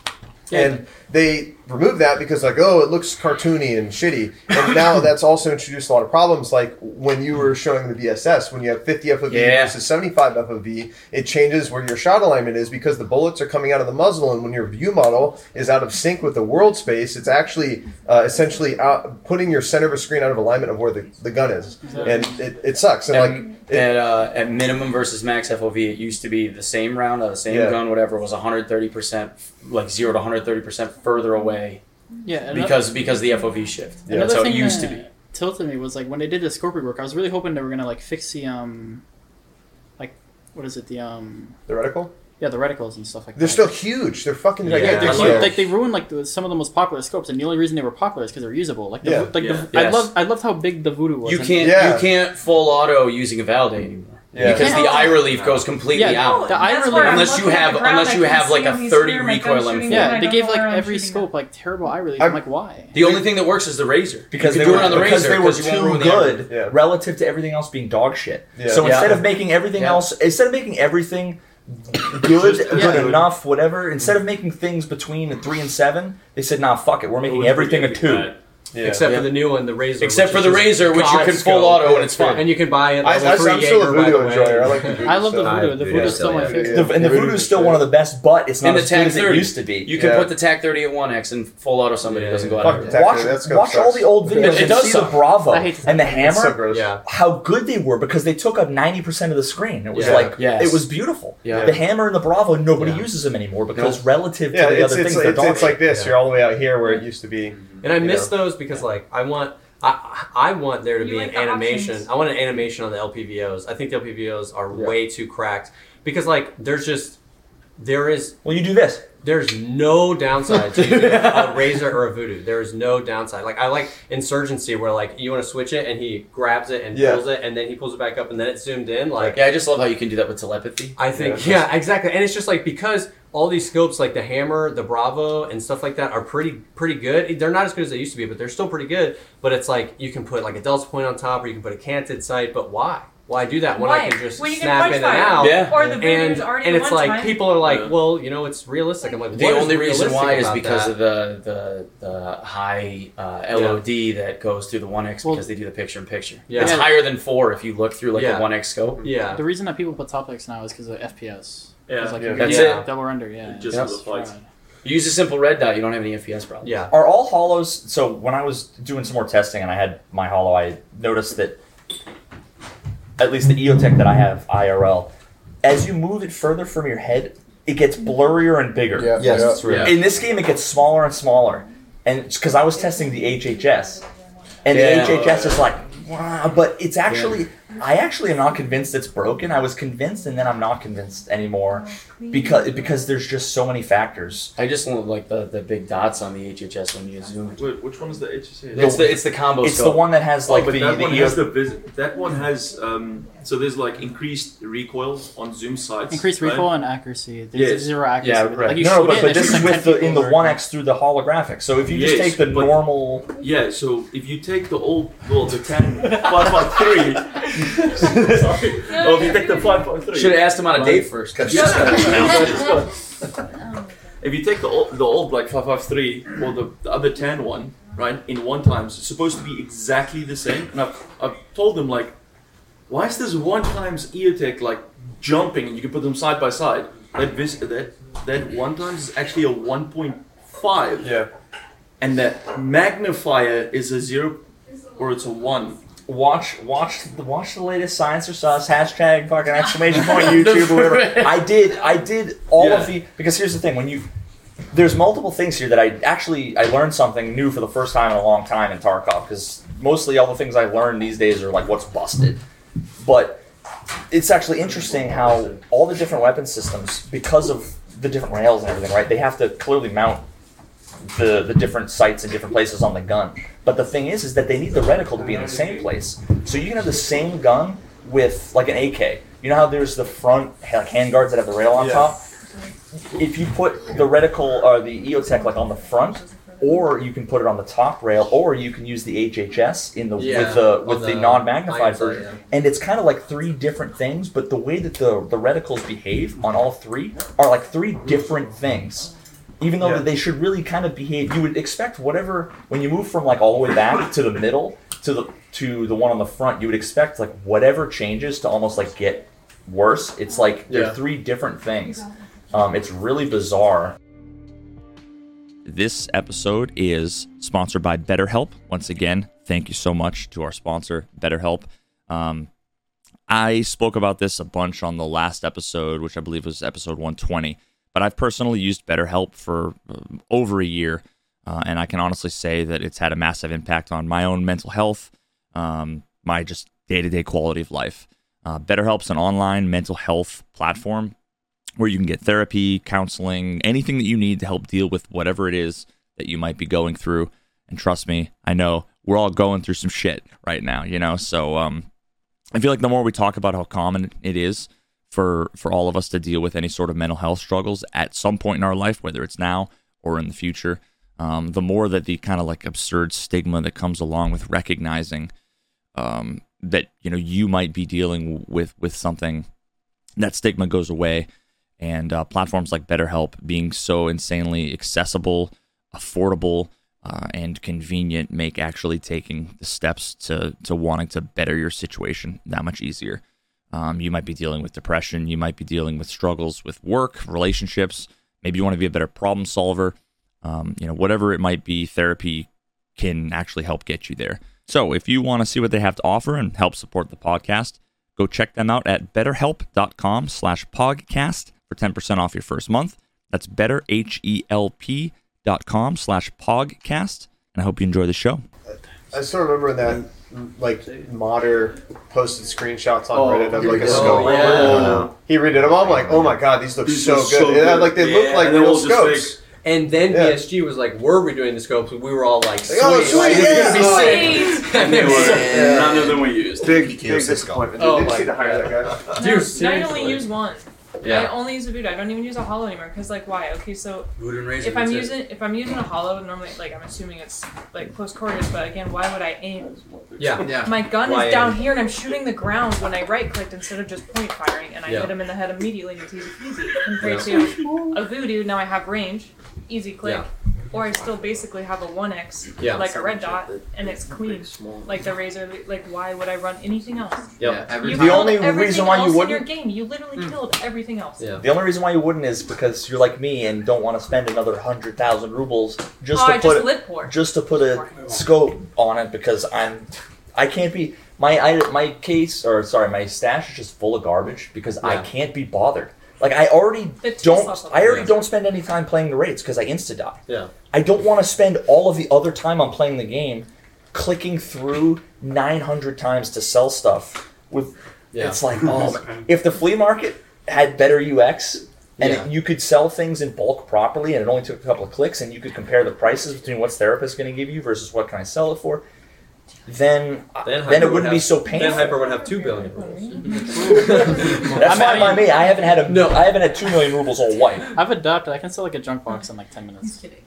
Speaker 10: Yeah.
Speaker 1: And they removed that because like oh it looks cartoony and shitty and now that's also introduced a lot of problems like when you were showing the VSS when you have 50 FOV
Speaker 11: Yeah.
Speaker 1: versus 75 FOV it changes where your shot alignment is because the bullets are coming out of the muzzle and when your view model is out of sync with the world space it's actually uh, essentially out, putting your center of a screen out of alignment of where the, the gun is and it, it sucks and, like
Speaker 11: at, at, uh, at minimum versus max FOV, it used to be the same round, uh, the same
Speaker 1: Yeah.
Speaker 11: gun, whatever, was 130 percent, like zero to 130 percent further away.
Speaker 10: Yeah, and
Speaker 11: because
Speaker 10: that-
Speaker 11: because the FOV shift.
Speaker 10: Another
Speaker 11: That's how it
Speaker 10: thing
Speaker 11: used to
Speaker 10: that
Speaker 11: be.
Speaker 10: Tilted me was like when they did the scope rework. I was really hoping they were gonna like fix the um, like what is it the um
Speaker 1: the reticle?
Speaker 10: Yeah, the reticles and stuff like
Speaker 1: they're
Speaker 10: that.
Speaker 1: still huge they're fucking
Speaker 10: Yeah,
Speaker 1: gigantic
Speaker 10: they're
Speaker 1: still.
Speaker 10: huge. Like they ruined like the, some of the most popular scopes, and the only reason they were popular is because they're usable. Like, the,
Speaker 11: Yeah.
Speaker 10: like
Speaker 11: Yeah.
Speaker 10: The, I
Speaker 11: Yes.
Speaker 10: love I loved how big the voodoo was.
Speaker 11: You
Speaker 10: and-
Speaker 11: can't you can't full auto using a validate anymore.
Speaker 10: Yeah.
Speaker 11: Because the
Speaker 10: Yeah.
Speaker 11: eye relief goes completely
Speaker 10: Yeah,
Speaker 11: out.
Speaker 10: the eye That's relief- where I'm
Speaker 11: unless you
Speaker 10: looking at
Speaker 11: have
Speaker 10: the ground,
Speaker 11: unless
Speaker 10: I
Speaker 11: you
Speaker 10: can
Speaker 11: have like
Speaker 10: see
Speaker 11: a
Speaker 10: him, he's
Speaker 11: 30
Speaker 10: here, my gun's
Speaker 11: recoil M4.
Speaker 10: shooting me, and I Yeah, they don't gave, know like, where I'm every shooting. scope like terrible eye relief. I'm like, why?
Speaker 11: The only thing that works is the razor.
Speaker 5: because
Speaker 11: you
Speaker 5: they
Speaker 11: can do
Speaker 5: were
Speaker 11: it on the
Speaker 5: because
Speaker 11: razor
Speaker 5: they were
Speaker 11: because you won't
Speaker 5: too
Speaker 11: ruin the eye relief.
Speaker 5: good relative to everything else being dog shit.
Speaker 11: Yeah.
Speaker 5: So
Speaker 11: Yeah.
Speaker 5: instead of making everything
Speaker 11: Yeah.
Speaker 5: else, instead of making everything good,
Speaker 11: Just
Speaker 5: good
Speaker 11: good.
Speaker 5: enough, whatever, instead of making things between a three and seven, they said, "Nah, fuck it, we're making everything a two.
Speaker 3: Except for the new one, the razor.
Speaker 5: Except
Speaker 3: which
Speaker 5: for
Speaker 3: is
Speaker 5: the
Speaker 3: just
Speaker 5: razor, which you
Speaker 3: God's
Speaker 5: can full
Speaker 3: scope.
Speaker 5: auto and it's fine.
Speaker 3: And you can buy it.
Speaker 5: I-
Speaker 3: level
Speaker 5: I- I'm
Speaker 3: three
Speaker 5: still a
Speaker 3: Jaeger, by
Speaker 5: voodoo
Speaker 3: the way.
Speaker 5: enjoyer. I like the voodoo I love the stuff. voodoo. The
Speaker 3: Dude,
Speaker 5: voodoo's
Speaker 3: I
Speaker 5: still my
Speaker 3: love it.
Speaker 5: favorite. The- and the voodoo's still one of the best, but it's not
Speaker 11: in the
Speaker 5: as good
Speaker 11: TAC
Speaker 5: as it
Speaker 11: 30,
Speaker 5: used to be.
Speaker 11: You can
Speaker 5: Yeah.
Speaker 11: put the TAC 30 at 1x and full auto somebody it doesn't go out. of
Speaker 5: Fuck, watch watch all the old videos
Speaker 11: It, it
Speaker 5: and
Speaker 11: does
Speaker 5: see
Speaker 11: suck.
Speaker 5: the Bravo
Speaker 11: I hate to
Speaker 5: and the
Speaker 11: suck.
Speaker 5: hammer.
Speaker 11: It's so gross. Yeah.
Speaker 5: How good they were because they took up ninety percent of the screen. It was
Speaker 11: Yeah.
Speaker 5: like
Speaker 11: Yes.
Speaker 5: it was beautiful.
Speaker 11: Yeah.
Speaker 5: The hammer and the Bravo, nobody uses them anymore because relative to the
Speaker 1: it's,
Speaker 5: other
Speaker 1: it's,
Speaker 5: things, they're
Speaker 1: it's,
Speaker 5: dog
Speaker 1: it's like
Speaker 5: shit.
Speaker 1: this you're all the way out here where it used to be
Speaker 5: Mm-hmm.
Speaker 3: And I
Speaker 1: you
Speaker 3: miss
Speaker 1: know.
Speaker 3: those because like I want I I want there to
Speaker 11: You
Speaker 3: be
Speaker 11: like
Speaker 3: an
Speaker 11: the
Speaker 3: animation.
Speaker 11: options.
Speaker 3: I want an animation on the LPVOs. I think the LPVOs are way too cracked because like there's just there is
Speaker 5: Well, you do this.
Speaker 3: There's no downside
Speaker 5: [laughs]
Speaker 3: to using a razor or a voodoo. There is no downside. Like I like insurgency where like you want to switch it and he grabs it and
Speaker 11: Yeah.
Speaker 3: pulls it and then he pulls it back up and then it's zoomed in like
Speaker 11: yeah, I just love how you can do that with telepathy.
Speaker 3: I think yeah, exactly. And it's just like because all these scopes like the Hammer, the Bravo, and stuff like that are pretty pretty good. They're not as good as they used to be, but they're still pretty good. But it's like you can put like a delta point on top, or you can put a canted sight. But why? Why do that when I
Speaker 7: Why?
Speaker 3: can just
Speaker 7: When you can
Speaker 3: snap
Speaker 7: punch
Speaker 3: in and
Speaker 7: fire.
Speaker 3: out?
Speaker 7: Yeah. Or the video's
Speaker 3: and,
Speaker 7: already
Speaker 3: and
Speaker 7: the
Speaker 3: it's
Speaker 7: one
Speaker 3: like
Speaker 7: time.
Speaker 3: people are like,
Speaker 11: Yeah.
Speaker 3: well, you know, it's realistic. I'm like,
Speaker 11: The
Speaker 3: what is
Speaker 11: only reason
Speaker 3: realistic
Speaker 11: why is
Speaker 3: about
Speaker 11: because
Speaker 3: that?
Speaker 11: of the the, the high uh,
Speaker 3: Yeah.
Speaker 11: LOD that goes through the 1x because they do the picture in picture.
Speaker 3: Yeah.
Speaker 11: It's
Speaker 3: Yeah.
Speaker 11: higher than 4 if you look through like
Speaker 3: Yeah.
Speaker 11: a 1x scope.
Speaker 10: The reason that people put topics now is because of FPS.
Speaker 11: Yeah.
Speaker 10: 'Cause, like,
Speaker 11: Yeah.
Speaker 10: you
Speaker 11: That's
Speaker 10: get
Speaker 11: it.
Speaker 10: Double render, yeah.
Speaker 11: Just
Speaker 10: It's
Speaker 11: little fights.
Speaker 10: fried.
Speaker 11: You use a simple red dot, you don't have any FPS problems.
Speaker 3: Yeah.
Speaker 5: Are all hollows? So when I was doing some more testing and I had my hollow, I noticed that at least the EOTech that I have IRL, as you move it further from your head, it gets blurrier and bigger.
Speaker 2: Yeah, Yes, yeah, that's right. yeah.
Speaker 5: In this game, it gets smaller and smaller, and because I was testing the HHS, and
Speaker 2: Yeah.
Speaker 5: the HHS is like, wow, but "Ah," it's actually I actually am not convinced it's broken. I was convinced, and then I'm not convinced anymore because because there's just so many factors.
Speaker 11: I just love like the, the big dots on the HHS when you zoom.
Speaker 6: Wait, which one is the HSA?
Speaker 11: It's the- it's the combo It's scope. the one that has, like,
Speaker 6: oh, but
Speaker 11: the-
Speaker 6: that
Speaker 11: the
Speaker 6: one has
Speaker 11: EO
Speaker 6: the vis- that one has um, so there's like increased recoil on zoom sites.
Speaker 18: Increased
Speaker 6: right?
Speaker 18: recoil and accuracy. There's
Speaker 6: Yes.
Speaker 18: zero accuracy. with it. Like you
Speaker 5: no,
Speaker 18: shoot
Speaker 5: but,
Speaker 18: it,
Speaker 5: but
Speaker 18: it's
Speaker 5: this
Speaker 18: just
Speaker 5: is
Speaker 18: like
Speaker 5: with the in the
Speaker 18: people
Speaker 5: one X through the holographic. So if you just
Speaker 6: Yes,
Speaker 5: take the
Speaker 6: but-
Speaker 5: normal,
Speaker 6: Yeah, so if you take the old, well, the 10, 5.3. Sorry. Oh,
Speaker 19: No,
Speaker 6: if you take the 5.3.
Speaker 19: Should've asked him on a date first. "Oh,
Speaker 6: if you take the old, the old like 5.53 or the, the other tan one, right, in one times, it's supposed to be exactly the same. And I've, I've told them, like, why is this one times EOTech like jumping and you can put them side by side? That, vis- that, that one times is actually a 1.5.
Speaker 1: Yeah.
Speaker 6: And that magnifier is a zero or it's a one.
Speaker 5: Watch, watch, watch the latest science or sauce hashtag fucking exclamation
Speaker 6: [laughs]
Speaker 5: point YouTube or whatever. I did, I did all of
Speaker 6: Yeah.
Speaker 5: the because here's the thing when you there's multiple things here that I actually I learned something new for the first time in a long time in Tarkov because mostly all the things I learn these days are like what's [laughs] busted, but it's actually interesting how all the different weapon systems because of the different rails and everything right they have to clearly mount the the different sights and different places on the gun. But the thing is, is that they need the reticle to be in the same place. So you can have the same gun with like an AK. You know how there's the front like hand guards that have the rail on
Speaker 6: Yeah.
Speaker 5: top. If you put the reticle or the EOTech like on the front, or you can put it on the top rail, or you can use the HHS in the
Speaker 11: Yeah,
Speaker 5: with the
Speaker 11: on
Speaker 5: with the,
Speaker 11: the
Speaker 5: non-magnified
Speaker 11: iron sight,
Speaker 5: version.
Speaker 11: yeah.
Speaker 5: And it's kind of like three different things, but the way that the the reticles behave on all three are like three different things even though
Speaker 11: Yeah.
Speaker 5: that they should really kind of behave you would expect whatever when you move from like all the way back to the middle to the to the one on the front you would expect like whatever changes to almost like get worse it's like
Speaker 14: Yeah.
Speaker 5: they're three different things um, it's really bizarre
Speaker 14: This episode is sponsored by BetterHelp. Once again, thank you so much to our sponsor, BetterHelp. Um, I spoke about this a bunch on the last episode, which I believe was episode 120, but I've personally used BetterHelp for um, over a year, uh, and I can honestly say that it's had a massive impact on my own mental health, um, my just day to day quality of life. Uh, BetterHelp's an online mental health platform where you can get therapy, counseling, anything that you need to help deal with whatever it is that you might be going through. And trust me, I know we're all going through some shit right now, you know? So um I feel like the more we talk about how common it is for for all of us to deal with any sort of mental health struggles at some point in our life, whether it's now or in the future, um, the more that the kind of like absurd stigma that comes along with recognizing um, that you know you might be dealing with with something that stigma goes away and uh, platforms like betterhelp being so insanely accessible affordable uh, and convenient make actually taking the steps to to wanting to better your situation that much easier um, you might be dealing with depression you might be dealing with struggles with work relationships maybe you want to be a better problem solver um, you know whatever it might be therapy can actually help get you there. So if you want to see what they have to offer and help support the podcast, go check them out at betterhelp.com slash podcast for 10% off your first month. That's E betterhelp.com slash podcast. And I hope you enjoy the show.
Speaker 1: I still remember that like modder posted screenshots on
Speaker 6: Oh,
Speaker 1: Reddit of like
Speaker 6: yeah.
Speaker 1: a scope.
Speaker 6: Oh, yeah.
Speaker 1: He redid them. I'm like, oh my god, these look
Speaker 6: These
Speaker 1: so
Speaker 6: look
Speaker 1: good.
Speaker 6: so
Speaker 1: And I'm
Speaker 6: good.
Speaker 1: like they
Speaker 3: Yeah,
Speaker 1: look like
Speaker 3: and they're
Speaker 1: real
Speaker 3: all just
Speaker 1: scopes.
Speaker 3: fake. And then BSG was like, "We're redoing the scopes," and we were all like, "Sweet,
Speaker 1: Like, oh,
Speaker 3: like,
Speaker 1: sweet,
Speaker 3: this
Speaker 1: yeah.
Speaker 3: is gonna be sick." And they were [laughs]
Speaker 6: None of them were used.
Speaker 1: Big, big disappointment.
Speaker 3: Oh
Speaker 1: They didn't
Speaker 3: my
Speaker 1: see to hire that guy.
Speaker 7: No,
Speaker 3: Dude,
Speaker 7: now I only
Speaker 3: seriously.
Speaker 7: use one.
Speaker 3: Yeah.
Speaker 7: I only use a Voodoo. I don't even use a hollow anymore. Cause like why? Okay, so
Speaker 3: Voodoo and Razor,
Speaker 7: if
Speaker 3: that's
Speaker 7: I'm
Speaker 3: it.
Speaker 7: using if I'm using a hollow, normally like I'm assuming it's like close quarters, but again, why would I aim?
Speaker 3: Yeah. [laughs] Yeah.
Speaker 7: My gun
Speaker 3: Why
Speaker 7: is down
Speaker 3: aim?
Speaker 7: here, and I'm shooting the ground when I right clicked instead of just point firing, and I
Speaker 3: Yeah.
Speaker 7: hit him in the head immediately. And it's easy,
Speaker 3: [laughs]
Speaker 7: easy compared
Speaker 3: Yeah.
Speaker 7: to a Voodoo. Now I have range, easy click.
Speaker 3: Yeah.
Speaker 7: Or I still basically have a one X,
Speaker 3: Yeah.
Speaker 7: like a red dot, and it's clean. Like the razor, like why would I run anything else?
Speaker 3: Yep.
Speaker 5: Yeah, every
Speaker 7: You
Speaker 5: time. The
Speaker 7: killed
Speaker 5: only
Speaker 7: everything
Speaker 5: reason why you
Speaker 7: else in
Speaker 5: wouldn't-
Speaker 7: your game, you literally
Speaker 1: Hmm.
Speaker 7: killed everything else.
Speaker 5: The only reason why you wouldn't is because you're like me and don't want to spend another hundred thousand rubles just
Speaker 7: Oh,
Speaker 5: to
Speaker 7: I
Speaker 5: put
Speaker 7: just
Speaker 5: a-
Speaker 7: lip pour.
Speaker 5: just to put a scope on it because I'm I can't be my I, my case or sorry my stash is just full of garbage because I
Speaker 11: Yeah.
Speaker 5: can't be bothered. Like I already
Speaker 11: It's
Speaker 5: don't
Speaker 11: just awful.
Speaker 5: I already
Speaker 11: Yeah.
Speaker 5: don't spend any time playing the raids because I insta die.
Speaker 3: Yeah.
Speaker 5: I don't want to spend all of the other time I'm playing the game clicking through 900 times to sell stuff with
Speaker 7: Yeah.
Speaker 5: it's like
Speaker 3: [laughs]
Speaker 5: oh man. if the flea market had better UX and
Speaker 7: Yeah.
Speaker 5: it, you could sell things in bulk properly and it only took a couple of clicks and you could compare the prices between what's therapist going to give you versus what can I sell it for then
Speaker 3: Then
Speaker 5: then,
Speaker 3: Hyper
Speaker 5: it
Speaker 3: would
Speaker 5: wouldn't be
Speaker 3: have-
Speaker 5: so
Speaker 3: Then
Speaker 5: painful [laughs]
Speaker 3: Hyper would have two billion rules.
Speaker 5: that's
Speaker 3: [laughs]
Speaker 10: I
Speaker 5: fine by me I haven't had a no I haven't had 2 million rubles all white
Speaker 10: I've adopted. I can sell like a junk box in like ten minutes. I'm kidding.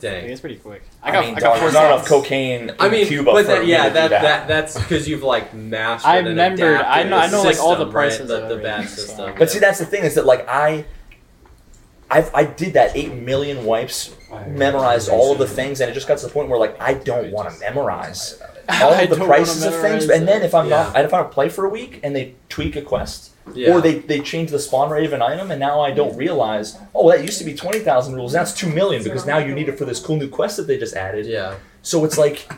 Speaker 3: Dang.
Speaker 10: it's pretty quick.
Speaker 5: I
Speaker 10: I got. I,
Speaker 5: mean,
Speaker 10: got
Speaker 5: dog,
Speaker 10: four
Speaker 5: there's not enough
Speaker 10: sets.
Speaker 5: cocaine
Speaker 3: I mean, but that, yeah, that,
Speaker 5: that.
Speaker 3: that that's because you've like mastered.
Speaker 10: I
Speaker 3: and
Speaker 10: remembered-
Speaker 3: adapted
Speaker 10: I know- I know, like, all
Speaker 3: system,
Speaker 10: the prices
Speaker 3: Right?
Speaker 10: of
Speaker 3: The, the bad
Speaker 10: everything,
Speaker 3: system.
Speaker 5: But see, that's the thing is that like I, I've, I did that eight million wipes, memorized all of the things, and it just got to the point where like I don't want to memorize all
Speaker 10: [laughs] I
Speaker 5: of the
Speaker 10: don't wanna
Speaker 5: prices of things.
Speaker 10: memorize
Speaker 5: And then
Speaker 10: it.
Speaker 5: if I'm not,
Speaker 10: Yeah.
Speaker 5: if I don't play for a week and they tweak a quest.
Speaker 10: Yeah.
Speaker 5: Or they, they change the spawn rate of an item, and now I don't realize. Oh, that used to be twenty thousand rules. Now it's two million because now you need it for this cool new quest that they just added.
Speaker 3: Yeah.
Speaker 5: So it's like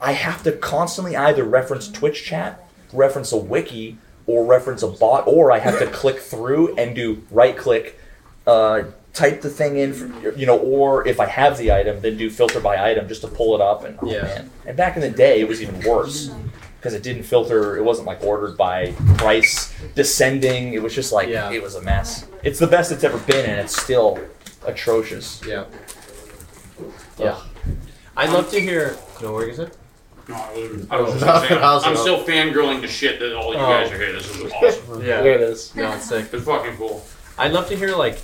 Speaker 5: I have to constantly either reference Twitch chat, reference a wiki, or reference a bot, or I have to click through and do right click, uh, type the thing in, for, you know, or if I have the item, then do filter by item just to pull it up. And oh,
Speaker 3: Yeah.
Speaker 5: man. and back in the day, it was even worse because it didn't filter. It wasn't like ordered by price descending. It was just like it was a mess. It's the best it's ever been, and it's still atrocious.
Speaker 3: Yeah.
Speaker 5: Yeah.
Speaker 3: I'd love to Oh. hear. No, what were you gonna say?
Speaker 11: No, I
Speaker 3: I [laughs] was just
Speaker 11: am
Speaker 3: saying, I'm
Speaker 11: still
Speaker 3: still
Speaker 11: fangirling to shit that all you
Speaker 3: you
Speaker 11: guys
Speaker 3: guys
Speaker 11: are here. This is awesome.
Speaker 3: Oh. Yeah.
Speaker 10: There it is.
Speaker 3: No, it's sick.
Speaker 11: It's fucking cool.
Speaker 3: I'd love to hear like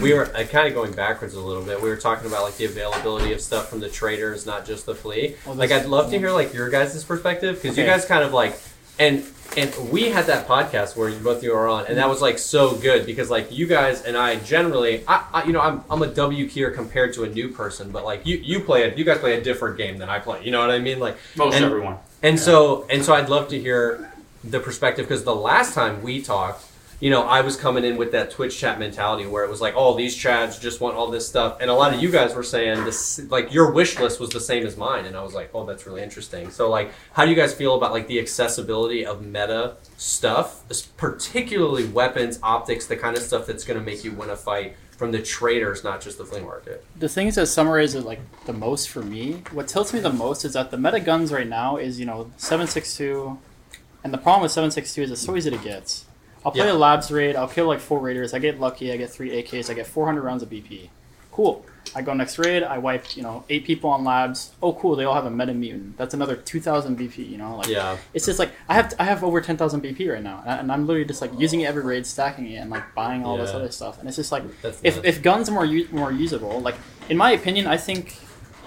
Speaker 3: we were uh, kind of going backwards a little bit. We were talking about like the availability of stuff from the traders, not just the flea.
Speaker 7: Well,
Speaker 3: like
Speaker 7: that's-
Speaker 3: I'd love to hear like your guys' perspective because you
Speaker 7: Okay.
Speaker 3: guys kind of like and and we had that podcast where you both of you were on, and that was like so good because like you guys and I generally, I, I you know I'm I'm a W keyer compared to a new person, but like you you play it, you guys play a different game than I play. You know what I mean? Like
Speaker 11: Most
Speaker 3: and-
Speaker 11: everyone.
Speaker 3: And so and so I'd love to hear the perspective because the last time we talked, you know, I was coming in with that Twitch chat mentality where it was like, oh, these chads just want all this stuff, and a lot of you guys were saying this, like your wish list was the same as mine, and I was like, oh, that's really interesting. So like, how do you guys feel about like the accessibility of meta stuff, s- particularly weapons, optics, the kind of stuff that's going to make you win a fight from the traders, not just the flea market?
Speaker 10: the things that summarize it like the most for me, what tilts me the most is that the meta guns right now is, you know, 762. And the problem with 762 is it's so easy to get. I'll play
Speaker 7: Yeah.
Speaker 10: a labs raid, I'll kill like four raiders, I get lucky, I get three AKs, I get 400 rounds of BP. Cool. I go next raid, I wipe, you know, eight people on labs. Oh, cool, they all have a meta mutant. That's another 2,000 BP, you know? Like,
Speaker 3: Yeah.
Speaker 10: It's just like, I have I have over 10,000 BP right now, and I- and I'm literally just like using it every raid, stacking it, and like buying all this
Speaker 3: Yeah.
Speaker 10: other stuff. And it's just like,
Speaker 3: That's
Speaker 10: if,
Speaker 3: nuts.
Speaker 10: if guns are more u- more usable, like in my opinion, I think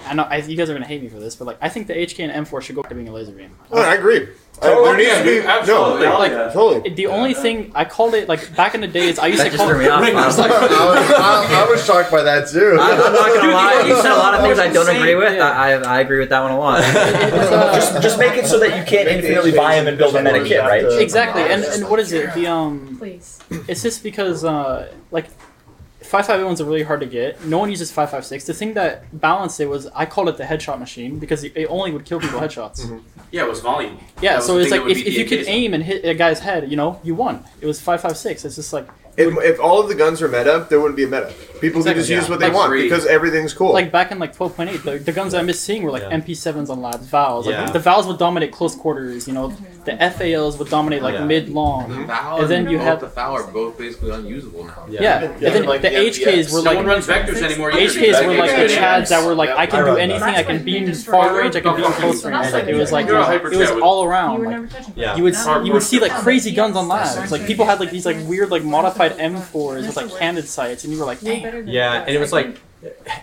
Speaker 10: I know I, you guys are gonna hate me for this, but like I think the HK and M4 should go back to being a laser beam.
Speaker 1: Oh, I agree. I-
Speaker 10: Totally.
Speaker 1: there needs to be
Speaker 10: Yeah, absolutely.
Speaker 1: no, like,
Speaker 10: Like,
Speaker 1: totally.
Speaker 10: The only thing I called it like back in the days, I
Speaker 1: [laughs]
Speaker 10: used
Speaker 1: That
Speaker 10: to
Speaker 1: just
Speaker 10: call
Speaker 1: threw
Speaker 10: it. [laughs]
Speaker 1: me off. Rick was like-
Speaker 2: [laughs] I was, I, I was shocked by that too.
Speaker 1: I'm not
Speaker 2: [laughs]
Speaker 1: gonna
Speaker 5: Uh,
Speaker 1: lie. You said a lot of things I don't
Speaker 10: Insane,
Speaker 1: agree with. I, I I agree with that one a lot.
Speaker 10: [laughs]
Speaker 5: just just make it so that you can't infinitely buy them and build a meta kit, right?
Speaker 10: Exactly, and, and what is it? The um, Please. it's just because uh, like five five eight ones are really hard to get. No one uses five five six. The thing that balanced it was I called it the headshot machine because it it only would kill people headshots.
Speaker 11: Yeah, it was volume.
Speaker 10: Yeah,
Speaker 11: That
Speaker 10: so
Speaker 11: was the thing
Speaker 10: it's like
Speaker 11: that would
Speaker 10: if,
Speaker 11: be
Speaker 10: if you
Speaker 11: the
Speaker 10: could
Speaker 11: occasion.
Speaker 10: aim and hit a guy's head, you know, you won. It was five five six. It's just like
Speaker 1: If, if all of the guns were meta, there wouldn't be a meta. People could
Speaker 10: Exactly,
Speaker 1: just use
Speaker 10: yeah.
Speaker 1: what they
Speaker 10: Like
Speaker 1: want
Speaker 10: three.
Speaker 1: because everything's cool.
Speaker 10: like back in like twelve point eight, the, the guns I miss seeing were like
Speaker 1: Yeah.
Speaker 10: MP7s on labs, valves. Like
Speaker 1: Yeah.
Speaker 10: the valves would dominate close quarters. You know, the FALs would dominate like
Speaker 13: Yeah.
Speaker 10: mid long,
Speaker 13: The foul
Speaker 10: and then you
Speaker 13: have
Speaker 10: have
Speaker 13: the foul are both basically unusable now.
Speaker 10: yeah. and then the HKs were
Speaker 11: No
Speaker 10: like
Speaker 11: one runs vectors anymore either.
Speaker 10: HKs were like the
Speaker 11: Vectors.
Speaker 10: chads that were like I
Speaker 11: I
Speaker 10: can do
Speaker 11: run
Speaker 10: anything. I
Speaker 11: vectors.
Speaker 10: can beam far range. I can beam close range. Like it was like it
Speaker 11: You're a
Speaker 10: was, it was
Speaker 11: hyperchat with-
Speaker 10: all around.
Speaker 11: You were
Speaker 10: like,
Speaker 11: never touching Yeah.
Speaker 10: you would
Speaker 11: Hard
Speaker 10: you would
Speaker 11: work.
Speaker 10: see like crazy guns on labs. Like people had like these like weird like modified M4s with like candid sights, and you were like, dang.
Speaker 3: Yeah, and it was like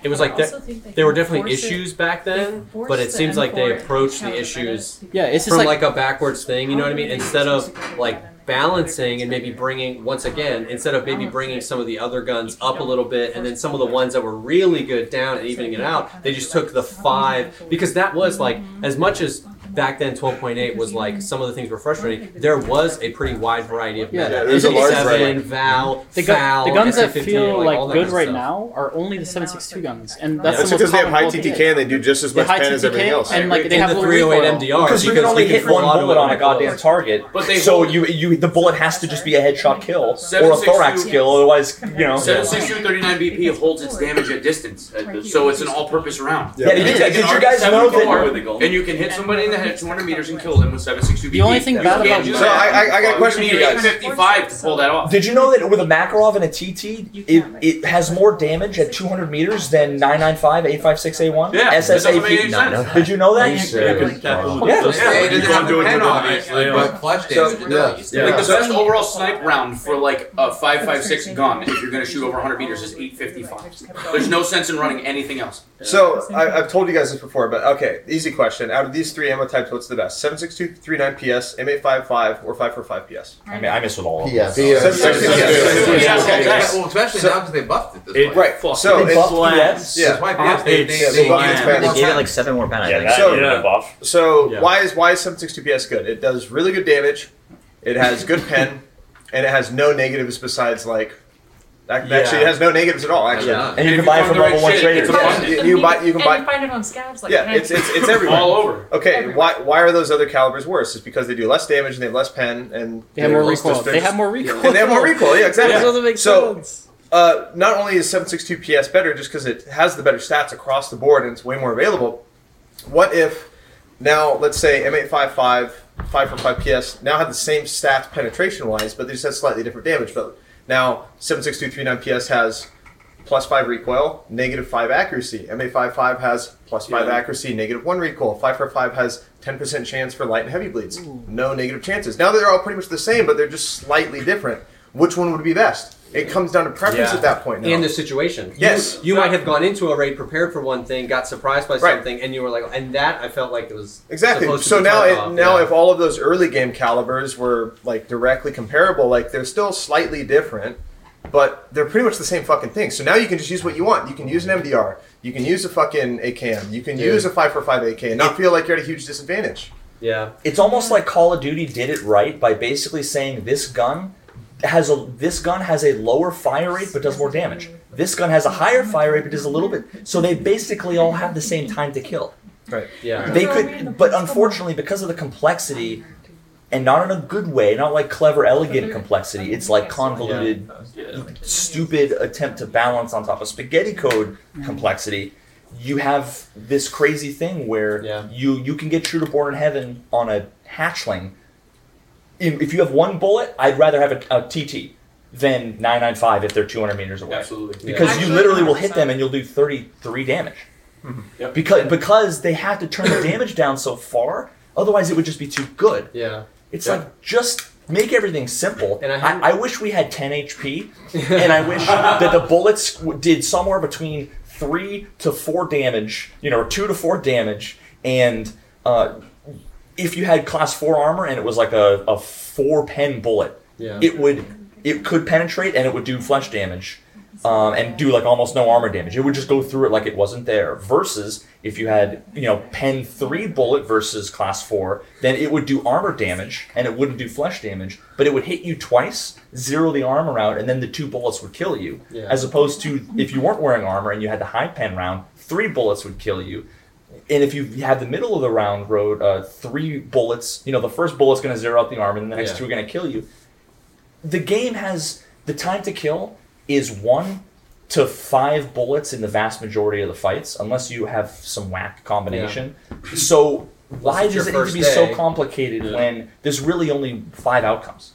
Speaker 3: it was like
Speaker 10: I also
Speaker 3: that.
Speaker 10: think they
Speaker 3: There were
Speaker 10: can
Speaker 3: definitely
Speaker 10: force it-
Speaker 3: issues back then,
Speaker 10: force
Speaker 3: but it
Speaker 10: the
Speaker 3: seems like they
Speaker 10: M4
Speaker 3: approached
Speaker 10: out
Speaker 3: the
Speaker 10: of
Speaker 3: issues
Speaker 10: Yeah, it's just
Speaker 3: from
Speaker 10: like-
Speaker 3: like, a backwards thing. You know what I mean? Instead of like balancing and maybe bringing once again, instead of maybe bringing some of the other guns up a little bit, and then some of the ones that were really good down and evening it out, they just took the five because that was like
Speaker 10: Mm-hmm.
Speaker 3: as much as back then 12.8 was like some of the things were frustrating. There was a pretty wide variety of
Speaker 10: Yeah,
Speaker 3: meta.
Speaker 10: Yeah, there's a large variety.
Speaker 3: Seven, Val,
Speaker 10: The, gun-
Speaker 3: Foul,
Speaker 10: the guns that
Speaker 3: SC58,
Speaker 10: feel
Speaker 3: like,
Speaker 10: like,
Speaker 3: all that
Speaker 10: good
Speaker 3: kind of
Speaker 10: right
Speaker 3: stuff.
Speaker 10: now are only the 762 guns, and that's
Speaker 1: That's
Speaker 10: the most
Speaker 1: because they have
Speaker 10: common
Speaker 1: high
Speaker 10: quality
Speaker 1: TTK
Speaker 10: hit.
Speaker 1: and they do just as
Speaker 10: They
Speaker 1: much
Speaker 10: high
Speaker 1: pen as
Speaker 10: TTK,
Speaker 1: everything else.
Speaker 10: and, like, they have
Speaker 3: the
Speaker 10: low
Speaker 3: 308
Speaker 10: recoil.
Speaker 3: MDR
Speaker 5: because you can
Speaker 3: because
Speaker 5: only
Speaker 3: we
Speaker 5: hit
Speaker 3: can
Speaker 5: one
Speaker 3: auto
Speaker 5: bullet on a
Speaker 3: and close.
Speaker 5: goddamn target.
Speaker 11: But they
Speaker 5: so you you the bullet has to just be a headshot kill or a
Speaker 11: 762.
Speaker 5: thorax kill, otherwise you know.
Speaker 11: 762 39 BP holds its damage at distance, uh, so it's an all-purpose round.
Speaker 5: Yeah, did you-
Speaker 11: It's like
Speaker 5: did
Speaker 11: an
Speaker 5: you guys
Speaker 11: R7
Speaker 5: know that-
Speaker 11: guard, And you can hit somebody in the that at 200 meters and killed him with 762
Speaker 20: The only thing bad about-
Speaker 1: So I- I- I got a question for you guys.
Speaker 11: 55 to pull that off.
Speaker 5: Did you know that with a Makarov and a TT, it, it has more damage at 200 meters than 995, 856, A1?
Speaker 11: Yeah, that doesn't
Speaker 5: SSA
Speaker 11: make
Speaker 5: feet.
Speaker 11: any sense. No, no.
Speaker 5: Did you know that?
Speaker 11: Are you serious?
Speaker 5: Yeah.
Speaker 11: Yeah, you can't do it with obviously.
Speaker 13: but flush
Speaker 11: So-
Speaker 13: damage it does.
Speaker 11: Yeah. Like the best overall snipe round for like a 5.56 gun, if you're going to shoot over 100 meters, is 8.55. There's no sense in running anything else.
Speaker 1: So I, I've told you guys this before, but okay, easy question. Out of these three ammo types, what's the best? 7.62, 39 PS, M855, or 545 PS?
Speaker 5: I mean, I miss with all of
Speaker 1: Yes.
Speaker 5: them.
Speaker 1: Yes. Yes. Yes. Yes. Yes.
Speaker 13: Okay,
Speaker 1: Yes.
Speaker 13: well, especially
Speaker 1: So-
Speaker 13: now because they buffed it this
Speaker 1: It-
Speaker 13: way.
Speaker 1: right, Fuck. so They it's- buffed
Speaker 13: yeah,
Speaker 1: PS?
Speaker 13: that's why
Speaker 1: Yeah.
Speaker 13: PS they, they,
Speaker 1: It's-
Speaker 13: they,
Speaker 1: yeah, it's bad.
Speaker 21: They gave it like seven more pounds. I think.
Speaker 1: so, so why is why is 762 PS good? It does really good damage. It has
Speaker 5: [laughs]
Speaker 1: good pen, and it has no negatives besides like. ac-
Speaker 5: Yeah.
Speaker 1: Actually, it has no negatives at all. Actually,
Speaker 5: Yeah. And you And can if buy you it from find the level right one shit,
Speaker 7: [laughs]
Speaker 5: traders. it's abundant.
Speaker 1: Yeah, You, you buy. You can
Speaker 7: and
Speaker 1: buy.
Speaker 7: You find it on scabs like
Speaker 1: yeah, it's, it's,
Speaker 7: [laughs]
Speaker 1: [laughs] it's everywhere.
Speaker 11: All over.
Speaker 1: Okay, why why are those other calibers worse? It's because they do less damage and they have less pen and
Speaker 20: They have more
Speaker 1: they're just-
Speaker 20: recoil.
Speaker 1: they're
Speaker 20: They
Speaker 1: just-
Speaker 20: have more recoil.
Speaker 1: And they have more recoil. Yeah, exactly.
Speaker 20: That doesn't make
Speaker 1: so, Uh, not only is 762 PS better just because it has the better stats across the board and it's way more available. What if now let's say M855 545 PS now have the same stats penetration wise, but they just have slightly different damage. But now 76239 PS has plus five recoil, negative five accuracy. MA55 has plus five accuracy, negative one recoil. 545 has 10% chance for light and heavy bleeds. No negative chances. Now they're all pretty much the same, but they're just slightly different. Which one would be best? It comes down to preference
Speaker 3: Yeah.
Speaker 1: at that point. Now.
Speaker 3: And the situation. You-
Speaker 1: Yes.
Speaker 3: You, might have gone into a raid prepared for one thing, got surprised by something, and you were like, and that I felt like it was
Speaker 1: Exactly.
Speaker 3: supposed to
Speaker 1: So
Speaker 3: be
Speaker 1: now,
Speaker 3: top
Speaker 1: it,
Speaker 3: off,
Speaker 1: now
Speaker 3: yeah.
Speaker 1: if all of those early game calibers were like directly comparable, like they're still slightly different, but they're pretty much the same fucking thing. So now you can just use what you want. You can use an MDR. You can use a fucking AKM. You can
Speaker 5: Dude.
Speaker 1: use a five for five AK and not feel like you're at a huge disadvantage.
Speaker 3: Yeah.
Speaker 5: It's almost like Call of Duty did it right by basically saying this gun has a this gun has a lower fire rate but does more damage. This gun has a higher fire rate but does a little bit. So they basically all have the same time to kill.
Speaker 1: Right.
Speaker 3: Yeah.
Speaker 5: They could, but unfortunately, because of the complexity, and not in a good way, not like clever, elegant complexity, it's like convoluted, stupid attempt to balance on top of spaghetti code complexity. You have this crazy thing where you you can get true to born in heaven on a hatchling. If if you have one bullet, I'd rather have a, a TT than 995 if they're 200 meters away.
Speaker 11: Absolutely.
Speaker 5: Because you literally will hit them and you'll do 33 damage. Because because they have to
Speaker 3: [coughs]
Speaker 5: turn the damage down so far, otherwise it would just be too good.
Speaker 3: Yeah.
Speaker 5: It's
Speaker 3: Yeah.
Speaker 5: like just make everything simple.
Speaker 3: And I
Speaker 5: I, I wish we had 10
Speaker 3: [laughs]
Speaker 5: HP, and I wish that the bullets w- did somewhere between three to four damage, you know, or two to four damage, and uh, if you had class four armor and it was like a, a four pen bullet,
Speaker 3: Yeah.
Speaker 5: it would it could penetrate and it would do flesh damage um, and do like almost no armor damage. It would just go through it like it wasn't there. Versus if you had you know pen three bullet versus class four, then it would do armor damage and it wouldn't do flesh damage, but it would hit you twice, zero the armor out, and then the two bullets would kill you.
Speaker 3: Yeah.
Speaker 5: As opposed to if you weren't wearing armor and you had the high pen round, three bullets would kill you. And if you have the middle of the round road, uh, three bullets, you know, the first bullet's going to zero out the armor, and the next
Speaker 3: Yeah.
Speaker 5: two are going to kill you the game has the time to kill is one to five bullets in the vast majority of the fights, unless you have some whack combination. So why
Speaker 3: it's
Speaker 5: does
Speaker 3: your
Speaker 5: it need to
Speaker 3: first
Speaker 5: be so
Speaker 3: day.
Speaker 5: complicated when there's really only five outcomes?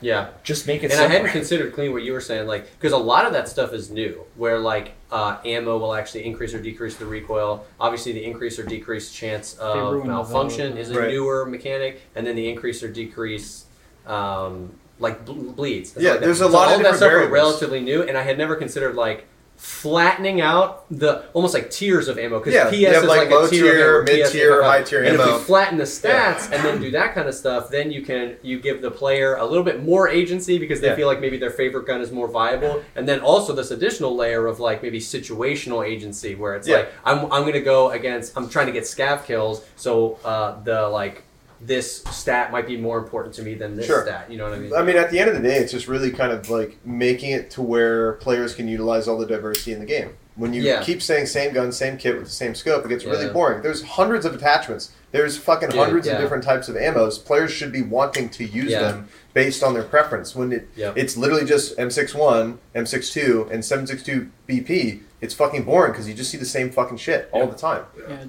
Speaker 3: Yeah.
Speaker 5: Just make it
Speaker 3: And I
Speaker 5: simple.
Speaker 3: hadn't considered clean what you were saying, like because a lot of that stuff is new, where like uh, ammo will actually increase or decrease the recoil. Obviously, the increase or decrease chance of
Speaker 11: ruined the
Speaker 3: malfunction
Speaker 11: value.
Speaker 3: is a
Speaker 11: Right.
Speaker 3: newer mechanic, and then the increase or decrease. Um, like ble- bleeds. It's
Speaker 1: Yeah,
Speaker 3: like that.
Speaker 1: there's a
Speaker 3: So
Speaker 1: lot
Speaker 3: all that
Speaker 1: of different
Speaker 3: stuff are
Speaker 1: variables.
Speaker 3: relatively new, and I had never considered like flattening out the almost like tiers of ammo because
Speaker 1: Yeah,
Speaker 3: PS
Speaker 1: you have,
Speaker 3: is
Speaker 1: like,
Speaker 3: like,
Speaker 1: low
Speaker 3: a tier, of ammo,
Speaker 1: tier,
Speaker 3: PS
Speaker 1: mid-tier,
Speaker 3: is like a-
Speaker 1: high tier
Speaker 3: and
Speaker 1: ammo.
Speaker 3: If we flatten the stats and then do that kind of stuff, then you can you give the player a little bit more agency because they
Speaker 1: Yeah.
Speaker 3: feel like maybe their favorite gun is more viable, and then also this additional layer of like maybe situational agency where it's
Speaker 1: Yeah.
Speaker 3: like I'm I'm gonna go against I'm trying to get scav kills, so uh, the like this stat might be more important to me than this
Speaker 1: Sure.
Speaker 3: stat. You know what I mean?
Speaker 1: I mean, at the end of the day, it's just really kind of like making it to where players can utilize all the diversity in the game. When you
Speaker 3: Yeah.
Speaker 1: keep saying same gun, same kit with the same scope, it gets really
Speaker 3: Yeah.
Speaker 1: boring. There's hundreds of attachments. There's fucking
Speaker 3: Dude,
Speaker 1: hundreds
Speaker 3: yeah.
Speaker 1: of different types of ammos. Players should be wanting to use
Speaker 3: Yeah.
Speaker 1: them based on their preference. When it
Speaker 3: Yeah.
Speaker 1: it's literally just M61, M62, and 762 BP. it's fucking boring because you just see the same fucking shit all the time.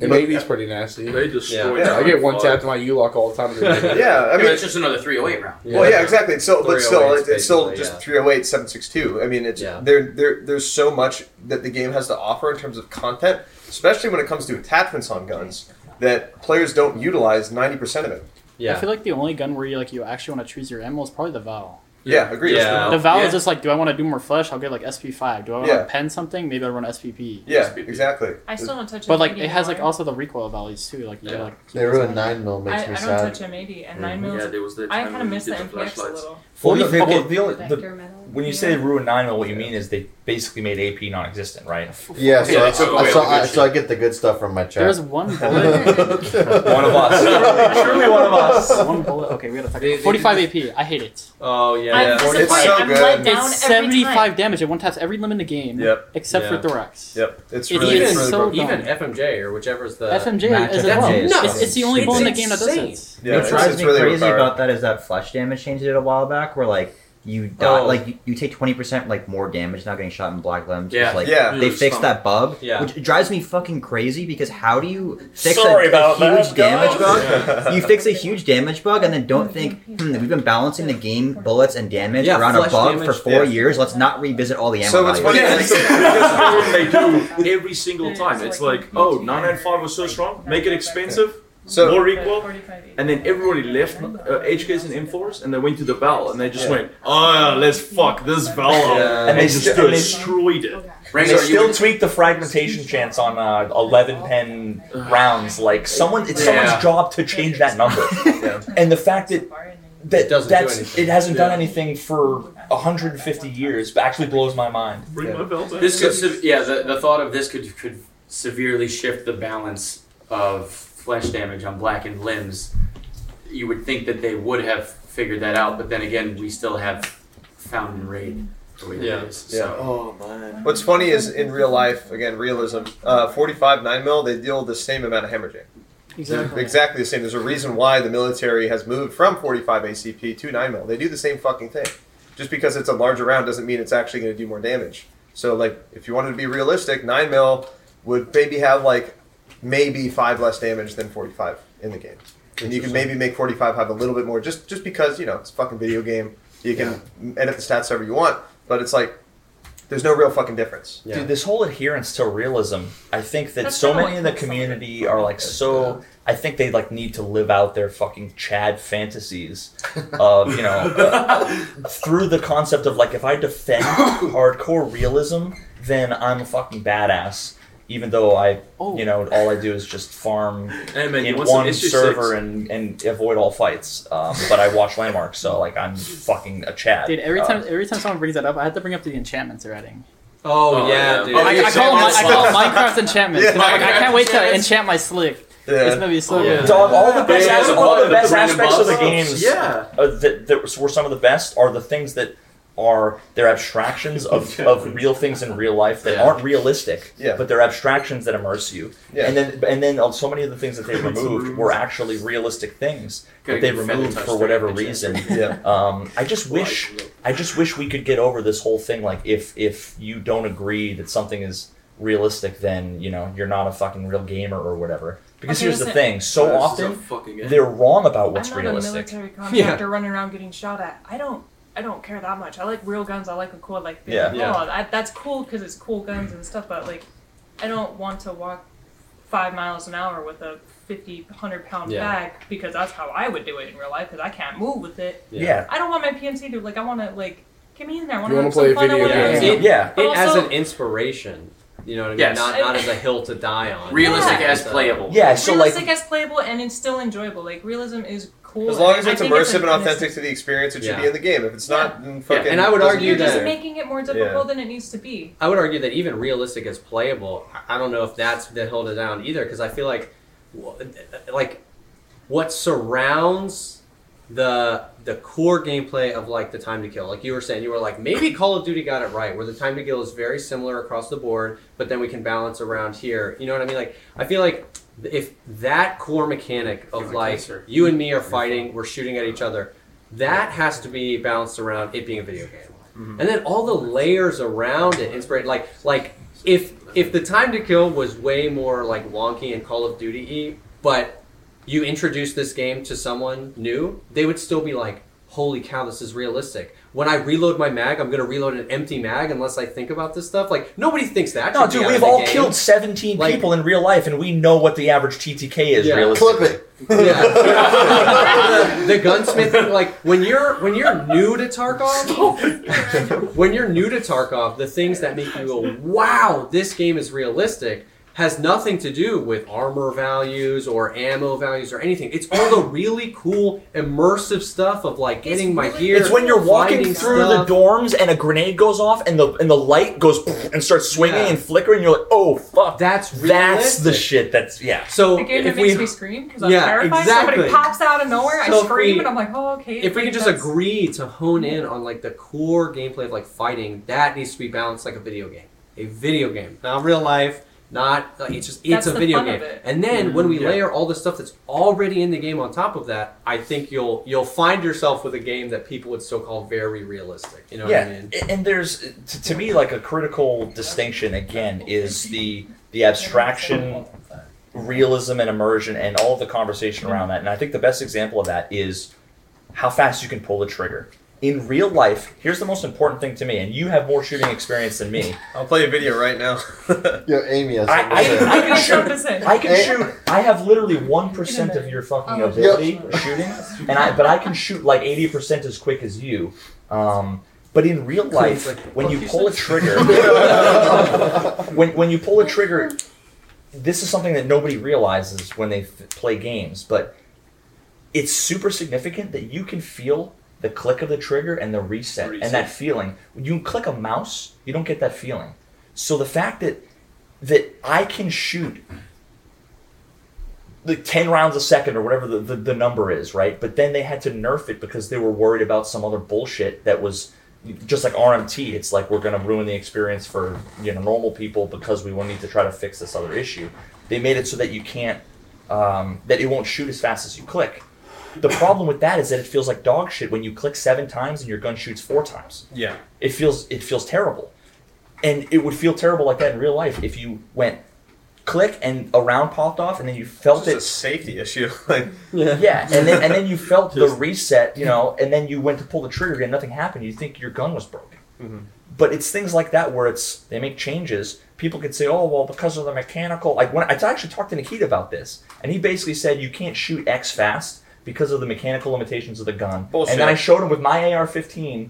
Speaker 12: And Navy's pretty nasty.
Speaker 1: They destroy
Speaker 12: Yeah, I get one
Speaker 1: that.
Speaker 12: tapped in my U-lock all the time.
Speaker 1: [laughs] yeah, I mean,
Speaker 11: it's just another 308 round.
Speaker 1: Well, yeah, exactly. It's still, but still,
Speaker 12: 308s
Speaker 1: it's, it's still
Speaker 12: basically,
Speaker 1: just
Speaker 12: yeah.
Speaker 1: 308, 762. I mean, it's there, there. There's so much that the game has to offer in terms of content, especially when it comes to attachments on guns that players don't utilize 90% of it.
Speaker 10: I feel like the only gun where you like you actually want to choose your ammo is probably the Val.
Speaker 1: Yeah, agreed. Yeah.
Speaker 10: The Val
Speaker 1: Yeah.
Speaker 10: is just like, do I want to do more flesh? I'll get like SP5. Do I want
Speaker 1: Yeah.
Speaker 10: to pen something? Maybe I run SPP.
Speaker 1: Yeah, exactly.
Speaker 7: I still don't touch
Speaker 10: But
Speaker 7: an
Speaker 10: like,
Speaker 7: 80
Speaker 10: it has like also the recoil values too. Like, yeah, like
Speaker 2: They ruined nine mil.
Speaker 7: I, I
Speaker 2: Makes me
Speaker 7: don't
Speaker 2: sad.
Speaker 7: touch M80 and nine mil.
Speaker 14: Yeah, there was the
Speaker 7: I
Speaker 14: time
Speaker 7: kind
Speaker 14: when
Speaker 7: of
Speaker 14: we
Speaker 7: miss the
Speaker 14: did the
Speaker 7: MPX a
Speaker 14: flashlights.
Speaker 7: little.
Speaker 5: Well,
Speaker 22: Well,
Speaker 5: the,
Speaker 22: the-
Speaker 5: okay, the only, the-
Speaker 7: Vector metal.
Speaker 5: when you say ruin nine mil, what you mean is they basically made AP non-existent, right?
Speaker 2: Yeah, so, I, so, I, so I get the good stuff from my chat.
Speaker 10: There's
Speaker 2: [laughs]
Speaker 10: one bullet.
Speaker 5: One of us. Surely one of us.
Speaker 10: One bullet. Okay, we gotta talk.
Speaker 5: They-
Speaker 10: about
Speaker 5: they
Speaker 10: 45 AP. I hate it.
Speaker 3: Oh
Speaker 5: yeah. I'm disappointed. It's so I'm let good. down
Speaker 10: It's
Speaker 5: every
Speaker 10: 75
Speaker 5: time.
Speaker 10: damage. It one taps every limb in the game.
Speaker 3: Yep.
Speaker 10: Except
Speaker 3: Yeah.
Speaker 10: for thorax.
Speaker 1: Yep. It's
Speaker 10: It
Speaker 3: really,
Speaker 10: is
Speaker 3: really
Speaker 10: so dumb.
Speaker 3: even FMJ or whichever's the
Speaker 10: FMJ is as well.
Speaker 3: No,
Speaker 10: It's, it's the only
Speaker 3: it's
Speaker 10: bull in the game that does
Speaker 3: insane.
Speaker 10: it.
Speaker 3: Yeah,
Speaker 21: what
Speaker 3: it's-
Speaker 21: drives
Speaker 3: it's
Speaker 21: me
Speaker 3: really
Speaker 21: crazy
Speaker 3: overpowered.
Speaker 21: about that is that flesh damage changed it a while back, where like you die,
Speaker 3: Oh.
Speaker 21: like you, you take twenty percent like more damage not getting shot in black limbs.
Speaker 3: Yeah.
Speaker 21: It's like
Speaker 3: Yeah.
Speaker 21: they
Speaker 3: Lose
Speaker 21: fixed
Speaker 3: some.
Speaker 21: that bug,
Speaker 3: Yeah.
Speaker 21: which drives me fucking crazy because how do you fix
Speaker 5: Sorry
Speaker 21: a,
Speaker 5: about
Speaker 21: a
Speaker 5: that,
Speaker 21: huge damage
Speaker 5: guys.
Speaker 21: bug?
Speaker 5: Yeah.
Speaker 21: You fix a huge damage bug and then don't think hmm, we've been balancing the game bullets and damage
Speaker 5: Yeah,
Speaker 21: around a
Speaker 5: flesh
Speaker 21: bug
Speaker 5: damage,
Speaker 21: for four
Speaker 5: yeah.
Speaker 21: years. Letlet's not revisit all the ammo.
Speaker 13: So it's
Speaker 21: values. [laughs]
Speaker 13: funny-
Speaker 6: Because they do every single time. It's like, oh, 995 was so strong, make it expensive,
Speaker 1: So-
Speaker 6: more equal. And then everybody left uh, HKs and M4s and they went to the Val and they just
Speaker 1: Yeah.
Speaker 6: went, oh, let's fuck this Val up.
Speaker 5: Yeah.
Speaker 6: And they
Speaker 5: And
Speaker 6: just
Speaker 5: they st- and they-
Speaker 6: destroyed it.
Speaker 5: And they still tweak the fragmentation chance on uh, eleven pen rounds. Like someone, it's
Speaker 6: Yeah.
Speaker 5: someone's job to change that number. And the fact that that
Speaker 3: doesn't do
Speaker 5: that's
Speaker 3: anything.
Speaker 5: it hasn't done
Speaker 3: Yeah.
Speaker 5: anything for 150 years actually blows my mind.
Speaker 11: This could, se- yeah, the, the thought of this could could severely shift the balance of flesh damage on blackened limbs. You would think that they would have figured that out, but then again, we still have Fountain Raid. the way that it is, so.
Speaker 1: Oh man. What's funny is in real life, again, realism. Uh, 45 nine mil, they deal the same amount of hemorrhaging.
Speaker 10: Exactly.
Speaker 1: Exactly the same. There's a reason why the military has moved from 45 ACP to nine mil. They do the same fucking thing. Just because it's a larger round doesn't mean it's actually going to do more damage. So like, if you wanted to be realistic, nine mil would maybe have like maybe five less damage than 45 in the game. And you can maybe make 45 have a little bit more just just because, you know, it's a fucking video game. You can edit the stats however you want, but it's like there's no real fucking difference.
Speaker 5: Dude, this whole adherence to realism, I think that
Speaker 1: That's
Speaker 5: so
Speaker 1: kinda
Speaker 5: many in the community are like so. I think they like need to live out their fucking Chad fantasies of you know
Speaker 6: [laughs]
Speaker 5: uh, through the concept of like if I
Speaker 6: [coughs]
Speaker 5: defend hardcore realism, then I'm a fucking badass. Even though I, you know, all I do is just farm
Speaker 6: Hey, man, you
Speaker 5: in
Speaker 6: want some
Speaker 5: one
Speaker 6: issue
Speaker 5: server
Speaker 6: six?
Speaker 5: and, and avoid all fights, um, but I watch landmarks, so like I'm fucking a Chad.
Speaker 10: Dude, every
Speaker 5: Uh,
Speaker 6: Oh.
Speaker 10: time every time someone brings that up, I have to bring up the enchantments they're adding.
Speaker 3: Oh, Oh, yeah, yeah. dude.
Speaker 10: I, I call them, I call them
Speaker 3: Yeah.
Speaker 10: Minecraft enchantments. 'cause I'm like, I can't wait to enchant my slick. It's gonna be so good.
Speaker 5: Dog, all the best, as- all the best aspects of the games
Speaker 10: Yeah.
Speaker 5: uh, that, that were some of the best are the things that are their abstractions of, of real things in real life that
Speaker 1: Yeah.
Speaker 5: aren't realistic,
Speaker 1: Yeah.
Speaker 5: but they're abstractions that immerse you.
Speaker 1: Yeah.
Speaker 5: And then and then uh, so many of the things that they removed were actually realistic things
Speaker 1: Gotta
Speaker 5: that they
Speaker 1: get feather
Speaker 5: removed
Speaker 1: touch
Speaker 5: for whatever
Speaker 1: there.
Speaker 5: reason. [laughs]
Speaker 1: Yeah.
Speaker 5: Um, I just wish I just wish we could get over this whole thing like if if you don't agree that something is realistic then you know you're not a fucking real gamer or whatever. Because
Speaker 7: Okay,
Speaker 5: here's the
Speaker 7: listen.
Speaker 5: thing, so
Speaker 7: This is a
Speaker 5: often they're wrong about what's
Speaker 7: I'm not
Speaker 5: realistic.
Speaker 7: a military contractor running around getting shot at. I don't. I don't care that much. I like real guns. I like a cool like.
Speaker 5: Yeah. Yeah.
Speaker 7: Oh, that, that's cool because it's cool guns and stuff. But like, I don't want to walk five miles an hour with a 50, 100 pound
Speaker 5: Yeah.
Speaker 7: bag because that's how I would do it in real life because I can't move with it.
Speaker 5: Yeah. Yeah.
Speaker 7: I don't want my PMC to like. I want to like. Get me in there. I want
Speaker 5: You
Speaker 7: to
Speaker 5: wanna
Speaker 7: have some
Speaker 5: play a
Speaker 7: fun. I
Speaker 5: video game.
Speaker 7: wanna do
Speaker 5: Yeah.
Speaker 7: something.
Speaker 5: Yeah.
Speaker 7: But
Speaker 3: It as
Speaker 7: also-
Speaker 3: an inspiration. You know what I mean?
Speaker 11: Yes.
Speaker 3: Not not as a hill to die on.
Speaker 11: Realistic
Speaker 7: Yeah.
Speaker 11: as playable.
Speaker 5: Yeah, so like
Speaker 7: realistic as playable and it's still enjoyable. Like realism is cool.
Speaker 1: As long as
Speaker 7: I
Speaker 1: it's
Speaker 7: think
Speaker 1: immersive
Speaker 7: an-
Speaker 1: and authentic to the experience, it should
Speaker 3: Yeah.
Speaker 1: be in the game. If it's not, then fucking.
Speaker 3: and I would
Speaker 1: doesn't
Speaker 3: argue
Speaker 1: need to
Speaker 3: that-
Speaker 1: be
Speaker 7: It's
Speaker 1: there.
Speaker 7: making it more
Speaker 3: Yeah.
Speaker 7: difficult than it needs to be.
Speaker 3: I would argue that even realistic as playable, I- I don't know if that's the hill to down either, because I feel like, wh- like, what surrounds the the core gameplay of like the time to kill, like you were saying, you were like maybe Call of Duty got it right, where the time to kill is very similar across the board, but then we can balance around here. You know what I mean? Like I feel like if that core mechanic of like you and me are fighting, we're shooting at each other, that has to be balanced
Speaker 5: Mm-hmm.
Speaker 3: around it being a video game and then all the layers around it inspire like like if if the time to kill was way more like wonky and Call of Duty y, but you introduce this game to someone new, they would still be like, holy cow, this is realistic. When I reload my mag, I'm going to reload an empty mag unless I think about this stuff. Like, nobody thinks that.
Speaker 5: No,
Speaker 3: should be
Speaker 5: dude,
Speaker 3: out of
Speaker 5: we've
Speaker 3: the
Speaker 5: all
Speaker 3: game.
Speaker 5: killed 17
Speaker 3: Like-
Speaker 5: people in real life, and we know what the average TTK is
Speaker 3: Yeah.
Speaker 5: realistically.
Speaker 3: Clip
Speaker 5: [laughs]
Speaker 3: the, the gunsmithing, like when you're when you're new to Tarkov, when you're new to Tarkov, the things that make you go, "Wow, this game is realistic," has nothing to do with armor values or ammo values or anything. It's all the really cool immersive stuff of like getting my gear.
Speaker 5: It's when you're walking
Speaker 3: finding
Speaker 5: through
Speaker 3: stuff.
Speaker 5: the dorms and a grenade goes off and the and the light goes [laughs] poof and starts swinging
Speaker 3: Yeah.
Speaker 5: and flickering. You're like, oh fuck,
Speaker 3: that's
Speaker 5: that's the
Speaker 3: realistic.
Speaker 5: shit. That's yeah.
Speaker 3: So
Speaker 7: The game that makes me scream because I'm
Speaker 5: Yeah,
Speaker 7: terrified. Somebody
Speaker 5: exactly.
Speaker 7: pops out of nowhere.
Speaker 3: So
Speaker 7: I
Speaker 3: if
Speaker 7: scream
Speaker 3: we-
Speaker 7: and I'm like, oh, okay.
Speaker 3: if we
Speaker 7: wait,
Speaker 3: can just
Speaker 7: that's-
Speaker 3: agree to hone in on like the core gameplay of like fighting, that needs to be balanced like a video game, a video game, not real life, not like, it's just it's
Speaker 7: That's
Speaker 3: a
Speaker 7: the
Speaker 3: video
Speaker 7: fun of
Speaker 3: game.
Speaker 7: it.
Speaker 3: And then when we
Speaker 5: Mm-hmm.
Speaker 7: Mhm. Yeah.
Speaker 3: layer all the stuff that's already in the game on top of that, I think you'll you'll find yourself with a game that people would still call very realistic. You know
Speaker 5: yeah,
Speaker 3: what I mean?
Speaker 5: a- and there's to, to me like a critical distinction again is the the abstraction, realism, and immersion, and all of the
Speaker 3: Mm-hmm.
Speaker 5: conversation around that. And I think the best example of that is how fast you can pull the trigger. In real life, here's the most important thing to me, and you have more shooting experience than
Speaker 1: [laughs]
Speaker 5: me.
Speaker 1: I'll play a video right [laughs] now.
Speaker 2: yeah, Amy has
Speaker 5: I, I,
Speaker 1: something to
Speaker 5: I can
Speaker 1: say. Something to say.
Speaker 5: shoot. I can
Speaker 1: Eh?
Speaker 5: shoot. I have literally one percent of your fucking
Speaker 1: Oh,
Speaker 5: ability
Speaker 1: yeah.
Speaker 5: for shooting, and I but I can shoot like eighty percent as quick as you. Um, but in real life, when you pull a trigger, when when you pull a trigger, this is something that nobody realizes when they f- play games, but it's super significant that you can feel the click of the trigger and the reset,
Speaker 22: Reset.
Speaker 5: and that feeling. When you click a mouse, you don't get that feeling. So the fact that that I can shoot like 10 rounds a second or whatever the, the, the number is, right? But then they had to nerf it because they were worried about some other bullshit that was just like RMT. It's like we're going to ruin the experience for you know normal people because we will need to try to fix this other issue. They made it so that you can't, um, that it won't shoot as fast as you click. The problem with that is that it feels like dog shit when you click seven times and your gun shoots four times.
Speaker 22: Yeah.
Speaker 5: It feels it feels terrible. And it would feel terrible like that in real life if you went click and a round popped off and then you felt
Speaker 1: It's
Speaker 5: it
Speaker 1: a safety issue. [laughs] Like,
Speaker 5: yeah. and then and then
Speaker 1: [laughs]
Speaker 5: you felt the reset, you know, and then you went to pull the trigger again, nothing happened. You think your gun was broken.
Speaker 1: Mm-hmm.
Speaker 5: But it's things like that where it's they make changes. People could say, "Oh, well, because of the mechanical." Like when I actually talked to Nikita about this, and he basically said you can't shoot X fast because of the mechanical limitations of the gun.
Speaker 22: Bullshit.
Speaker 5: And then I showed him with my AR-15.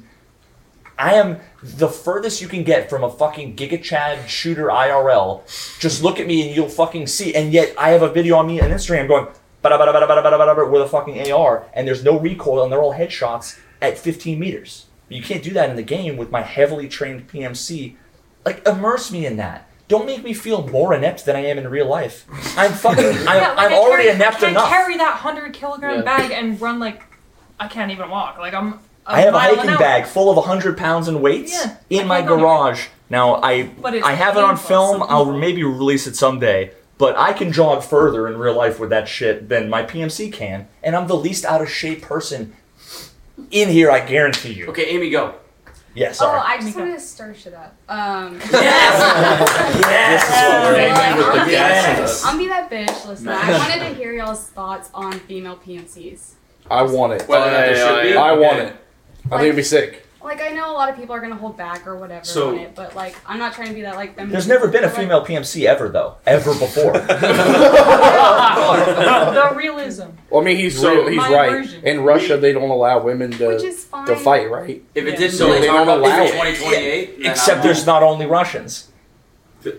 Speaker 5: I am the furthest you can get from a fucking Giga Chad shooter IRL. Just look at me and you'll fucking see. And yet I have a video on me on Instagram going bada bada bada bada bada bada bada with a fucking AR, and there's no recoil, and they're all headshots at 15 meters. You can't do that in the game with my heavily trained PMC. Like immerse me in that. Don't make me feel more inept than I am in real life. I'm fucking. I'm,
Speaker 7: [laughs] Yeah, like
Speaker 5: I'm
Speaker 7: I
Speaker 5: already
Speaker 7: carry,
Speaker 5: inept
Speaker 7: I
Speaker 5: enough.
Speaker 7: carry that hundred kilogram
Speaker 5: Yeah.
Speaker 7: bag and run like I can't even walk. Like I'm. a
Speaker 5: I have a
Speaker 7: mile an
Speaker 5: hiking
Speaker 7: hour.
Speaker 5: bag full of 100 pounds in weights
Speaker 7: Yeah,
Speaker 5: in
Speaker 7: I
Speaker 5: my
Speaker 7: can't go
Speaker 5: garage. Now, I
Speaker 7: But it's
Speaker 5: I have it on
Speaker 7: painful,
Speaker 5: film.
Speaker 7: so-
Speaker 5: I'll maybe release it someday. But I can jog further in real life with that shit than my PMC can. And I'm the least out of shape person in here, I guarantee you.
Speaker 11: Okay, Amy, go.
Speaker 5: Yeah, sorry.
Speaker 23: Oh, I just wanted to stir shit up.
Speaker 5: [laughs]
Speaker 23: Um,
Speaker 5: Yes! This is what we're aiming with the
Speaker 23: yes.
Speaker 5: yes.
Speaker 23: I'll be that bitch. Listen, I wanted to hear y'all's thoughts on female PMCs.
Speaker 12: I want it.
Speaker 6: Whether or not there should be?
Speaker 12: I want
Speaker 6: Okay.
Speaker 12: it. I think it'd be sick.
Speaker 23: Like I know a lot of people are gonna hold back or whatever
Speaker 5: So-
Speaker 23: on it, but like I'm not trying to be that like them. [laughs]
Speaker 5: There's never been a female PMC ever, though. Ever before.
Speaker 11: [laughs]
Speaker 7: [laughs] the realism.
Speaker 12: Well, I mean, he's
Speaker 7: So-
Speaker 12: real, he's
Speaker 7: My
Speaker 12: right.
Speaker 7: version.
Speaker 12: In Russia, they don't allow women to
Speaker 23: Which is fine.
Speaker 12: to fight, right?
Speaker 11: If it
Speaker 12: Yeah.
Speaker 11: didn't
Speaker 12: so
Speaker 11: really
Speaker 12: they
Speaker 11: talk
Speaker 12: don't
Speaker 11: about
Speaker 12: allow
Speaker 11: this in
Speaker 12: it.
Speaker 11: 2028, then
Speaker 5: Except
Speaker 11: I'm-
Speaker 5: there's not only Russians.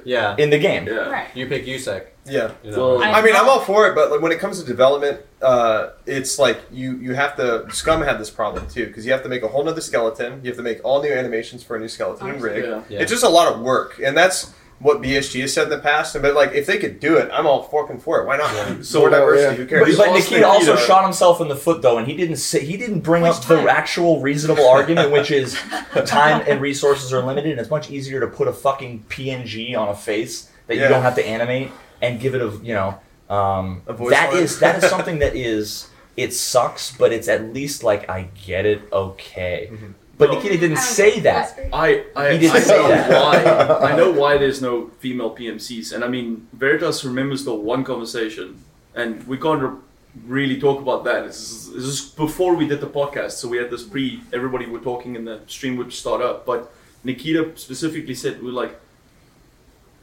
Speaker 3: Yeah.
Speaker 5: In the game.
Speaker 23: Right.
Speaker 3: You pick Usek.
Speaker 1: Yeah.
Speaker 3: You know? Well-
Speaker 1: I mean, I'm all for it, but like, when it comes to development, uh, it's like you you have to. Scum had this problem too because you have to make a whole nother skeleton. You have to make all new animations for a new skeleton and rig.
Speaker 6: Yeah. Yeah.
Speaker 1: It's just a lot of work, and that's what BSG has said in the past. But like, if they could do it, I'm all fucking for it. Why not? [laughs]
Speaker 5: So-
Speaker 1: More diversity. Who cares?
Speaker 5: But, but Nikita also shot himself in the foot though, and he didn't say, he didn't bring up the actual reasonable argument, which is time and resources are limited, and it's much easier to put a fucking PNG on a face that
Speaker 22: Yeah.
Speaker 5: you don't have to animate and give it a you know um, that is
Speaker 22: voice line.
Speaker 5: that is something that is it sucks, but it's at least like I get it okay. But Nikita didn't say that.
Speaker 6: I, I,
Speaker 5: He didn't
Speaker 6: I
Speaker 5: say
Speaker 6: know
Speaker 5: that.
Speaker 6: why. I know why there's no female PMCs, and I mean Veritas remembers the one conversation, and we can't re- really talk about that. This is, this is before we did the podcast, so we had this pre. Everybody were talking, and the stream would start up. But Nikita specifically said we are like,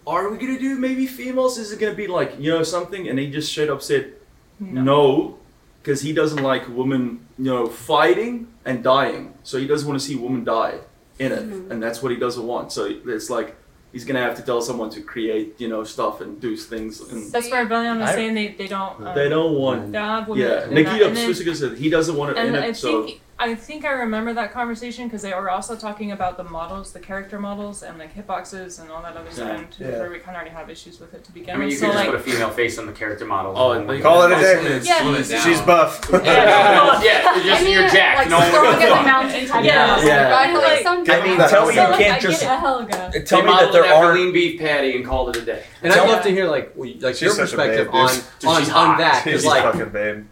Speaker 6: "Are we gonna do maybe females? Is it gonna be like you know something?" And he just straight up said, "No." Because he doesn't like women, you know, fighting and dying. So he doesn't want to see women die in it,
Speaker 7: Mm-hmm.
Speaker 24: Mhm.
Speaker 6: and that's what he doesn't want. So it's like he's gonna have to tell someone to create, you know, stuff and do things. And
Speaker 7: That's where Valiant was
Speaker 6: I-
Speaker 7: saying they, they don't. Um,
Speaker 6: they don't want.
Speaker 7: They don't have women
Speaker 6: yeah,
Speaker 7: in that.
Speaker 6: Nikita
Speaker 7: And then-
Speaker 6: specifically said he doesn't want it in
Speaker 7: And
Speaker 6: it.
Speaker 7: I
Speaker 6: so
Speaker 7: think I think I remember that conversation because they were also talking about the models, the character models, and like hitboxes and all that other
Speaker 11: Yeah.
Speaker 7: stuff. and
Speaker 11: Yeah.
Speaker 7: Where we kind of already have issues with it to begin
Speaker 11: I mean,
Speaker 7: with.
Speaker 11: you
Speaker 7: so
Speaker 11: could just
Speaker 7: like,
Speaker 11: put a female face on the character model.
Speaker 6: Oh,
Speaker 11: and
Speaker 6: like-
Speaker 1: Call it a day.
Speaker 11: Yeah. Slow it down.
Speaker 1: She's
Speaker 23: [laughs]
Speaker 1: buff.
Speaker 11: Yeah. [laughs] Yeah,
Speaker 23: I
Speaker 11: just
Speaker 23: mean,
Speaker 11: you're jacked.
Speaker 23: Like
Speaker 11: no one
Speaker 23: strong
Speaker 11: would
Speaker 23: as
Speaker 11: give
Speaker 23: a
Speaker 11: a fuck.
Speaker 23: mountain type
Speaker 11: Yeah.
Speaker 23: of
Speaker 11: Yeah.
Speaker 23: But I feel like
Speaker 11: Like,
Speaker 23: some
Speaker 5: I mean, tell me you
Speaker 23: so, like,
Speaker 5: can't
Speaker 23: I
Speaker 5: just-
Speaker 23: Get it, a helga.
Speaker 5: Tell
Speaker 11: They
Speaker 5: me that
Speaker 11: modeled
Speaker 5: there
Speaker 11: it after
Speaker 5: aren't-
Speaker 11: lean beef patty and called it a day.
Speaker 3: And I'd love to hear like w- like
Speaker 11: She's
Speaker 3: your
Speaker 11: such a
Speaker 3: perspective
Speaker 11: babe,
Speaker 3: on
Speaker 11: dude. Dude,
Speaker 3: on,
Speaker 11: she's
Speaker 3: on
Speaker 11: hot.
Speaker 3: that
Speaker 11: She's
Speaker 3: because like
Speaker 11: fucking
Speaker 1: babe.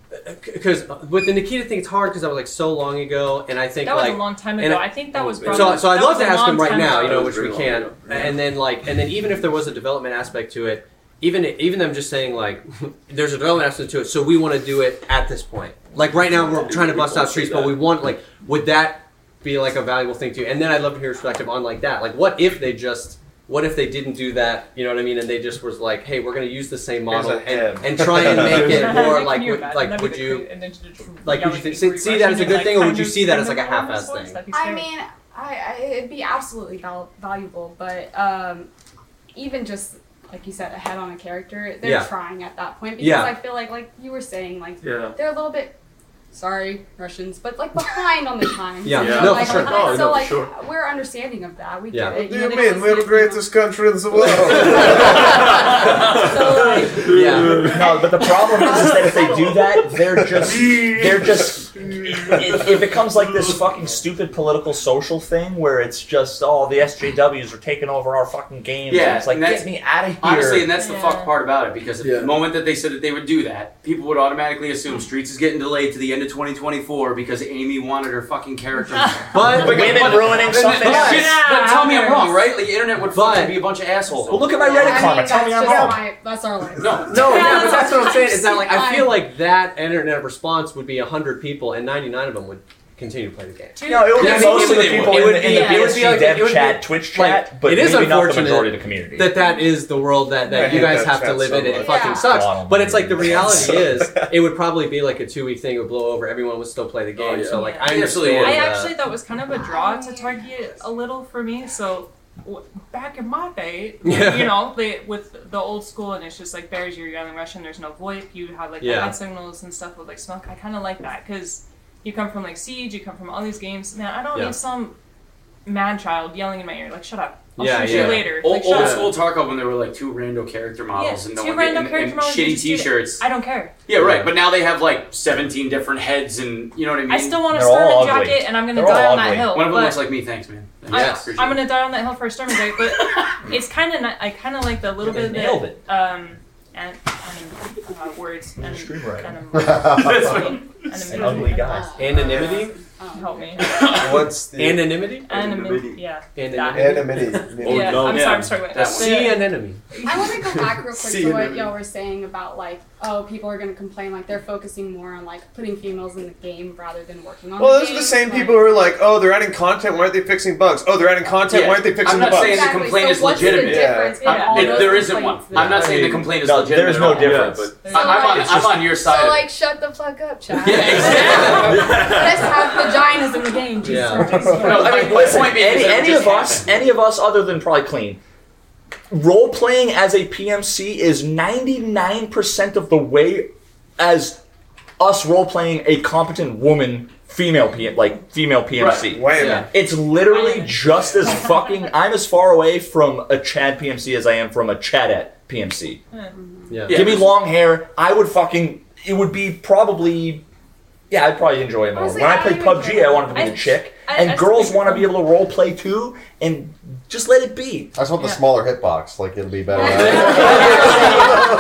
Speaker 3: Because with the Nikita thing, it's hard because that was like so long ago, and I think
Speaker 7: That was a
Speaker 3: like-
Speaker 7: long time
Speaker 3: and
Speaker 7: ago. I think that was
Speaker 3: so.
Speaker 7: probably-
Speaker 3: So I'd
Speaker 7: that
Speaker 3: love
Speaker 7: was
Speaker 3: to
Speaker 7: a
Speaker 3: ask him
Speaker 7: long
Speaker 3: right
Speaker 7: time
Speaker 3: now, you
Speaker 7: ago.
Speaker 3: know,
Speaker 7: That was
Speaker 3: which we
Speaker 7: really long
Speaker 3: can,
Speaker 7: ago.
Speaker 3: and then like, and then even if there was a development aspect to it, even even them just saying like, [laughs] there's a development aspect to it, so we want to do it at this point. Like right now, we're trying to bust out streets, but we want like, would that be like a valuable thing to you? And then I'd love to hear your perspective on like that. Like, what if they just what if they didn't do that? You know what I mean? And they just was like, "Hey, we're going to use the same
Speaker 1: Here's
Speaker 3: model
Speaker 1: a
Speaker 3: and,
Speaker 1: hem.
Speaker 3: and try and make it more
Speaker 7: Can
Speaker 3: like
Speaker 7: [laughs] you
Speaker 3: would,
Speaker 7: imagine?
Speaker 3: like
Speaker 7: That'd
Speaker 3: would
Speaker 7: be the
Speaker 3: you
Speaker 7: cra- and then just-
Speaker 3: like
Speaker 7: yeah,
Speaker 3: would you think, see, see that as a good thing or would you see that as like a
Speaker 7: [laughs]
Speaker 3: half-ass thing?
Speaker 23: I mean, I, I it'd be absolutely val- valuable, but um, even just like you said, a head on a character, they're
Speaker 3: Yeah.
Speaker 23: trying at that point because
Speaker 3: Yeah.
Speaker 23: I feel like, like you were saying, like
Speaker 3: Yeah.
Speaker 23: they're a little bit. Sorry, Russians, but like behind on the time.
Speaker 1: Yeah.
Speaker 23: you know,
Speaker 1: Yeah. No,
Speaker 23: like,
Speaker 1: for sure.
Speaker 23: behind-
Speaker 1: No, no,
Speaker 23: so
Speaker 1: for
Speaker 23: like
Speaker 1: sure.
Speaker 23: we're understanding of that. We
Speaker 1: Yeah.
Speaker 23: get it.
Speaker 1: What do
Speaker 23: know,
Speaker 1: you
Speaker 23: they
Speaker 1: mean?
Speaker 23: don't
Speaker 1: We're the greatest
Speaker 11: [laughs]
Speaker 1: country in the world.
Speaker 5: yeah. No, but the problem is, is that if they do that, they're just they're just it, it becomes like this fucking stupid political social thing where it's just oh the SJWs are taking over our fucking games.
Speaker 11: Yeah,
Speaker 5: and it's like
Speaker 11: and that's-
Speaker 5: get me out of here.
Speaker 11: Honestly, and that's the fuck part about it because the moment that they said that they would do that, people would automatically assume Streets is getting delayed to the end of 2024 because Amy wanted her fucking
Speaker 7: [laughs]
Speaker 11: character.
Speaker 5: But- Women ruining
Speaker 11: but-
Speaker 5: something
Speaker 11: But,
Speaker 5: else.
Speaker 11: but tell me I'm wrong, right? Like, the internet would fucking
Speaker 3: But-
Speaker 11: be a bunch of assholes.
Speaker 5: Well, look at my
Speaker 23: Yeah, I
Speaker 5: Reddit
Speaker 23: mean,
Speaker 5: comment. Tell
Speaker 23: that's
Speaker 5: me I'm
Speaker 23: just
Speaker 5: wrong.
Speaker 23: my- that's our life.
Speaker 11: No,
Speaker 3: [laughs] No, yeah,
Speaker 23: that's
Speaker 3: but that's
Speaker 7: [laughs]
Speaker 3: what I'm
Speaker 23: what
Speaker 3: saying. Is that like I feel
Speaker 23: [laughs] I'm-
Speaker 3: like that internet response would be hundred people, and ninety nine of them would continue to play the game.
Speaker 5: No, it would be
Speaker 3: Yeah, I mean,
Speaker 5: mostly
Speaker 3: would-
Speaker 5: the people in
Speaker 3: would
Speaker 5: the- in
Speaker 3: be-
Speaker 5: the
Speaker 3: it would be
Speaker 5: BSG
Speaker 3: like-
Speaker 5: dev
Speaker 3: it would be-
Speaker 5: chat, Twitch chat,
Speaker 3: like,
Speaker 5: but
Speaker 3: it is
Speaker 5: maybe not the
Speaker 3: unfortunate
Speaker 5: majority of the community.
Speaker 3: That that is the world that,
Speaker 5: I
Speaker 3: that
Speaker 5: hate
Speaker 3: you guys
Speaker 5: that
Speaker 3: have to
Speaker 5: chat
Speaker 3: live
Speaker 5: so
Speaker 3: in. It
Speaker 5: much.
Speaker 3: fucking
Speaker 5: Yeah.
Speaker 3: sucks.
Speaker 5: Bottom
Speaker 3: But it's like the
Speaker 5: line. [laughs]
Speaker 3: reality is, it would probably be like a two week thing. It would blow over. Everyone would still play the
Speaker 5: Oh,
Speaker 3: game. So like I
Speaker 7: Absolutely.
Speaker 3: understand.
Speaker 7: I
Speaker 3: that.
Speaker 7: actually thought it was kind of a draw to Target a little for me. So w- back in my
Speaker 11: [laughs]
Speaker 7: day,
Speaker 3: Yeah.
Speaker 7: you know, they, with the old school, and it's just like bears, you're yelling Russian. There's no VoIP. You had like the
Speaker 3: Yeah.
Speaker 7: head signals and stuff with like smoke. I kind of like that because you come from like Siege, you come from all these games. Man, I don't
Speaker 11: Yeah.
Speaker 7: need some man child yelling in my ear like, "Shut up, I'll
Speaker 11: Yeah,
Speaker 7: shoot
Speaker 11: yeah.
Speaker 7: you later."
Speaker 11: Old,
Speaker 7: like, shut
Speaker 11: old
Speaker 7: up.
Speaker 11: school Tarkov when there were like two random character models
Speaker 7: Yeah,
Speaker 11: and no
Speaker 7: two
Speaker 11: one
Speaker 7: random
Speaker 11: and,
Speaker 7: character
Speaker 11: and
Speaker 7: models, you
Speaker 11: shitty
Speaker 7: just did it.
Speaker 11: T-shirts.
Speaker 7: I don't care.
Speaker 11: Yeah, right. But now they have like 17 different heads, and you know what I mean.
Speaker 7: I still want a Sturman jacket, and I'm gonna die on that hill.
Speaker 11: One of them
Speaker 7: but-
Speaker 11: looks like me. Thanks, man.
Speaker 7: I- I'm gonna die on that hill for a storm day, but it's kind of I kind of like the little
Speaker 11: They
Speaker 7: bit of
Speaker 11: nailed
Speaker 7: the,
Speaker 11: it.
Speaker 7: um and I mean, uh, words and
Speaker 5: Screenwriting.
Speaker 11: [laughs]
Speaker 7: That's
Speaker 5: An ugly guy.
Speaker 3: Anonymity.
Speaker 7: Uh, help me.
Speaker 1: [laughs] What's the
Speaker 3: anonymity?
Speaker 7: Anonymity, yeah.
Speaker 1: Anonymity.
Speaker 7: Yeah, I'm sorry, I'm sorry. wait.
Speaker 3: That
Speaker 7: So-
Speaker 3: See an enemy.
Speaker 23: I want to go back real quick
Speaker 3: See
Speaker 23: to
Speaker 3: you
Speaker 23: what
Speaker 3: later.
Speaker 23: y'all were saying about like, oh, people are gonna complain like they're focusing more on like putting females in the game rather than working on.
Speaker 1: Well,
Speaker 23: the
Speaker 1: those are
Speaker 23: game.
Speaker 1: the same people who are like, "Oh, they're adding content. Why aren't they fixing bugs? Oh, they're adding content. Why aren't they fixing
Speaker 11: I'm
Speaker 1: the
Speaker 11: not
Speaker 1: bugs?"
Speaker 11: saying the complaint is legitimate. I'm- it- there isn't one. I'm not saying the complaint is
Speaker 5: No,
Speaker 11: legitimate.
Speaker 5: there's
Speaker 11: at
Speaker 5: no
Speaker 11: all.
Speaker 5: difference.
Speaker 11: but I- I'm, on,
Speaker 5: It's
Speaker 11: I'm
Speaker 5: just-
Speaker 11: on your
Speaker 23: So
Speaker 11: side. of it.
Speaker 23: like, shut the fuck up, child.
Speaker 7: [laughs]
Speaker 23: Let's
Speaker 11: [laughs]
Speaker 23: have vaginas in the game. Jesus.
Speaker 5: No, I mean, listen, any, any of us, any of us other than probably clean, role playing as a PMC is 99% of the way as us role playing a competent woman female PM, like female PMC.
Speaker 1: Right. Wham. Yeah.
Speaker 5: It's literally just as fucking I'm as far away from a Chad PMC as I am from a Chadette PMC.
Speaker 3: Yeah.
Speaker 5: Give me long hair, I would fucking it would be probably yeah, I'd probably enjoy it more.
Speaker 7: Honestly,
Speaker 5: when I,
Speaker 7: I
Speaker 5: play
Speaker 7: don't even
Speaker 5: PUBG, I wanted to be
Speaker 7: I-
Speaker 5: a chick,
Speaker 7: I-
Speaker 5: and
Speaker 7: I still
Speaker 5: girls
Speaker 7: think-
Speaker 5: [laughs]
Speaker 7: [laughs]
Speaker 2: Uh,
Speaker 5: want to be able to role play too and Just let it be.
Speaker 2: I just want the smaller hitbox. Like it'll be
Speaker 10: [laughs]
Speaker 2: better. [laughs]
Speaker 5: Dog,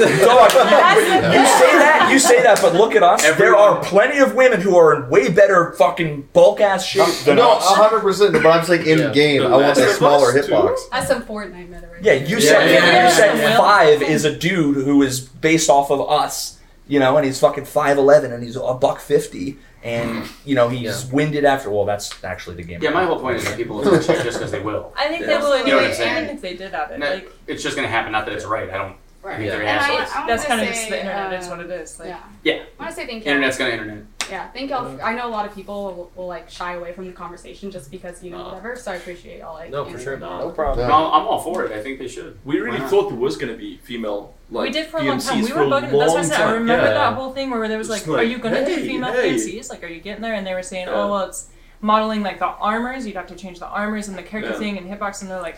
Speaker 5: you say that, you say that, but look at us. There are plenty of women who are in way better fucking bulk ass shape than
Speaker 2: no,
Speaker 5: us.
Speaker 2: hundred percent. But I'm saying in game, I want a smaller hitbox.
Speaker 23: That's some Fortnite meta right
Speaker 5: Yeah, you
Speaker 23: there.
Speaker 5: said you said five is a dude who is based off of us, you know, and he's fucking five eleven and he's a buck fifty and you know he's winded after. Well, that's actually the game.
Speaker 11: Yeah, my whole point is that people will touch it just because they will.
Speaker 7: I think
Speaker 11: Yeah.
Speaker 7: they will
Speaker 11: You know what
Speaker 7: anyway,
Speaker 11: I'm saying?
Speaker 7: even if they did have it.
Speaker 11: No,
Speaker 7: like,
Speaker 11: it's just going to happen. Not that it's right. I don't. Right.
Speaker 7: and I- that's kind of just the internet is what it is. Like,
Speaker 23: yeah.
Speaker 11: Yeah.
Speaker 23: I want to say thank you.
Speaker 11: Internet's going to internet.
Speaker 23: Yeah, thank y'all. I know a lot of people will, will like shy away from the conversation just because you know whatever. So I appreciate y'all like.
Speaker 11: Oh. No, for
Speaker 23: answering
Speaker 11: sure.
Speaker 23: that.
Speaker 11: No problem. No, I'm all for it. I think they should.
Speaker 6: We really
Speaker 11: Why not?
Speaker 6: thought there was going to be female like
Speaker 7: we did for a long time.
Speaker 6: DMCs
Speaker 7: We
Speaker 6: for
Speaker 7: were
Speaker 6: a
Speaker 7: bugging. That's why I
Speaker 6: long
Speaker 7: said I
Speaker 6: time.
Speaker 7: remember
Speaker 6: Yeah.
Speaker 7: that whole thing where there was
Speaker 6: Just
Speaker 7: like,
Speaker 6: like,
Speaker 7: "Are you gonna do
Speaker 6: hey,
Speaker 7: female
Speaker 6: hey.
Speaker 7: PMCs? Like, are you getting there?" And they were saying,
Speaker 6: Yeah.
Speaker 7: "Oh, well, it's modeling like the armors. You'd have to change the armors and the character
Speaker 6: Yeah.
Speaker 7: thing and hitbox." And they're like,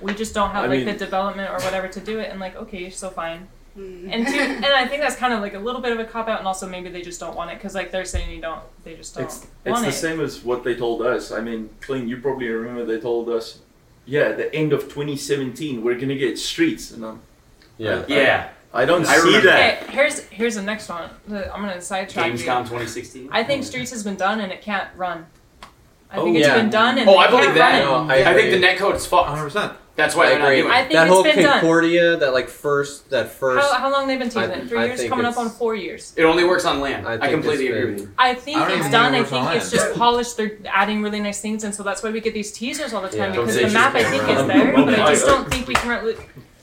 Speaker 7: "We just don't have
Speaker 6: I
Speaker 7: like
Speaker 6: mean-
Speaker 7: the development or whatever to do it." And like, okay, so fine. And two, and I think that's kind of like a little bit of a cop out, and also maybe they just don't want it because like they're saying you don't, they just don't
Speaker 6: It's, it's
Speaker 7: want
Speaker 6: the
Speaker 7: it.
Speaker 6: same as what they told us. I mean, Clean, you probably remember they told us, yeah, at the end of 2017, we're going to get streets. And I'm,
Speaker 11: Yeah.
Speaker 6: I-
Speaker 11: Yeah.
Speaker 6: I, don't
Speaker 11: I
Speaker 6: see
Speaker 11: remember.
Speaker 6: that.
Speaker 7: Okay, here's here's the next one. The- I'm gonna sidetrack you.
Speaker 11: Gamescom 2016.
Speaker 7: I think Streets has been done and it can't run. I
Speaker 11: Oh,
Speaker 7: think it's
Speaker 11: yeah.
Speaker 7: been done and
Speaker 11: Oh,
Speaker 7: they
Speaker 11: I believe
Speaker 7: can't
Speaker 11: that.
Speaker 7: run it.
Speaker 11: I, think the netcode is fucked. 100. percent That's why they're not doing. it.
Speaker 7: I think That it's whole been done. Concordia,
Speaker 3: that like first, that first.
Speaker 7: How, how long they've been
Speaker 3: I
Speaker 7: teasing it?
Speaker 3: think-
Speaker 7: Three
Speaker 3: I
Speaker 7: years,
Speaker 3: think
Speaker 7: coming up
Speaker 3: it's-
Speaker 7: on four years.
Speaker 11: It only works on land.
Speaker 3: I
Speaker 11: I,
Speaker 3: think
Speaker 11: completely
Speaker 3: it's
Speaker 11: agree
Speaker 3: been-
Speaker 11: with you.
Speaker 7: I think
Speaker 11: I don't
Speaker 7: it's
Speaker 11: even
Speaker 7: done. I
Speaker 11: think it
Speaker 7: think
Speaker 11: works
Speaker 7: it's
Speaker 11: on
Speaker 7: just polished. They're adding really nice things, and so that's why we get these teasers all the time
Speaker 11: Yeah.
Speaker 7: because the
Speaker 11: Don't say
Speaker 7: map I
Speaker 11: she's
Speaker 7: think
Speaker 11: gonna
Speaker 7: is
Speaker 11: run.
Speaker 7: there, but I just
Speaker 11: Okay.
Speaker 7: don't think we can. Run,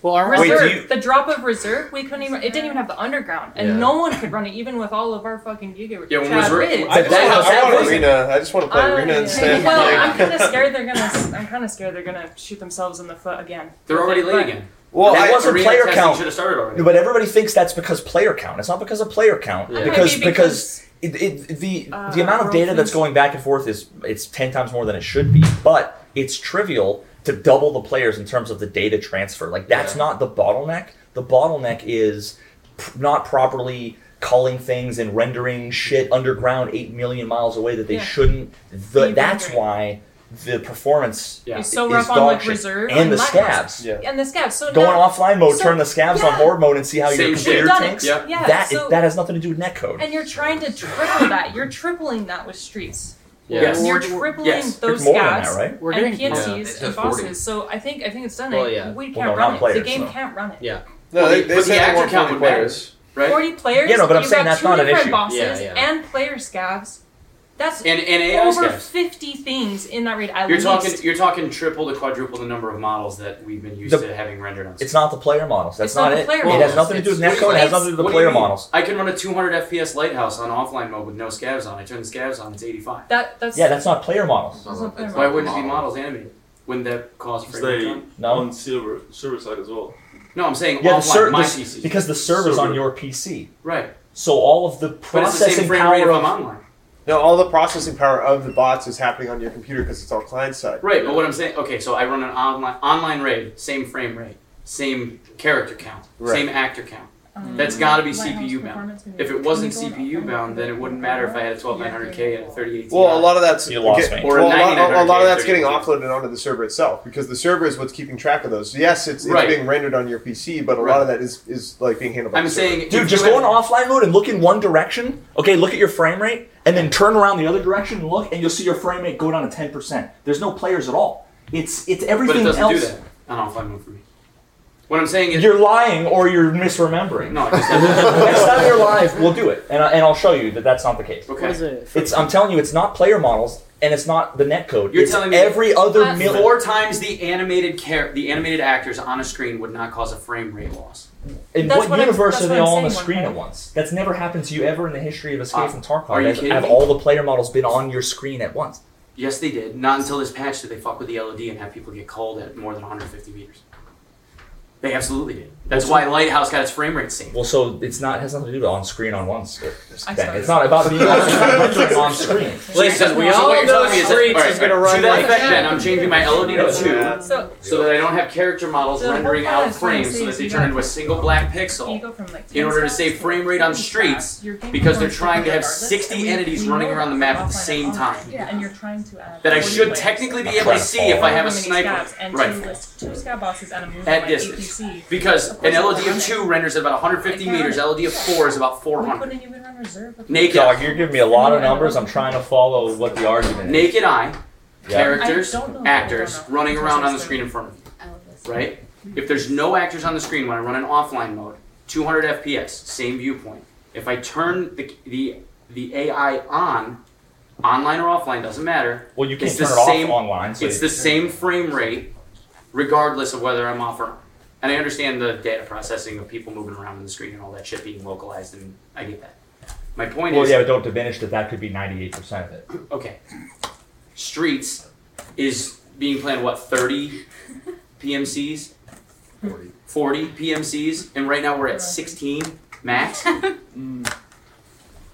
Speaker 10: well,
Speaker 7: our
Speaker 10: Wait, do
Speaker 7: reserve,
Speaker 10: you-
Speaker 7: the drop of reserve, we couldn't even. It didn't even have the underground, and
Speaker 25: Yeah.
Speaker 7: no one could run it, even with all of our fucking giga.
Speaker 25: Yeah, when
Speaker 7: Chad
Speaker 25: was Re-
Speaker 7: Riggs.
Speaker 25: I just want- I want Arena. I just want to play
Speaker 11: Um,
Speaker 7: I-
Speaker 25: Arena
Speaker 11: [laughs]
Speaker 25: instead.
Speaker 7: Well,
Speaker 25: Like-
Speaker 7: I'm kind of
Speaker 1: [laughs]
Speaker 7: scared they're gonna. s- I'm kind of scared they're gonna shoot themselves in the foot again.
Speaker 11: They're already late
Speaker 7: But-
Speaker 11: again.
Speaker 5: Well,
Speaker 11: That
Speaker 5: that wasn't
Speaker 11: arena
Speaker 5: player
Speaker 11: testing
Speaker 5: count.
Speaker 11: should have started already.
Speaker 5: No, but everybody thinks that's because player count. It's not because of player count.
Speaker 11: Yeah.
Speaker 5: Because
Speaker 11: Maybe
Speaker 5: because it, it, the
Speaker 11: uh,
Speaker 5: the amount of data that's going back and forth is it's ten times more than it should be. But it's trivial to double the players in terms of the data transfer. Like that's
Speaker 11: Yeah.
Speaker 5: not the bottleneck. The bottleneck is p- not properly calling things and rendering shit underground eight million miles away that they
Speaker 7: Yeah.
Speaker 5: shouldn't. The,
Speaker 7: Be
Speaker 5: that's why the performance is
Speaker 7: He's so rough on
Speaker 5: dog
Speaker 7: like
Speaker 5: shit.
Speaker 7: reserve
Speaker 5: and the
Speaker 7: light.
Speaker 5: scabs.
Speaker 7: And the scabs. So
Speaker 5: Go in
Speaker 7: now-
Speaker 5: offline mode,
Speaker 7: so-
Speaker 5: turn the scabs
Speaker 7: yeah.
Speaker 5: on horde mode, and see how
Speaker 11: Same
Speaker 5: your
Speaker 11: shit.
Speaker 5: computer
Speaker 7: Done it.
Speaker 5: tanks.
Speaker 7: Yeah. Yeah,
Speaker 5: That,
Speaker 7: so-
Speaker 5: that has nothing to do with netcode.
Speaker 7: And you're trying to triple that. You're tripling that with streets.
Speaker 5: Yeah. Yes.
Speaker 7: And You're
Speaker 5: We're- we're-
Speaker 7: tripling
Speaker 5: yes.
Speaker 7: those
Speaker 5: There's more than that,
Speaker 7: scabs
Speaker 5: right? We're
Speaker 7: and
Speaker 5: getting- Yeah, it
Speaker 7: PMCs
Speaker 5: says
Speaker 7: and
Speaker 5: 40.
Speaker 7: bosses. So I think I think it's done.
Speaker 5: Well,
Speaker 7: it.
Speaker 5: yeah.
Speaker 7: We can't
Speaker 5: Well, no,
Speaker 7: run
Speaker 5: not
Speaker 7: it. the
Speaker 5: players,
Speaker 7: game
Speaker 5: though.
Speaker 7: can't run it.
Speaker 11: Yeah.
Speaker 25: No,
Speaker 11: Well,
Speaker 25: they-
Speaker 11: the-
Speaker 25: they
Speaker 11: but
Speaker 25: said
Speaker 11: the
Speaker 25: they
Speaker 11: actor
Speaker 25: want
Speaker 11: count
Speaker 25: 40
Speaker 11: would matter,
Speaker 25: players.
Speaker 11: right?
Speaker 7: Forty players.
Speaker 5: Yeah, no, but I'm
Speaker 7: you've
Speaker 5: saying
Speaker 7: got
Speaker 5: that's
Speaker 7: two
Speaker 5: not an
Speaker 7: different
Speaker 5: issue.
Speaker 7: Bosses
Speaker 11: Yeah, yeah.
Speaker 7: and player scabs. That's
Speaker 11: And- and AI
Speaker 7: over
Speaker 11: scabs.
Speaker 7: fifty things in that raid. At
Speaker 11: You're
Speaker 7: least.
Speaker 11: talking. You're talking triple to quadruple the number of models that we've been used
Speaker 5: The-
Speaker 11: to having rendered on.
Speaker 5: It's not the player models. That's
Speaker 11: It's not the
Speaker 5: it.
Speaker 11: player
Speaker 5: it
Speaker 11: models.
Speaker 5: has nothing to do with
Speaker 11: It's-
Speaker 5: netcode. It has
Speaker 11: it's-
Speaker 5: nothing to do with
Speaker 11: what
Speaker 5: the
Speaker 11: do
Speaker 5: player
Speaker 11: you mean?
Speaker 5: models.
Speaker 11: I can run a 200 FPS lighthouse on offline mode with no scabs on. I turn the scabs on. It's 85.
Speaker 7: That that's
Speaker 5: Yeah, that's not player models.
Speaker 7: That's not player
Speaker 11: Why
Speaker 7: models.
Speaker 11: wouldn't it be models animated? Wouldn't that cause
Speaker 6: Because
Speaker 11: frame
Speaker 6: they
Speaker 11: rate?
Speaker 6: on server, server side as well.
Speaker 11: No, I'm saying
Speaker 5: Yeah, the
Speaker 11: offline
Speaker 5: ser-
Speaker 11: my
Speaker 5: the s-
Speaker 11: PC.
Speaker 5: because the server's
Speaker 11: Server.
Speaker 5: on your PC.
Speaker 11: Right.
Speaker 5: So all of the
Speaker 11: But it's the
Speaker 5: processing
Speaker 11: same frame
Speaker 5: power
Speaker 11: rate if
Speaker 5: of
Speaker 11: I'm online.
Speaker 1: No, all the processing power of the bots is happening on your computer because it's all client side.
Speaker 11: Right, but what I'm saying, okay, so I run an online online raid, same frame rate, same character count,
Speaker 1: Right.
Speaker 11: same actor count.
Speaker 7: Um,
Speaker 11: That's got to be
Speaker 7: Lighthouse
Speaker 11: CPU bound.
Speaker 7: performance maybe.
Speaker 11: If it
Speaker 7: Can
Speaker 11: wasn't
Speaker 7: you go on
Speaker 11: CPU bound, then it wouldn't matter if I had a 12900K at a 38.
Speaker 1: Well, a lot of that's
Speaker 11: You lost
Speaker 1: get-
Speaker 11: me.
Speaker 1: well,
Speaker 11: Or a
Speaker 1: a, lot, a- a
Speaker 11: 9900
Speaker 1: lot of that's
Speaker 11: K,
Speaker 1: getting offloaded onto the server itself because the server is what's keeping track of those. Yes, it's, it's
Speaker 11: Right.
Speaker 1: being rendered on your PC, but a lot of that is, is like being handled. by
Speaker 11: I'm
Speaker 1: the server.
Speaker 11: saying
Speaker 5: Dude, just go in offline mode and look in one direction. Okay, look at your frame rate, and then turn around the other direction and look, and you'll see your frame rate go down to ten percent. There's no players at all. It's it's
Speaker 11: but
Speaker 5: everything
Speaker 11: it doesn't
Speaker 5: else.
Speaker 11: do that on offline mode for me. What I'm saying is,
Speaker 5: You're lying or you're misremembering.
Speaker 11: No, I just-
Speaker 5: [laughs] next time you're live, we'll do it, and, I, and I'll show you that that's not the case.
Speaker 11: Okay. What is it?
Speaker 5: It's I'm telling you, it's not player models, and it's not the netcode.
Speaker 11: you're
Speaker 5: it's
Speaker 11: telling me
Speaker 5: every other mil-
Speaker 11: four times the animated char- the animated actors on a screen would not cause a frame rate loss.
Speaker 5: In
Speaker 11: That's
Speaker 5: what
Speaker 11: what I'm-
Speaker 5: universe
Speaker 11: that's
Speaker 5: are they
Speaker 11: what I'm
Speaker 5: all on the
Speaker 11: saying,
Speaker 5: screen at
Speaker 11: right?
Speaker 5: once? That's never happened to you ever in the history of Escape
Speaker 11: Uh,
Speaker 5: from Tarkov.
Speaker 11: are you
Speaker 5: Have-
Speaker 11: kidding
Speaker 5: have
Speaker 11: me?
Speaker 5: all the player models been on your screen at once?
Speaker 11: Yes, they did. Not until this patch did they fuck with the LOD and have people get called at more than 150 meters. They absolutely did. That's
Speaker 5: Well,
Speaker 11: why Lighthouse got its frame rate saved.
Speaker 5: Well, so it's not has nothing to do with on screen on one. sc-
Speaker 11: I
Speaker 5: thing.
Speaker 11: started.
Speaker 5: It's not
Speaker 7: [laughs]
Speaker 5: about being on screen. on
Speaker 11: [laughs]
Speaker 5: screen.
Speaker 11: Listen, we all know Streets is going to run
Speaker 3: like
Speaker 11: like
Speaker 3: that.
Speaker 11: that. I'm changing my LED to
Speaker 3: Yeah.
Speaker 11: two,
Speaker 7: So-
Speaker 11: so that I don't have character models
Speaker 7: So
Speaker 11: rendering
Speaker 7: how far
Speaker 11: out
Speaker 7: is frame
Speaker 11: frames, so that
Speaker 7: saved?
Speaker 11: they
Speaker 7: You
Speaker 11: turn
Speaker 7: got-
Speaker 11: into a single black
Speaker 7: You
Speaker 11: pixel.
Speaker 7: go from like
Speaker 11: In
Speaker 7: 10
Speaker 11: order to
Speaker 7: steps
Speaker 11: save frame rate on streets,
Speaker 7: Your game
Speaker 11: because they're
Speaker 7: runs
Speaker 11: trying to have
Speaker 7: regardless,
Speaker 11: 60
Speaker 7: and we-
Speaker 11: entities
Speaker 7: we
Speaker 11: running
Speaker 7: know
Speaker 11: around the
Speaker 7: that
Speaker 11: map
Speaker 7: they're
Speaker 11: at the
Speaker 7: offline
Speaker 11: same
Speaker 7: and
Speaker 11: time.
Speaker 7: online. Yeah, and you're trying to add
Speaker 11: That I
Speaker 7: forty
Speaker 11: should
Speaker 7: players.
Speaker 11: technically be able to see if I have a
Speaker 7: However many
Speaker 11: sniper
Speaker 7: scabs and two,
Speaker 11: rifle
Speaker 7: list- two scab bosses and a move
Speaker 11: at
Speaker 7: like
Speaker 11: distance.
Speaker 7: APC.
Speaker 11: Because an
Speaker 7: Of course,
Speaker 11: LOD of two renders at about 150 meters, LOD of four is about
Speaker 7: We
Speaker 11: 400.
Speaker 7: couldn't even run reserve. with-
Speaker 11: Naked.
Speaker 5: Dog, you're giving me a lot of numbers. I'm trying to follow what the argument is.
Speaker 11: Naked eye,
Speaker 5: Yeah.
Speaker 11: characters,
Speaker 7: I don't know.
Speaker 11: actors
Speaker 7: I don't know.
Speaker 11: running around on the screen in front of you. Right? If there's no actors on the screen when I run in offline mode, 200 FPS, same viewpoint. If I turn the, the, the AI on, online or offline, doesn't matter.
Speaker 5: Well, you can
Speaker 11: it's
Speaker 5: turn
Speaker 11: the
Speaker 5: it off
Speaker 11: same,
Speaker 5: online, so
Speaker 11: it's
Speaker 5: you-
Speaker 11: the same frame rate, regardless of whether I'm off or on. And I understand the data processing of people moving around on the screen and all that shit being localized, and I get that. My point
Speaker 5: well,
Speaker 11: is,
Speaker 5: yeah, but don't diminish that. That could be 98 percent of it.
Speaker 11: Okay. Streets is being planned what 30 PMCs? 40. PMCs and right now we're at 16 max. Mm.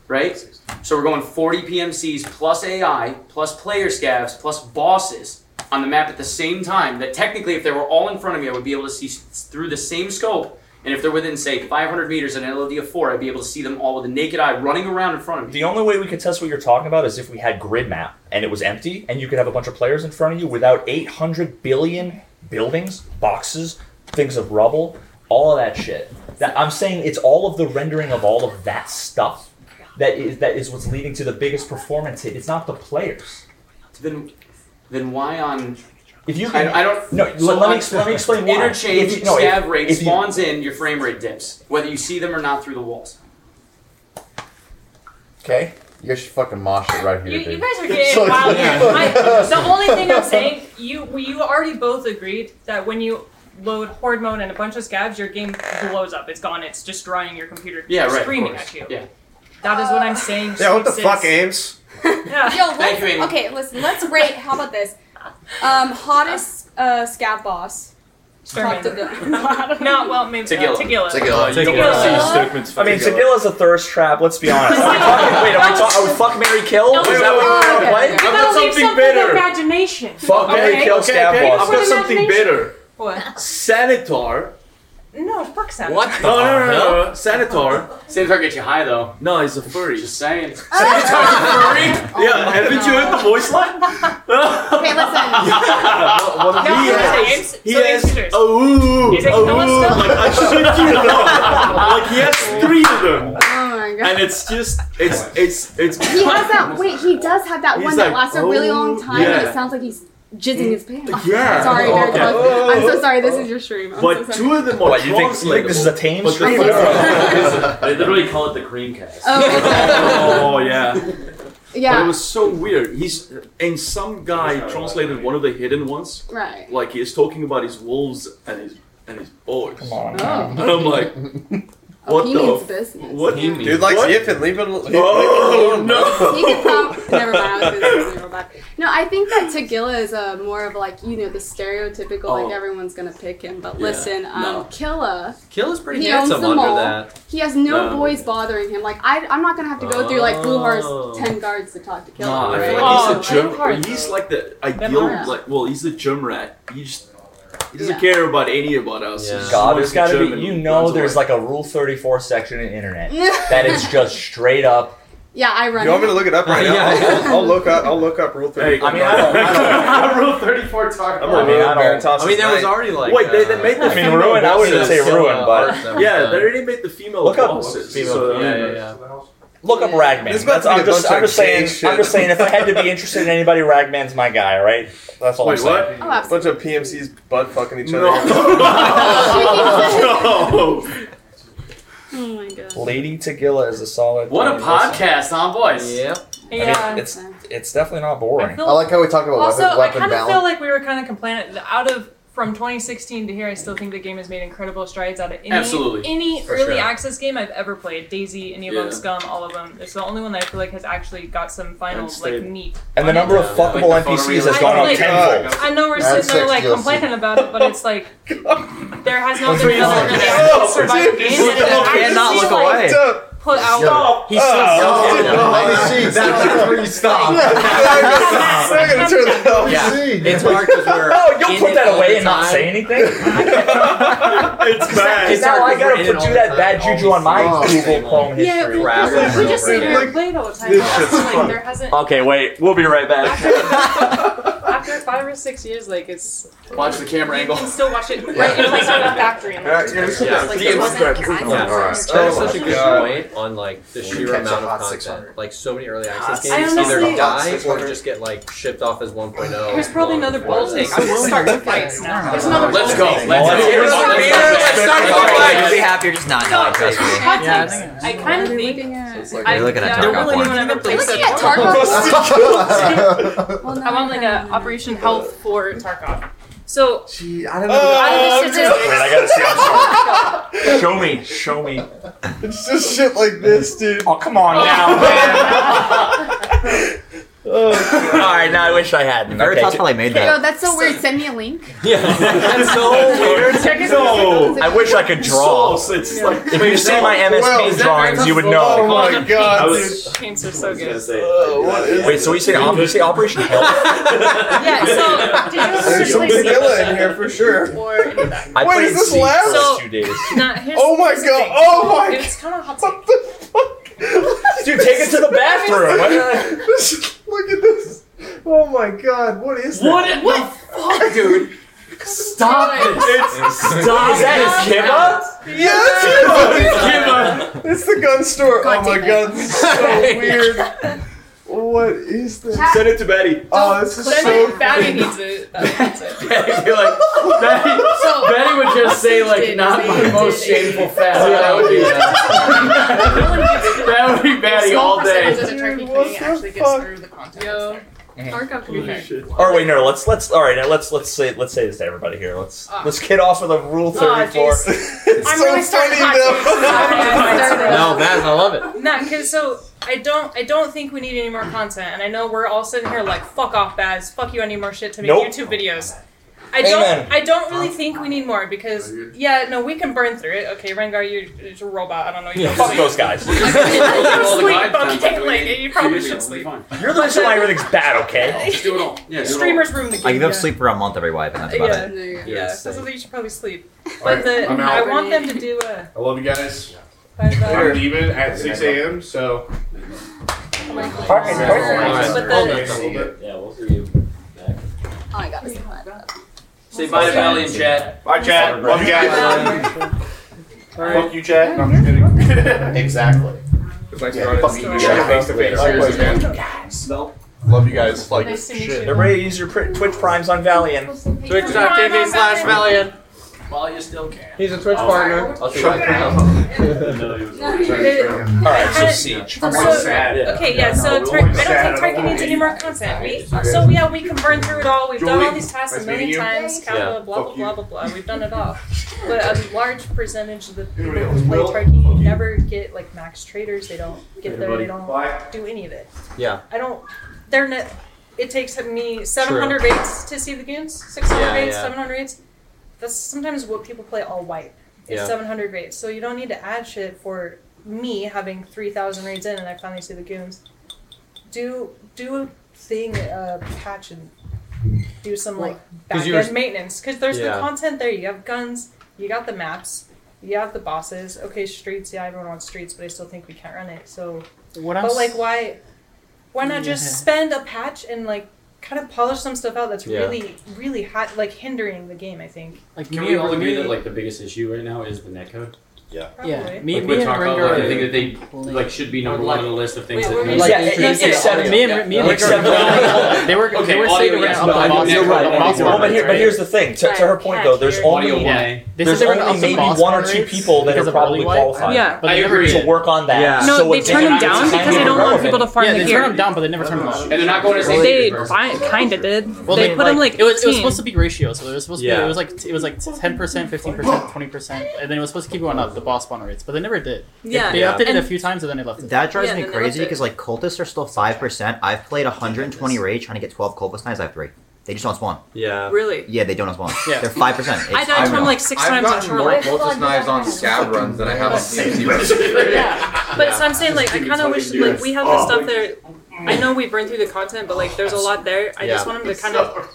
Speaker 11: right? So we're going 40 PMCs plus AI, plus player scavs, plus bosses on the map at the same time that technically if they were all in front of me I would be able to see s- through the same scope and if they're within say 500 meters and an LOD of 4 I'd be able to see them all with the naked eye running around in front of me.
Speaker 5: The only way we could test what you're talking about is if we had grid map and it was empty, and you could have a bunch of players in front of you without 800 billion buildings, boxes, things of rubble, all of that shit. That I'm saying it's all of the rendering of all of that stuff that is that is what's leading to the biggest performance hit. It's not the players.
Speaker 11: Then, then why on?
Speaker 5: If you
Speaker 11: I, I don't.
Speaker 5: no,
Speaker 11: so
Speaker 5: let, me
Speaker 11: on-
Speaker 5: explain, let me explain why.
Speaker 11: Interchange
Speaker 5: If you- no, if-
Speaker 11: stab rate
Speaker 5: if you-
Speaker 11: spawns in, your frame rate dips, whether you see them or not through the walls.
Speaker 2: Okay. You guys should fucking mosh it right here,
Speaker 7: You,
Speaker 2: dude.
Speaker 7: you guys are getting
Speaker 2: So- [laughs]
Speaker 7: wild. [laughs] My-
Speaker 12: [laughs]
Speaker 7: the only thing I'm saying, you we- you already both agreed that when you load horde mode and a bunch of scabs, your game blows up. It's gone. It's destroying your computer.
Speaker 11: Yeah, right.
Speaker 7: Screaming
Speaker 11: of
Speaker 7: at
Speaker 11: course.
Speaker 7: you.
Speaker 11: Yeah.
Speaker 7: That is what I'm saying.
Speaker 12: Yeah, what the
Speaker 7: Streets
Speaker 12: fuck,
Speaker 7: is-
Speaker 12: Ames?
Speaker 23: Yo, let's,
Speaker 12: Thank you, Amy.
Speaker 23: okay, listen, let's rate. How about this? Um, hottest uh, scat boss.
Speaker 7: Sterman.
Speaker 23: Talk to the-
Speaker 7: no, well, maybe
Speaker 5: Tegilla.
Speaker 7: Uh, Tegilla.
Speaker 5: I mean, Tegilla's a thirst trap. Let's be honest. Are we talking, wait, are we talking? Are we fuck, Mary, kill?
Speaker 7: No,
Speaker 5: Is that what we're
Speaker 7: You
Speaker 5: playing?
Speaker 7: gotta leave something to imagination.
Speaker 5: Fuck,
Speaker 7: okay?
Speaker 5: Mary, kill, scab boss.
Speaker 6: I've got something better.
Speaker 7: What?
Speaker 6: Sanitar.
Speaker 7: No, fuck that.
Speaker 6: What? No, no, no, no, no. Sanitar.
Speaker 11: Sanitar gets you high though.
Speaker 6: No, he's a furry. Just
Speaker 11: saying.
Speaker 6: [laughs] Sanitar's a furry. [laughs] Oh yeah, haven't you heard the voice line?
Speaker 23: okay,
Speaker 6: [laughs] What- what-
Speaker 7: No,
Speaker 6: he
Speaker 7: I'm
Speaker 6: has,
Speaker 7: saying,
Speaker 6: he
Speaker 7: so
Speaker 6: has
Speaker 7: these shooters.
Speaker 6: a ooh,
Speaker 7: He's like,
Speaker 6: a
Speaker 7: no one's
Speaker 6: ooh,
Speaker 7: done.
Speaker 6: like I shit you
Speaker 23: [laughs]
Speaker 6: not. Like he has three of them,
Speaker 23: Oh
Speaker 12: [laughs]
Speaker 23: my god.
Speaker 6: and it's just it's it's it's.
Speaker 23: [laughs] He has that. Wait, he does have that
Speaker 6: He's
Speaker 23: one that
Speaker 6: like,
Speaker 23: lasts a really long
Speaker 6: oh,
Speaker 23: time, and
Speaker 6: yeah.
Speaker 23: it sounds like he's jizzing his pants.
Speaker 6: Yeah.
Speaker 23: [laughs]
Speaker 6: Oh,
Speaker 23: sorry, Derek.
Speaker 6: Okay. Oh.
Speaker 23: I'm so sorry. This is your stream. I'm
Speaker 6: But
Speaker 23: so sorry.
Speaker 6: two of them are
Speaker 5: What, you think- you think this is a tame
Speaker 6: translateable, but
Speaker 5: stream?
Speaker 6: the third
Speaker 26: Yeah.
Speaker 5: [laughs]
Speaker 26: they literally call it the cream cast. [laughs]
Speaker 6: Oh yeah.
Speaker 23: Yeah.
Speaker 6: But it was so weird. He's and some guy translated one of the hidden ones.
Speaker 23: Right.
Speaker 6: Like he's talking about his wolves and his and his boys. Come
Speaker 5: on.
Speaker 23: Oh.
Speaker 6: And I'm like,
Speaker 23: Oh,
Speaker 6: what
Speaker 23: he
Speaker 6: the
Speaker 23: means
Speaker 6: f-
Speaker 23: business.
Speaker 6: What
Speaker 23: He
Speaker 1: Dude likes
Speaker 6: what?
Speaker 1: if and leave it. al-
Speaker 6: Oh no!
Speaker 23: He could prob- Never mind. I was
Speaker 6: [laughs]
Speaker 23: gonna say real bad. No, I think that Tagila is uh, more of like you know the stereotypical
Speaker 3: Oh.
Speaker 23: like everyone's gonna pick him. But
Speaker 3: Yeah,
Speaker 23: listen, um,
Speaker 3: no.
Speaker 23: Killa,
Speaker 3: Kill is pretty
Speaker 23: He owns
Speaker 3: handsome
Speaker 23: them
Speaker 3: under
Speaker 23: all.
Speaker 3: that.
Speaker 23: he has no
Speaker 3: No.
Speaker 23: boys bothering him. Like I, I'm not gonna have to go through like
Speaker 6: Oh.
Speaker 23: Bluhar's ten guards to talk to Killa.
Speaker 6: Nah, I feel
Speaker 23: Right.
Speaker 6: like he's a
Speaker 23: Oh,
Speaker 6: germ.
Speaker 23: Bluhar,
Speaker 6: he's
Speaker 23: though.
Speaker 6: like the ideal.
Speaker 23: Yeah.
Speaker 6: Like, well, he's the germ rat. He just he doesn't
Speaker 23: Yeah.
Speaker 6: care about any about us. He's just
Speaker 5: God,
Speaker 6: like
Speaker 5: there's
Speaker 6: a
Speaker 5: got
Speaker 6: germ
Speaker 5: to be.
Speaker 6: and
Speaker 5: You know,
Speaker 6: runs
Speaker 5: there's
Speaker 6: away.
Speaker 5: like a Rule 34 section in internet that is just straight up.
Speaker 23: Yeah, I run.
Speaker 1: [laughs] You want me to look it up right
Speaker 5: [laughs]
Speaker 1: now?
Speaker 5: Yeah.
Speaker 1: [laughs] I'll, I'll look up. I'll look up Rule Thirty.
Speaker 5: I mean, I don't. I don't
Speaker 11: Rule 34 talk.
Speaker 1: I'm a real Veritas
Speaker 6: I mean, there was
Speaker 1: tonight.
Speaker 6: already like. Wait, they, they made the
Speaker 5: I mean,
Speaker 6: female
Speaker 5: ruin, I wouldn't
Speaker 6: bosses.
Speaker 5: say ruin,
Speaker 6: yeah,
Speaker 5: but.
Speaker 6: they already made the female
Speaker 5: Look up
Speaker 6: bosses.
Speaker 5: female-
Speaker 6: so,
Speaker 5: yeah, yeah, Look up
Speaker 1: There's
Speaker 5: Ragman.
Speaker 1: about
Speaker 5: That's,
Speaker 1: to be
Speaker 5: I'm
Speaker 1: a
Speaker 5: just,
Speaker 1: bunch
Speaker 5: I'm
Speaker 1: of
Speaker 5: just saying.
Speaker 1: gay
Speaker 5: I'm just
Speaker 1: shit.
Speaker 5: saying. If I had to be interested in anybody, Ragman's my guy, right? That's all
Speaker 1: Wait,
Speaker 5: I'm saying.
Speaker 1: what?
Speaker 23: Oh, absolutely.
Speaker 1: bunch of PMCs butt fucking each
Speaker 5: No.
Speaker 1: other.
Speaker 11: [laughs]
Speaker 23: Oh my god.
Speaker 5: Lady Tagila is a solid.
Speaker 11: What a
Speaker 5: 20%.
Speaker 11: podcast, huh, boys?
Speaker 5: Yeah. I
Speaker 7: Yeah.
Speaker 5: mean, it's it's definitely not boring.
Speaker 7: I feel- I like
Speaker 2: how we talk about
Speaker 7: also,
Speaker 2: weapon, weapon
Speaker 7: I kind of
Speaker 2: balance.
Speaker 7: feel like we were kind of complaining out of from 2016 to here. I still think the game has made incredible strides out of any
Speaker 11: Absolutely.
Speaker 7: any
Speaker 11: For
Speaker 7: early
Speaker 11: sure.
Speaker 7: access game I've ever played. Daisy, any of them,
Speaker 11: Yeah.
Speaker 7: Scum, all of them. It's the only one that I feel like has actually got some final
Speaker 11: That's
Speaker 7: like
Speaker 11: the-
Speaker 7: meat.
Speaker 5: and the number of fuckable
Speaker 11: Like the
Speaker 5: NPCs has
Speaker 7: I
Speaker 5: gone
Speaker 7: know,
Speaker 5: up
Speaker 7: like,
Speaker 5: tenfold.
Speaker 7: I know we're
Speaker 5: That's
Speaker 7: sitting there
Speaker 5: six
Speaker 7: like
Speaker 5: DLC.
Speaker 7: complaining about it, but it's like there has not
Speaker 9: That's what you
Speaker 7: been another really
Speaker 9: said.
Speaker 7: active
Speaker 9: Oh,
Speaker 7: surviving
Speaker 9: dude,
Speaker 7: game.
Speaker 9: you
Speaker 7: And I
Speaker 9: cannot
Speaker 7: just,
Speaker 9: look
Speaker 7: like,
Speaker 9: away.
Speaker 7: Put out.
Speaker 9: Stop.
Speaker 7: He's so
Speaker 9: Oh,
Speaker 7: self-conscious.
Speaker 9: dude, no, I see. That's
Speaker 1: where you
Speaker 9: stop.
Speaker 1: I'm gonna turn that off.
Speaker 11: Yeah. It's
Speaker 1: hard
Speaker 11: because we're.
Speaker 22: Oh, you'll
Speaker 11: in
Speaker 22: put
Speaker 11: it
Speaker 22: that
Speaker 11: all
Speaker 22: away
Speaker 11: the
Speaker 22: and not
Speaker 11: time.
Speaker 22: say anything. it's
Speaker 11: bad.
Speaker 22: Because now I gotta put, do that bad juju on my Google Chrome history.
Speaker 7: Yeah,
Speaker 22: Crap.
Speaker 7: we, we just sit here and play it all the time. But also, like, there hasn't
Speaker 5: Okay, wait. We'll be right back.
Speaker 7: after five or six years, like it's
Speaker 11: Watch the camera
Speaker 7: you
Speaker 11: angle.
Speaker 7: can still watch it right in like sort of a factory. And, like,
Speaker 3: Yeah.
Speaker 7: like,
Speaker 3: Yeah.
Speaker 7: it wasn't-
Speaker 3: Yeah.
Speaker 7: All right.
Speaker 3: That is
Speaker 7: Oh
Speaker 3: such a
Speaker 7: my
Speaker 3: good
Speaker 7: God.
Speaker 3: point on like the
Speaker 7: You
Speaker 3: sheer
Speaker 7: catch a
Speaker 3: amount
Speaker 7: hot
Speaker 3: of content.
Speaker 7: 600.
Speaker 3: Like so many early
Speaker 7: Hot
Speaker 3: access
Speaker 7: I
Speaker 3: games either
Speaker 7: honestly-
Speaker 3: die or
Speaker 7: 600.
Speaker 3: just get like shipped off as oh. 1.0.
Speaker 7: There's probably another bowl take. I'm gonna start fights now. There's another
Speaker 3: Let's
Speaker 7: bowl
Speaker 3: go.
Speaker 7: take.
Speaker 3: Let's Let's hear it. hear it. Let's start the fight.
Speaker 21: You'd be happier just not knowing. Trust me.
Speaker 7: Hot takes. I kind of think.
Speaker 21: like- You're looking at
Speaker 7: yeah,
Speaker 21: Tarkov
Speaker 7: I really
Speaker 21: porn.
Speaker 7: want to have a place
Speaker 9: looking at
Speaker 7: Tarkov. [laughs] I want like a Operation Health for Tarkov.
Speaker 5: [laughs]
Speaker 7: So
Speaker 2: I don't
Speaker 7: know. Out of the
Speaker 5: Wait,
Speaker 7: statistics-
Speaker 5: I gotta see. I'm sorry. Show me. Show me.
Speaker 1: [laughs] It's just shit like this, dude.
Speaker 22: Oh, come on now,
Speaker 5: All right, Oh, now I wish I hadn't.
Speaker 21: Very
Speaker 5: Okay.
Speaker 21: thoughtful I made
Speaker 27: Yo, that's so weird. Send me a link.
Speaker 5: [laughs] Yeah, that's so weird.
Speaker 27: Check it
Speaker 5: No, I wish I could draw. it's like if you see my MSP drawings, you would know.
Speaker 7: Oh my
Speaker 5: god,
Speaker 7: god,
Speaker 5: dude.
Speaker 7: dude. Paints are so good.
Speaker 5: Wait, so you say op- you say Operation Hell?
Speaker 7: Yeah, so did you ever
Speaker 1: There's some
Speaker 7: play
Speaker 1: vanilla in here for sure.
Speaker 5: I
Speaker 1: Wait,
Speaker 5: played
Speaker 1: does this
Speaker 5: Seed
Speaker 1: last?
Speaker 5: for
Speaker 1: So-
Speaker 5: two days.
Speaker 7: Not, here's,
Speaker 1: Oh my
Speaker 7: here's the
Speaker 1: God.
Speaker 7: thing.
Speaker 1: Oh my
Speaker 7: It's kind of hot. Take.
Speaker 22: Dude, take it to the
Speaker 1: [laughs]
Speaker 22: bathroom.
Speaker 1: Look at this. Oh my god, what is that?
Speaker 6: What in the
Speaker 1: fuck, dude? [laughs]
Speaker 6: Stop
Speaker 1: it!
Speaker 6: It's-
Speaker 1: stop.
Speaker 6: Is that his
Speaker 1: Yes, yes, Kimba. It's the gun store. oh my god, this is so weird. What is this?
Speaker 14: Send it to Betty.
Speaker 1: Oh, this is
Speaker 7: Then
Speaker 1: so.
Speaker 7: Batty needs it.
Speaker 11: Betty, like, Betty,
Speaker 7: So-
Speaker 11: Betty would just say like not my most shameful fast. Oh, Yeah, that would be uh,
Speaker 7: [laughs]
Speaker 11: that would be Betty all day.
Speaker 7: Yo, Tarkov can be
Speaker 22: Or wait, no. Let's let's all right. Now let's let's say let's say this to everybody here. Let's
Speaker 7: Ah.
Speaker 22: let's get off with a rule
Speaker 7: Ah,
Speaker 22: thirty four. [laughs]
Speaker 7: I'm really starting hot takes.
Speaker 11: No, man, I love it.
Speaker 7: Nah, cause so I don't I don't think we need any more content, and I know we're all sitting here like fuck off, Baz, fuck you, I need more shit to make
Speaker 22: Nope.
Speaker 7: YouTube videos. I
Speaker 22: Amen.
Speaker 7: don't I don't really think we need more because yeah no we can burn through it. Okay, Rengar, you it's a robot. I don't know.
Speaker 22: [laughs]
Speaker 7: You
Speaker 22: Yeah, fuck those
Speaker 7: [laughs]
Speaker 22: guys.
Speaker 7: You sleep, okay? Like you probably should sleep.
Speaker 22: You're the reason why everything's bad.
Speaker 11: [laughs]
Speaker 22: Okay.
Speaker 7: Just do it [laughs] all. Streamers ruin the game.
Speaker 21: I give up
Speaker 7: yeah.
Speaker 21: sleep for a month every wife, and that's about
Speaker 7: Yeah,
Speaker 21: it.
Speaker 7: yeah,
Speaker 21: You're
Speaker 7: yeah.
Speaker 21: insane.
Speaker 7: So you should probably sleep.
Speaker 21: Alright,
Speaker 7: But the,
Speaker 21: I'm
Speaker 7: I
Speaker 21: out.
Speaker 7: want them to do uh,
Speaker 17: I
Speaker 7: a.
Speaker 17: love you guys.
Speaker 7: Bye-bye.
Speaker 17: I'm leaving at 6 a.m. So.
Speaker 7: But the-
Speaker 14: Yeah, we'll see you.
Speaker 27: Oh, I gotta say that.
Speaker 11: Say bye to Melly and Chad.
Speaker 17: Bye, Chad. Love you guys. Fuck you, Chad. No, I'm just
Speaker 12: [laughs]
Speaker 17: kidding. exactly. It's nice
Speaker 12: Yeah, fuck you, Chad.
Speaker 17: face to face.
Speaker 12: Likewise, man.
Speaker 17: Love you guys. Like
Speaker 12: Nice to meet
Speaker 17: shit.
Speaker 12: you.
Speaker 22: Everybody use your pr- Twitch primes on Valiant.
Speaker 11: Twitch.tv slash Valiant. While you still can.
Speaker 3: He's a Twitch
Speaker 11: Oh.
Speaker 3: partner.
Speaker 11: I'll
Speaker 3: Shut
Speaker 11: take
Speaker 7: All
Speaker 22: right, so
Speaker 7: So-
Speaker 22: Siege.
Speaker 7: Okay, yeah, so Tur- I don't think Turkey needs any more content. We, so yeah, we can burn through it all. We've done all these tasks a
Speaker 17: Nice
Speaker 7: million
Speaker 17: meeting you.
Speaker 7: times,
Speaker 17: Yeah.
Speaker 7: Kappa, blah, blah,
Speaker 17: Fuck you.
Speaker 7: blah, blah, blah. We've done it all. But a large percentage of the people who play Turkey never get like max traders. They don't get there. They don't do any of it.
Speaker 11: Yeah.
Speaker 7: I don't, they're not, it takes me 700 raids to see the goons,
Speaker 11: Yeah,
Speaker 7: 600 raids,
Speaker 11: yeah.
Speaker 7: 700 raids. That's sometimes what people play all white. It's
Speaker 11: Yeah.
Speaker 7: 700 raids. So you don't need to add shit for me having 3,000 raids in and I finally see the goons. Do do a thing, uh, patch and do some like
Speaker 11: Well, 'cause
Speaker 7: back
Speaker 11: you
Speaker 7: end
Speaker 11: were-
Speaker 7: maintenance. Because there's
Speaker 11: Yeah.
Speaker 7: the content there. You have guns, you got the maps, you have the bosses. Okay, streets. Yeah, everyone wants streets, but I still think we can't run it. So
Speaker 10: What
Speaker 7: but
Speaker 10: else?
Speaker 7: like, why? Why not
Speaker 10: Yeah.
Speaker 7: just spend a patch and like kind of polish some stuff out that's
Speaker 11: Yeah.
Speaker 7: really, really hot, like hindering the game. I think.
Speaker 10: Like
Speaker 11: Can
Speaker 10: me
Speaker 11: we
Speaker 10: and
Speaker 11: all agree
Speaker 10: Rengar-
Speaker 11: that like the biggest issue right now is the netcode? Yeah.
Speaker 10: Yeah, Probably. me-
Speaker 11: like,
Speaker 10: me
Speaker 11: we
Speaker 10: and
Speaker 11: talk about
Speaker 10: Rengar
Speaker 11: like,
Speaker 10: are-
Speaker 11: I think that they like should be number one on the list of things
Speaker 10: Wait,
Speaker 11: that
Speaker 10: we're
Speaker 11: need
Speaker 10: like-
Speaker 11: to
Speaker 10: Yeah,
Speaker 11: be
Speaker 10: yeah,
Speaker 11: fixed.
Speaker 10: except-
Speaker 11: Audio.
Speaker 10: me and- me and Rengar-
Speaker 11: audio.
Speaker 10: They were- they
Speaker 11: okay,
Speaker 10: were
Speaker 11: audio,
Speaker 10: saving
Speaker 11: yes,
Speaker 10: around
Speaker 11: but
Speaker 10: the
Speaker 11: I
Speaker 10: boss-
Speaker 11: think
Speaker 10: You're
Speaker 11: netcode-
Speaker 10: right,
Speaker 11: audio
Speaker 10: boss
Speaker 11: is
Speaker 10: one.
Speaker 11: number
Speaker 22: But here, but here's the thing. To, to her point though, there's only
Speaker 11: Audio one.
Speaker 7: They
Speaker 22: there's
Speaker 7: said they were
Speaker 22: only
Speaker 7: also
Speaker 22: maybe
Speaker 7: boss
Speaker 22: one or
Speaker 7: one
Speaker 22: two
Speaker 7: rates
Speaker 22: people that
Speaker 7: because
Speaker 22: are
Speaker 7: of
Speaker 22: probably
Speaker 7: Hollywood.
Speaker 22: qualified.
Speaker 7: Yeah.
Speaker 22: but
Speaker 7: I
Speaker 22: they
Speaker 7: agree.
Speaker 22: To work on that.
Speaker 10: Yeah.
Speaker 7: No,
Speaker 22: so
Speaker 7: they
Speaker 22: it
Speaker 7: turn
Speaker 22: becomes
Speaker 7: them down
Speaker 22: kind
Speaker 7: because
Speaker 22: of
Speaker 7: they don't want people to
Speaker 22: irrelevant.
Speaker 7: farm
Speaker 10: yeah,
Speaker 7: the
Speaker 10: they
Speaker 7: gear.
Speaker 10: turned them down, but they never turned them up. And
Speaker 11: they're not going to save
Speaker 7: They
Speaker 11: it first.
Speaker 7: kind of did.
Speaker 10: Well,
Speaker 7: they, put them
Speaker 10: like,
Speaker 7: like
Speaker 10: it was, it
Speaker 7: 18.
Speaker 10: was supposed to be ratio, so it was supposed to be
Speaker 11: Yeah.
Speaker 10: it was like t- it was like ten percent, fifteen percent, twenty percent, and then it was supposed to keep going up the boss spawn rates, but they never did. They-
Speaker 7: Yeah.
Speaker 10: they,
Speaker 21: Yeah.
Speaker 10: updated it a
Speaker 21: And-
Speaker 10: few times and then they left it.
Speaker 21: That drives
Speaker 10: Yeah,
Speaker 21: me
Speaker 10: then they
Speaker 21: crazy
Speaker 10: left it.
Speaker 21: because like cultists are still five percent. I've played 120 raids trying to get 12 cultist knives. I have three. They just don't spawn.
Speaker 3: Yeah.
Speaker 7: Really?
Speaker 21: Yeah, they don't spawn.
Speaker 7: Yeah.
Speaker 21: They're five percent.
Speaker 7: I died to 'em, like, six
Speaker 13: I've
Speaker 7: times on
Speaker 13: gotten
Speaker 7: Turtle
Speaker 13: more
Speaker 7: Island.
Speaker 13: cultist
Speaker 7: [laughs]
Speaker 13: knives on scab runs than I have on CMC runs.
Speaker 7: But so I'm saying, like, I
Speaker 13: give me
Speaker 7: kind of
Speaker 13: something
Speaker 7: wish,
Speaker 13: to do.
Speaker 7: like, we have the
Speaker 13: Oh.
Speaker 7: stuff there. I know we burned through the content, but like, there's a lot there. I just
Speaker 21: Yeah.
Speaker 7: want them to kind of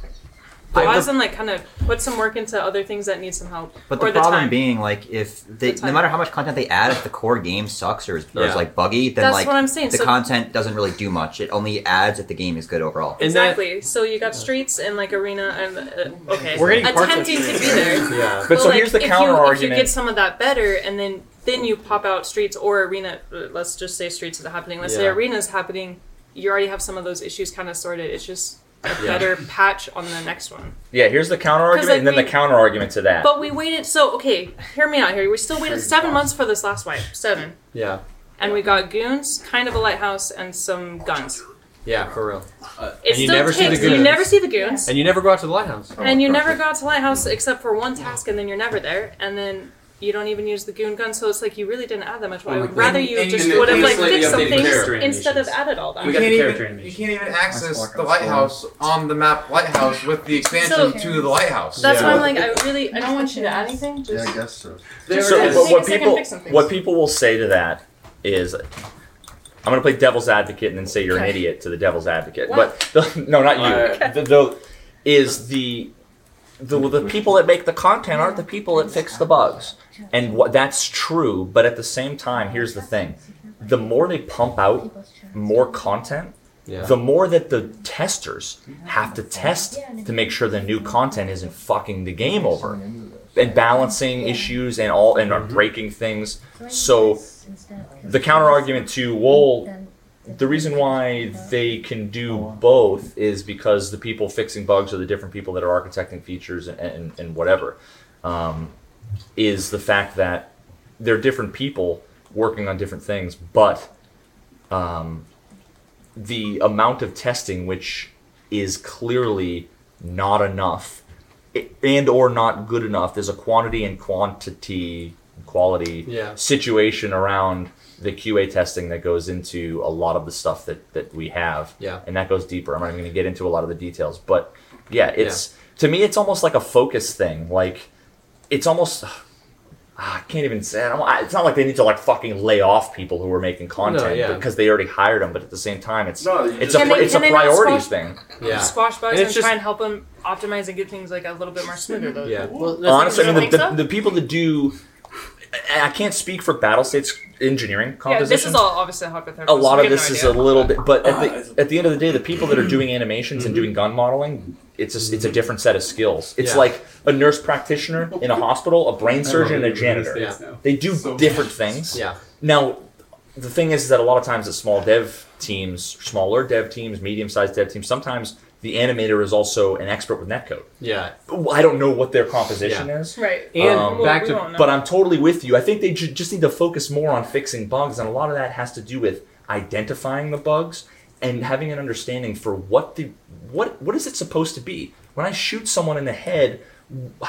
Speaker 21: I-
Speaker 7: pause
Speaker 21: the-
Speaker 7: and like kind of put some work into other things that need some help.
Speaker 21: But
Speaker 7: or
Speaker 21: the
Speaker 7: the
Speaker 21: problem
Speaker 7: time.
Speaker 21: being, like, if they, no matter how much content they add, if the core game sucks or is, or is
Speaker 7: Yeah.
Speaker 21: like buggy, then
Speaker 7: That's
Speaker 21: like
Speaker 7: what I'm saying,
Speaker 21: the
Speaker 7: so-
Speaker 21: content doesn't really do much. It only adds if the game is good overall.
Speaker 7: Exactly. so you got streets and like arena and uh, okay,
Speaker 21: We're getting parts of
Speaker 7: attempting to
Speaker 21: streets.
Speaker 7: be there.
Speaker 21: Yeah.
Speaker 10: But so
Speaker 7: like,
Speaker 10: here's the
Speaker 7: if you- If
Speaker 10: counter-argument.
Speaker 7: you get some of that better, and then then you pop out streets or arena. uh, Let's just say streets is happening. Let's say
Speaker 10: Yeah.
Speaker 7: arena is happening. You already have some of those issues kind of sorted. It's just a
Speaker 10: Yeah.
Speaker 7: better patch on the next one.
Speaker 5: Yeah, here's the counter argument,
Speaker 7: 'Cause, like,
Speaker 5: and then
Speaker 7: we-
Speaker 5: the counter argument to that.
Speaker 7: But we waited. So okay, hear me out here. We still waited
Speaker 5: Crazy
Speaker 7: seven months for this last wipe. Seven,
Speaker 3: Yeah.
Speaker 7: and we got goons, kind of a lighthouse, and some guns.
Speaker 3: Yeah, for real.
Speaker 7: It still takes. Uh, you never see the goons.
Speaker 3: And you never go out to the lighthouse.
Speaker 7: and you never go out to lighthouse except for one task, and then you're never there, and then you don't even use the goon gun. So it's like you really didn't add that much.
Speaker 13: Well,
Speaker 7: I
Speaker 13: like
Speaker 7: would rather
Speaker 13: the-
Speaker 7: you
Speaker 13: and-
Speaker 7: just
Speaker 13: and the-
Speaker 7: would have
Speaker 13: and
Speaker 7: like
Speaker 13: slightly
Speaker 7: fixed some
Speaker 13: updated
Speaker 7: things
Speaker 13: character
Speaker 7: instead of added all that.
Speaker 13: You can't, even, you can't even access the lighthouse on the map lighthouse with the expansion
Speaker 7: So-
Speaker 13: to the lighthouse.
Speaker 7: That's why I'm like, I really, I don't want you to add anything. Just,
Speaker 28: guess so.
Speaker 5: so,
Speaker 7: Just
Speaker 5: but
Speaker 7: take
Speaker 5: what
Speaker 7: a second,
Speaker 5: people
Speaker 7: fix some things.
Speaker 5: what people will say to that is, I'm gonna play devil's advocate and then say you're an
Speaker 7: Okay.
Speaker 5: idiot to the devil's advocate.
Speaker 7: What?
Speaker 5: But the, no, not you.
Speaker 7: Alright.
Speaker 5: Uh, The, the- is the the, the people that make the content aren't the people that fix the bugs, and what that's true. But at the same time, here's the thing: the more they pump out more content,
Speaker 3: Yeah.
Speaker 5: the more that the testers have to test to make sure the new content isn't fucking the game over and balancing issues and all and are breaking things. So the counter argument to well, the reason why they can do both is because the people fixing bugs are the different people that are architecting features and and, and whatever. Um, is the fact that they're different people working on different things, but um, the amount of testing which is clearly not enough i- and or not good enough there's a quantity and quantity quality
Speaker 3: Yeah.
Speaker 5: situation around the QA testing that goes into a lot of the stuff that, that we have
Speaker 3: Yeah.
Speaker 5: and that goes deeper I'm not even going to get into a lot of the details but yeah it's to me it's almost like a focus thing like it's almost Ah, I can't even say. I don't, I, it's not like they need to like fucking lay off people who are making content
Speaker 3: yeah.
Speaker 5: because they already hired them. But at the same time, it's
Speaker 3: No, you
Speaker 5: it's
Speaker 3: just-
Speaker 5: a
Speaker 3: Can
Speaker 5: pri-
Speaker 3: they-
Speaker 5: it's a
Speaker 7: can they not
Speaker 5: priorities
Speaker 7: squash-
Speaker 5: thing.
Speaker 7: Squash bugs
Speaker 5: And
Speaker 7: and,
Speaker 5: it's just-
Speaker 7: try and help them optimize and get things like a little bit more smoother. Though.
Speaker 5: Yeah.
Speaker 7: Well,
Speaker 5: Honestly, I
Speaker 7: you
Speaker 5: mean,
Speaker 7: don't
Speaker 5: the,
Speaker 7: think
Speaker 5: the,
Speaker 7: so?
Speaker 5: the people that do, I I can't speak for Battle State's engineering
Speaker 7: yeah,
Speaker 5: composition.
Speaker 7: this is all obviously hypothetical.
Speaker 5: a lot
Speaker 7: so
Speaker 5: of
Speaker 7: we have
Speaker 5: this
Speaker 7: no
Speaker 5: is a
Speaker 7: idea.
Speaker 5: little bit, but
Speaker 3: Ah,
Speaker 5: at the, at the end of the day, the people that are
Speaker 3: Mm-hmm.
Speaker 5: doing animations and doing gun modeling, it's a, it's a different set of skills. It's
Speaker 3: Yeah.
Speaker 5: like a nurse practitioner in a hospital, a brain surgeon, and a janitor.
Speaker 3: Yeah. Yeah.
Speaker 5: They do different things.
Speaker 3: Yeah.
Speaker 5: Now, the thing is that a lot of times at small dev teams, smaller dev teams, medium-sized dev teams, sometimes the animator is also an expert with netcode.
Speaker 3: Yeah.
Speaker 5: Well, I don't know what their composition
Speaker 3: Yeah.
Speaker 5: is.
Speaker 3: Right. And back to-
Speaker 5: Um, but I'm totally with you. I think they ju- just need to focus more on fixing bugs, and a lot of that has to do with identifying the bugs and having an understanding for what the what what is it supposed to be. When I shoot someone in the head,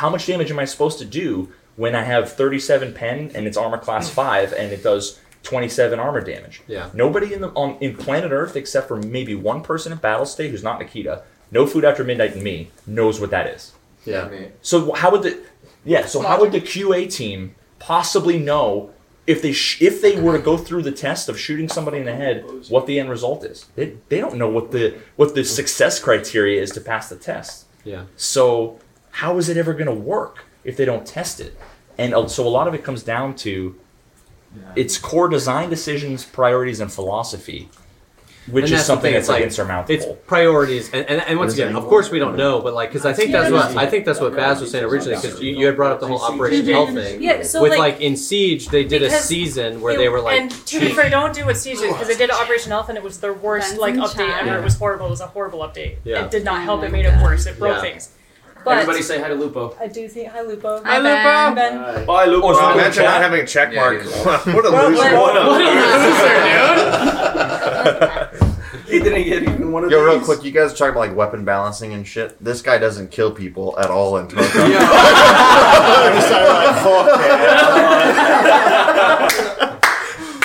Speaker 5: how much damage am I supposed to do when I have 37 pen and it's armor class five and it does 27 armor damage?
Speaker 3: Yeah.
Speaker 5: Nobody in the on in planet Earth except for maybe one person in Battle State who's not Nikita. No food after midnight and me knows what that is.
Speaker 3: Yeah.
Speaker 5: So how would the yeah? So how would the QA team possibly know if they sh- if they were to go through the test of shooting somebody in the head what the end result is? They, they don't know what the what the success criteria is to pass the test.
Speaker 3: Yeah.
Speaker 5: So how is it ever going to work if they don't test it? And uh, so a lot of it comes down to its core design decisions, priorities, and philosophy, which
Speaker 3: And
Speaker 5: is
Speaker 3: the
Speaker 5: something
Speaker 3: thing,
Speaker 5: that's
Speaker 3: it's
Speaker 5: like insurmountable.
Speaker 3: It's priorities, and, and, and once
Speaker 5: What is
Speaker 3: again,
Speaker 5: that?
Speaker 3: of course, we don't know, but like, because I think that's what I think that's what Baz was saying originally, because you, you had brought up the whole Operation Hell thing.
Speaker 7: Yeah, so,
Speaker 3: with
Speaker 7: like-
Speaker 3: like in Siege, they did a
Speaker 7: Because
Speaker 3: season where they were like,
Speaker 7: and to be fair, don't do what Siege did because they did Operation Elf and it was their worst like
Speaker 23: and
Speaker 7: update
Speaker 23: Chad.
Speaker 7: ever. It was horrible. It was a horrible update.
Speaker 3: Yeah.
Speaker 7: It did not help. It made it worse. It broke
Speaker 3: Yeah.
Speaker 7: things. But
Speaker 11: Everybody say hi to Lupo.
Speaker 7: I do think hi Lupo.
Speaker 23: Hi,
Speaker 7: Ben.
Speaker 23: Lupo.
Speaker 7: Ben.
Speaker 1: Bye, Luke.
Speaker 5: Oh, it's not in the
Speaker 1: imagine
Speaker 5: chat?
Speaker 1: not having a check mark. [laughs] what a
Speaker 5: What a-
Speaker 1: loser.
Speaker 5: what a- What a
Speaker 2: He didn't get even one of Yo, real quick, you guys are talking about like weapon balancing and shit. This guy doesn't kill people at all in Tarkov. [laughs]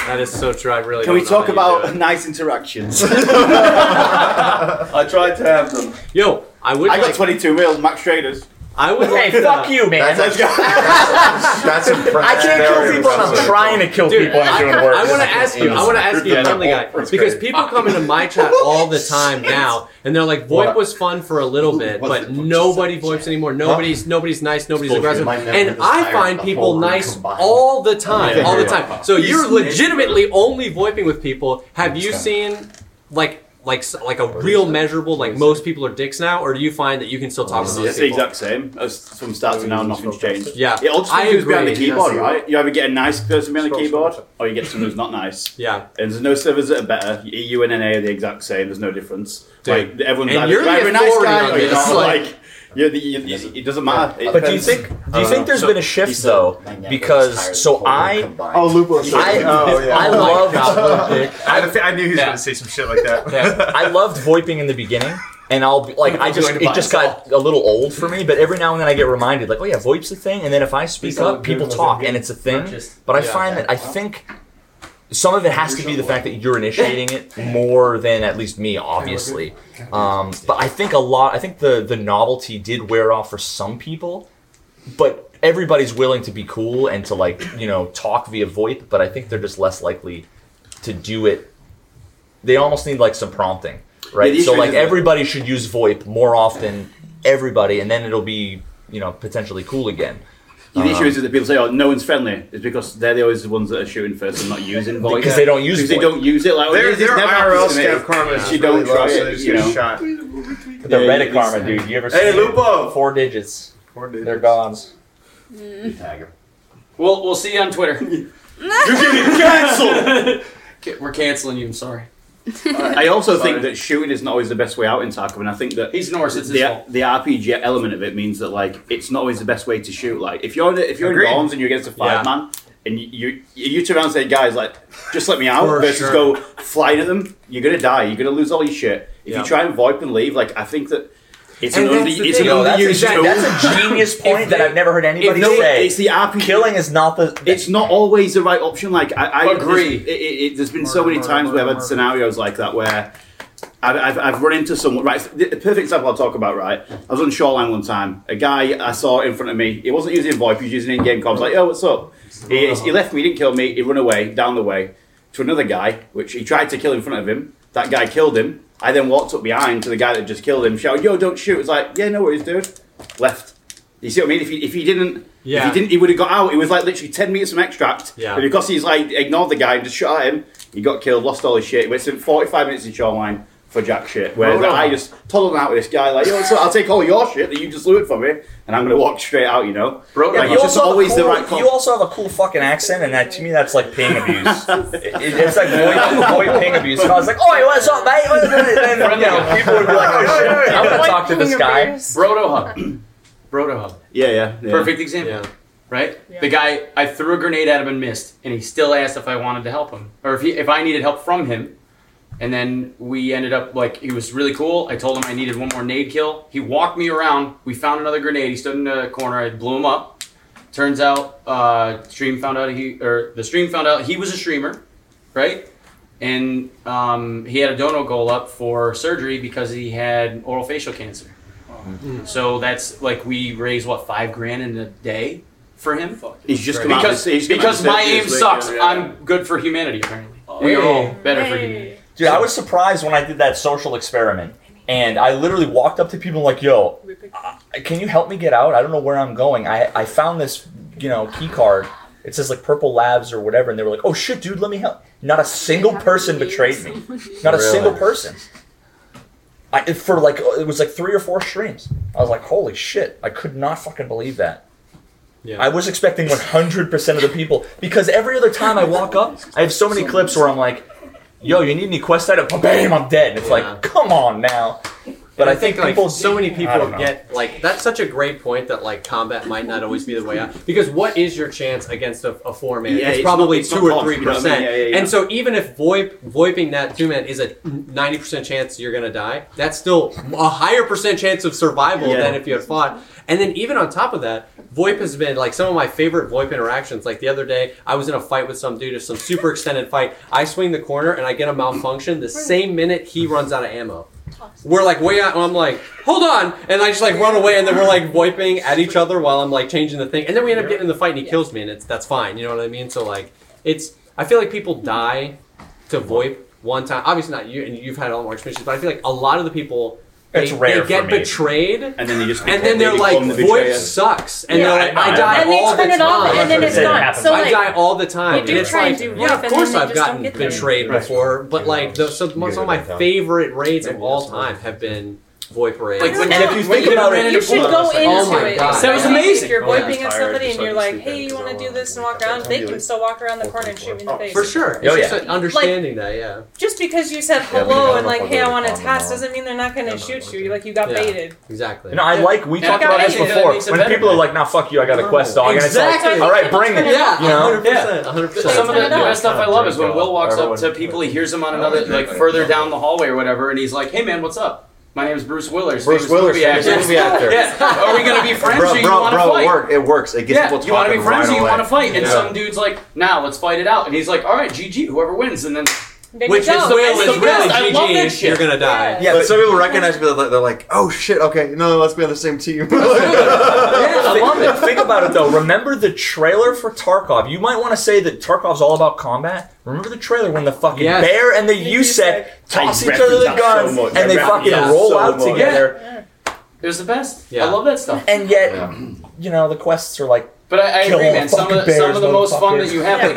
Speaker 3: that is so true. I really
Speaker 17: Can we
Speaker 3: don't know
Speaker 17: talk
Speaker 3: how you do it. [laughs]
Speaker 17: about nice interactions?
Speaker 3: I tried to have them. Yo, I would.
Speaker 17: I got
Speaker 3: like-
Speaker 17: 22 mil, max traders.
Speaker 3: I would
Speaker 17: Hey,
Speaker 3: like to-
Speaker 17: fuck you, man.
Speaker 3: That's,
Speaker 17: That's impressive.
Speaker 3: I can't kill
Speaker 17: Very
Speaker 3: people and I'm
Speaker 17: impressive.
Speaker 3: trying to kill
Speaker 17: Dude,
Speaker 3: people and I'm
Speaker 17: I-
Speaker 3: doing work.
Speaker 17: I wanna ask you- I wanna
Speaker 3: ask you,
Speaker 17: Yeah,
Speaker 3: Family
Speaker 17: no,
Speaker 3: Guy,
Speaker 17: that's
Speaker 3: because
Speaker 17: great.
Speaker 3: people come into
Speaker 10: [laughs]
Speaker 3: my chat all the time now, and they're like, "VoIP was fun for a little bit, but nobody VoIPs anymore. Nobody's nobody's nice, nobody's
Speaker 10: bullshit.
Speaker 3: aggressive."
Speaker 10: My network
Speaker 3: And
Speaker 10: is
Speaker 3: I
Speaker 10: tired
Speaker 3: find
Speaker 10: of
Speaker 3: people
Speaker 10: whole
Speaker 3: nice
Speaker 10: combined.
Speaker 3: all the
Speaker 10: Yeah.
Speaker 3: time, all the time. So
Speaker 10: He's
Speaker 3: you're
Speaker 10: nice.
Speaker 3: legitimately only VoIPing with people. Have you
Speaker 10: Okay.
Speaker 3: seen like? Like, s- like a real measurable like most people are dicks now or do you find that you can still talk to
Speaker 17: It's
Speaker 3: those
Speaker 17: the
Speaker 3: people?
Speaker 17: exact same as from start to now. Nothing's changed.
Speaker 3: Yeah.
Speaker 17: it all just
Speaker 3: I
Speaker 17: who's behind the
Speaker 3: agree.
Speaker 17: keyboard,
Speaker 3: Yeah.
Speaker 17: right? You either get a nice person behind the keyboard, or you get someone who's not nice.
Speaker 3: Yeah,
Speaker 17: and there's no servers that are better. EU and NA are the exact same. There's no difference.
Speaker 3: Dude.
Speaker 17: Like everyone's
Speaker 3: And
Speaker 17: either,
Speaker 3: you're the
Speaker 17: either a nice
Speaker 3: authority
Speaker 17: guy
Speaker 3: on
Speaker 17: or you're
Speaker 3: this,
Speaker 17: not.
Speaker 3: like-
Speaker 17: Like, you're the, you it doesn't matter. It
Speaker 5: But do you
Speaker 17: depends.
Speaker 5: think do you
Speaker 17: Uh,
Speaker 5: think there's
Speaker 17: so-
Speaker 5: been a shift though? Because so I
Speaker 17: Oh, Lupo.
Speaker 1: [laughs]
Speaker 5: I,
Speaker 17: Oh, yeah.
Speaker 5: I
Speaker 17: Oh, my
Speaker 5: loved
Speaker 17: God.
Speaker 3: [laughs]
Speaker 5: I, I knew he was going to say some shit like that. I loved voiping in the beginning, and I'll be, like I just
Speaker 3: Going to
Speaker 5: it just got a little old for me. But every now and then I get reminded, like, oh yeah, voip's a thing. And then if I speak
Speaker 3: These are
Speaker 5: up, people
Speaker 3: good
Speaker 5: talk,
Speaker 3: ones.
Speaker 5: and it's a thing.
Speaker 3: Purchased.
Speaker 5: But I
Speaker 3: Yeah.
Speaker 5: find that I think. Some of it has to be the fact that you're initiating
Speaker 3: [laughs]
Speaker 5: it more than at least me, obviously. Um, but I think a lot. I think the the novelty did wear off for some people, but everybody's willing to be cool and to like you know talk via VoIP. But I think they're just less likely to do it. They almost need like some prompting, right?
Speaker 17: Yeah, the
Speaker 5: so
Speaker 17: issue
Speaker 5: like
Speaker 17: is-
Speaker 5: everybody should use VoIP more often. Everybody, and then it'll be you know potentially cool again.
Speaker 17: The issue
Speaker 5: Um,
Speaker 17: is that people say, "Oh, no one's friendly," is because they're the always the ones that are shooting first and not using voice
Speaker 5: Because they don't use
Speaker 17: because they
Speaker 5: voice.
Speaker 17: don't use it. Like
Speaker 5: Their-
Speaker 17: well,
Speaker 5: their IRL
Speaker 17: IRL
Speaker 5: scam karma is really
Speaker 17: You don't
Speaker 5: low,
Speaker 17: try
Speaker 5: so
Speaker 17: it.
Speaker 5: they just
Speaker 17: you
Speaker 5: get
Speaker 17: know.
Speaker 5: shot.
Speaker 17: The
Speaker 5: The Reddit karma, dude. You ever
Speaker 17: Hey,
Speaker 5: seen
Speaker 17: Lupo!
Speaker 5: Four digits. Four digits. They're gone.
Speaker 11: We'll we'll see you on [laughs] Twitter. You're
Speaker 17: getting canceled.
Speaker 11: We're canceling you. I'm sorry.
Speaker 17: I also think that shooting is not always the best way out in Tarkov, and I think that
Speaker 11: he's Norse. It's
Speaker 17: the,
Speaker 11: his fault.
Speaker 17: the RPG element of it means that like it's not always the best way to shoot. Like if you're in- if you're
Speaker 11: Agreed.
Speaker 17: in bombs and you're against a
Speaker 11: Yeah.
Speaker 17: five man, and you, you you turn around and say, "Guys, like just let me out,"
Speaker 3: For
Speaker 17: versus
Speaker 3: sure.
Speaker 17: go flying at them, you're gonna die. You're gonna lose all your shit. If
Speaker 3: Yeah.
Speaker 17: you try and VoIP and leave, like I think that. It's
Speaker 5: And
Speaker 17: an,
Speaker 5: that's
Speaker 17: under,
Speaker 5: the
Speaker 17: it's an
Speaker 5: thing. No, that's
Speaker 17: underused
Speaker 5: exact-
Speaker 17: tool.
Speaker 5: that's a
Speaker 17: [laughs]
Speaker 5: genius point that I've never heard anybody
Speaker 17: If they-
Speaker 5: say.
Speaker 17: It's the RPG.
Speaker 5: Killing is not the.
Speaker 17: It's not always the right option. Like I, I
Speaker 5: Agree.
Speaker 17: There's, it, it, it- there's been so many times where I've had scenarios like that where I've, I've, I've run into someone. Right, the the perfect example I'll talk about. Right, I was on Shoreline one time. A guy I saw in front of me. He wasn't using VoIP. He was using in-game comms. Like, yo, what's up? He, he left me. Didn't kill me. He ran away down the way to another guy, which he tried to kill in front of him. That guy killed him. I then walked up behind to the guy that just killed him, shouted, "Yo, don't shoot!" It's like, "Yeah, no worries, dude." Left. You see what I mean? If he, if he didn't,
Speaker 3: Yeah.
Speaker 17: if he didn't, he would have got out. It was like literally ten meters from extract.
Speaker 3: Yeah.
Speaker 17: But because he's like ignored the guy and just shot at him, he got killed, lost all his shit. Went spent forty five minutes in shoreline for jack shit. Whereas
Speaker 3: Hold on.
Speaker 17: I just told him out with this guy like, yo, so I'll take all your shit that you just looted from me, and I'm gonna walk straight out. You know,
Speaker 5: Bro,
Speaker 17: like, it's just always the right.
Speaker 5: You also have a cool fucking accent, and that to me, that's like ping abuse. It- it's like boy, boy ping abuse. I was like, oh, what's up, mate? What's up?" And then, you know, people would be like, oh
Speaker 10: [laughs]
Speaker 5: shit, I'm gonna talk to this guy.
Speaker 11: Brodo Hub. [clears throat] Brodo Hub.
Speaker 17: Yeah, yeah. yeah.
Speaker 11: Perfect example. Right? The guy, I threw a grenade at him and missed, and he still asked if I wanted to help him or if he, if I needed help from him. And then we ended up like he was really cool. I told him I needed one more nade kill. He walked me around. We found another grenade. He stood in the corner. I blew him up. Turns out, uh, stream found out he or the stream found out he was a streamer, right? And um, he had a dono goal up for surgery because he had oral facial cancer. So that's like we raised what five grand in a day for him.
Speaker 17: He's just come out
Speaker 11: because
Speaker 17: to- he's come out
Speaker 11: because
Speaker 17: to say
Speaker 11: my
Speaker 17: this
Speaker 11: aim
Speaker 17: week,
Speaker 11: sucks.
Speaker 17: yeah, yeah.
Speaker 11: I'm good for humanity apparently. We are all better for humanity.
Speaker 5: Dude, I was surprised when I did that social experiment, and I literally walked up to people like, "Yo,
Speaker 17: Mm.
Speaker 5: uh, can you help me get out? I don't know where I'm going. I I found this, you know, key card. It says like Purple Labs or whatever, and they were like, "Oh shit, dude, let me help." Not a single person betrayed me. Not a
Speaker 21: Really?
Speaker 5: single person. I it- for like it was like three or four streams. I was like, "Holy shit!" I could not fucking believe that. I was expecting 100% of the people because every other time I walk up, I have so many clips where I'm like, yo, you need any quest item? Bam, I'm dead. And it's like, come on now. But
Speaker 3: And
Speaker 5: I think
Speaker 3: like
Speaker 5: people,
Speaker 3: so many
Speaker 5: I
Speaker 3: people
Speaker 5: don't know.
Speaker 3: get like that's such a great point that like combat might not always be the way out because what is your chance against a, a four man?
Speaker 10: Yeah,
Speaker 3: it's,
Speaker 10: it's
Speaker 3: probably
Speaker 10: not- it's
Speaker 3: two
Speaker 10: not
Speaker 3: or
Speaker 10: possible,
Speaker 3: three
Speaker 10: you know what I mean?
Speaker 3: percent.
Speaker 10: Yeah, yeah, yeah.
Speaker 3: And so even if VoIP VoIPing that two man is a ninety percent chance you're gonna die, that's still a higher percent chance of survival
Speaker 10: Yeah.
Speaker 3: than if you had fought. And then even on top of that, VoIP has been like some of my favorite VoIP interactions. Like the other day, I was in a fight with some dude, some super extended fight. I swing the corner and I get a malfunction. The same minute he runs out of ammo. We're like way out, and I'm like, hold on, and I just like run away, and then we're like wiping at each other while I'm like changing the thing, and then we end up getting in the fight, and he kills me, and it's that's fine, you know what I mean? So like, it's I feel like people die to VoIP one time. Obviously not you, and you've had a lot more experience, but I feel like a lot of the people. They,
Speaker 5: It's rare
Speaker 3: they get
Speaker 5: for me.
Speaker 3: betrayed,
Speaker 5: And then they just
Speaker 3: and
Speaker 5: become-
Speaker 3: then
Speaker 5: they
Speaker 3: they're like,
Speaker 5: become the
Speaker 3: "VoIP
Speaker 5: betrayer."
Speaker 3: sucks," and
Speaker 5: Yeah,
Speaker 3: they're like,
Speaker 5: I-
Speaker 3: "I,
Speaker 5: I-
Speaker 3: die
Speaker 5: And they
Speaker 3: all
Speaker 5: turn
Speaker 3: the
Speaker 5: it off,
Speaker 3: time."
Speaker 5: and then it's gone. So,
Speaker 3: I
Speaker 5: like,
Speaker 3: die all the time.
Speaker 5: you do
Speaker 3: and it's
Speaker 5: try
Speaker 3: like,
Speaker 5: and do
Speaker 3: yeah,
Speaker 5: VoIP,
Speaker 3: of
Speaker 5: and
Speaker 3: course
Speaker 5: then they
Speaker 3: I've
Speaker 5: just don't
Speaker 3: gotten
Speaker 5: get there.
Speaker 3: betrayed
Speaker 5: Right.
Speaker 3: before, but like the, some, some of my favorite raids of all time have been VoIP raids.
Speaker 7: Like, when- if you think about it, you should go
Speaker 3: oh
Speaker 7: into
Speaker 3: my
Speaker 7: it.
Speaker 3: God. Oh,
Speaker 7: That was amazing. If you're wiping at somebody Oh, and you're like, hey, you want to do this and walk around, they can still walk around the corner and shoot me in the face.
Speaker 3: For sure. It's
Speaker 7: Oh,
Speaker 3: just
Speaker 7: yeah.
Speaker 3: an understanding that, yeah.
Speaker 7: Just because you said
Speaker 3: Yeah, we
Speaker 7: hello
Speaker 3: got
Speaker 7: and
Speaker 3: them
Speaker 7: like,
Speaker 3: on
Speaker 7: hey, I
Speaker 3: the-
Speaker 7: want a
Speaker 3: on the
Speaker 7: task doesn't mean they're not going to shoot you. Like you got
Speaker 3: Yeah.
Speaker 7: baited.
Speaker 3: Exactly.
Speaker 5: No, I like. We
Speaker 7: Yeah.
Speaker 5: talked about this
Speaker 7: Yeah, that
Speaker 5: before.
Speaker 7: makes it
Speaker 5: When
Speaker 7: better.
Speaker 5: people are like, "Now fuck you, I got a quest dog," and it's
Speaker 11: Exactly.
Speaker 5: like, "All right, bring it."
Speaker 11: Yeah,
Speaker 5: you know,
Speaker 3: 100%, 100%.
Speaker 11: Some of the, the
Speaker 5: Yeah.
Speaker 11: best stuff I love is when Will walks up to
Speaker 5: Everyone-
Speaker 11: people, he hears them on another, like further down the hallway or whatever, and he's like, "Hey man, what's up? My name is Bruce Willis.
Speaker 2: Bruce
Speaker 11: famous
Speaker 2: Willis,
Speaker 11: movie
Speaker 2: famous
Speaker 11: actor.
Speaker 2: movie
Speaker 11: [laughs]
Speaker 2: actor.
Speaker 11: yeah. Are we gonna be friends
Speaker 2: bro,
Speaker 11: or you
Speaker 2: bro,
Speaker 11: want to
Speaker 2: bro,
Speaker 11: fight?
Speaker 2: It, work, it works. It gets
Speaker 11: yeah,
Speaker 2: people
Speaker 11: you want to be
Speaker 2: talking
Speaker 11: friends
Speaker 2: right
Speaker 11: or you want to
Speaker 2: away.
Speaker 11: fight? And
Speaker 2: Yeah.
Speaker 11: some dude's like, "Nah, let's fight it out." And he's like, "All right, GG, whoever wins." And then
Speaker 7: Then
Speaker 11: which is
Speaker 7: you go.
Speaker 11: the
Speaker 7: It's
Speaker 11: it's
Speaker 7: the
Speaker 11: the best.
Speaker 7: best.
Speaker 11: I love that shit.
Speaker 2: Yeah, but some people recognize me. They're like, "Oh shit, okay, no, let's be on the
Speaker 11: [laughs]
Speaker 2: same team."
Speaker 5: I love it. Think about it though. Remember the trailer for Tarkov. You might want to say that Tarkov's all about combat. Remember the trailer when the fucking
Speaker 3: Yes.
Speaker 5: bear and the Yusek toss
Speaker 11: I
Speaker 5: each other the
Speaker 11: reference that
Speaker 5: guns
Speaker 11: so much.
Speaker 5: and they
Speaker 11: I reference
Speaker 5: fucking
Speaker 11: that
Speaker 5: roll
Speaker 11: so
Speaker 5: out
Speaker 11: much.
Speaker 5: together.
Speaker 11: It was the best. I love that stuff.
Speaker 5: And yet, you know, the quests are like.
Speaker 11: But I, I
Speaker 5: kill
Speaker 11: agree,
Speaker 5: all
Speaker 11: man. Some
Speaker 5: fucking
Speaker 11: of, the, some
Speaker 5: bears,
Speaker 11: of the most fun
Speaker 5: motherfuckers.
Speaker 11: that you have, like,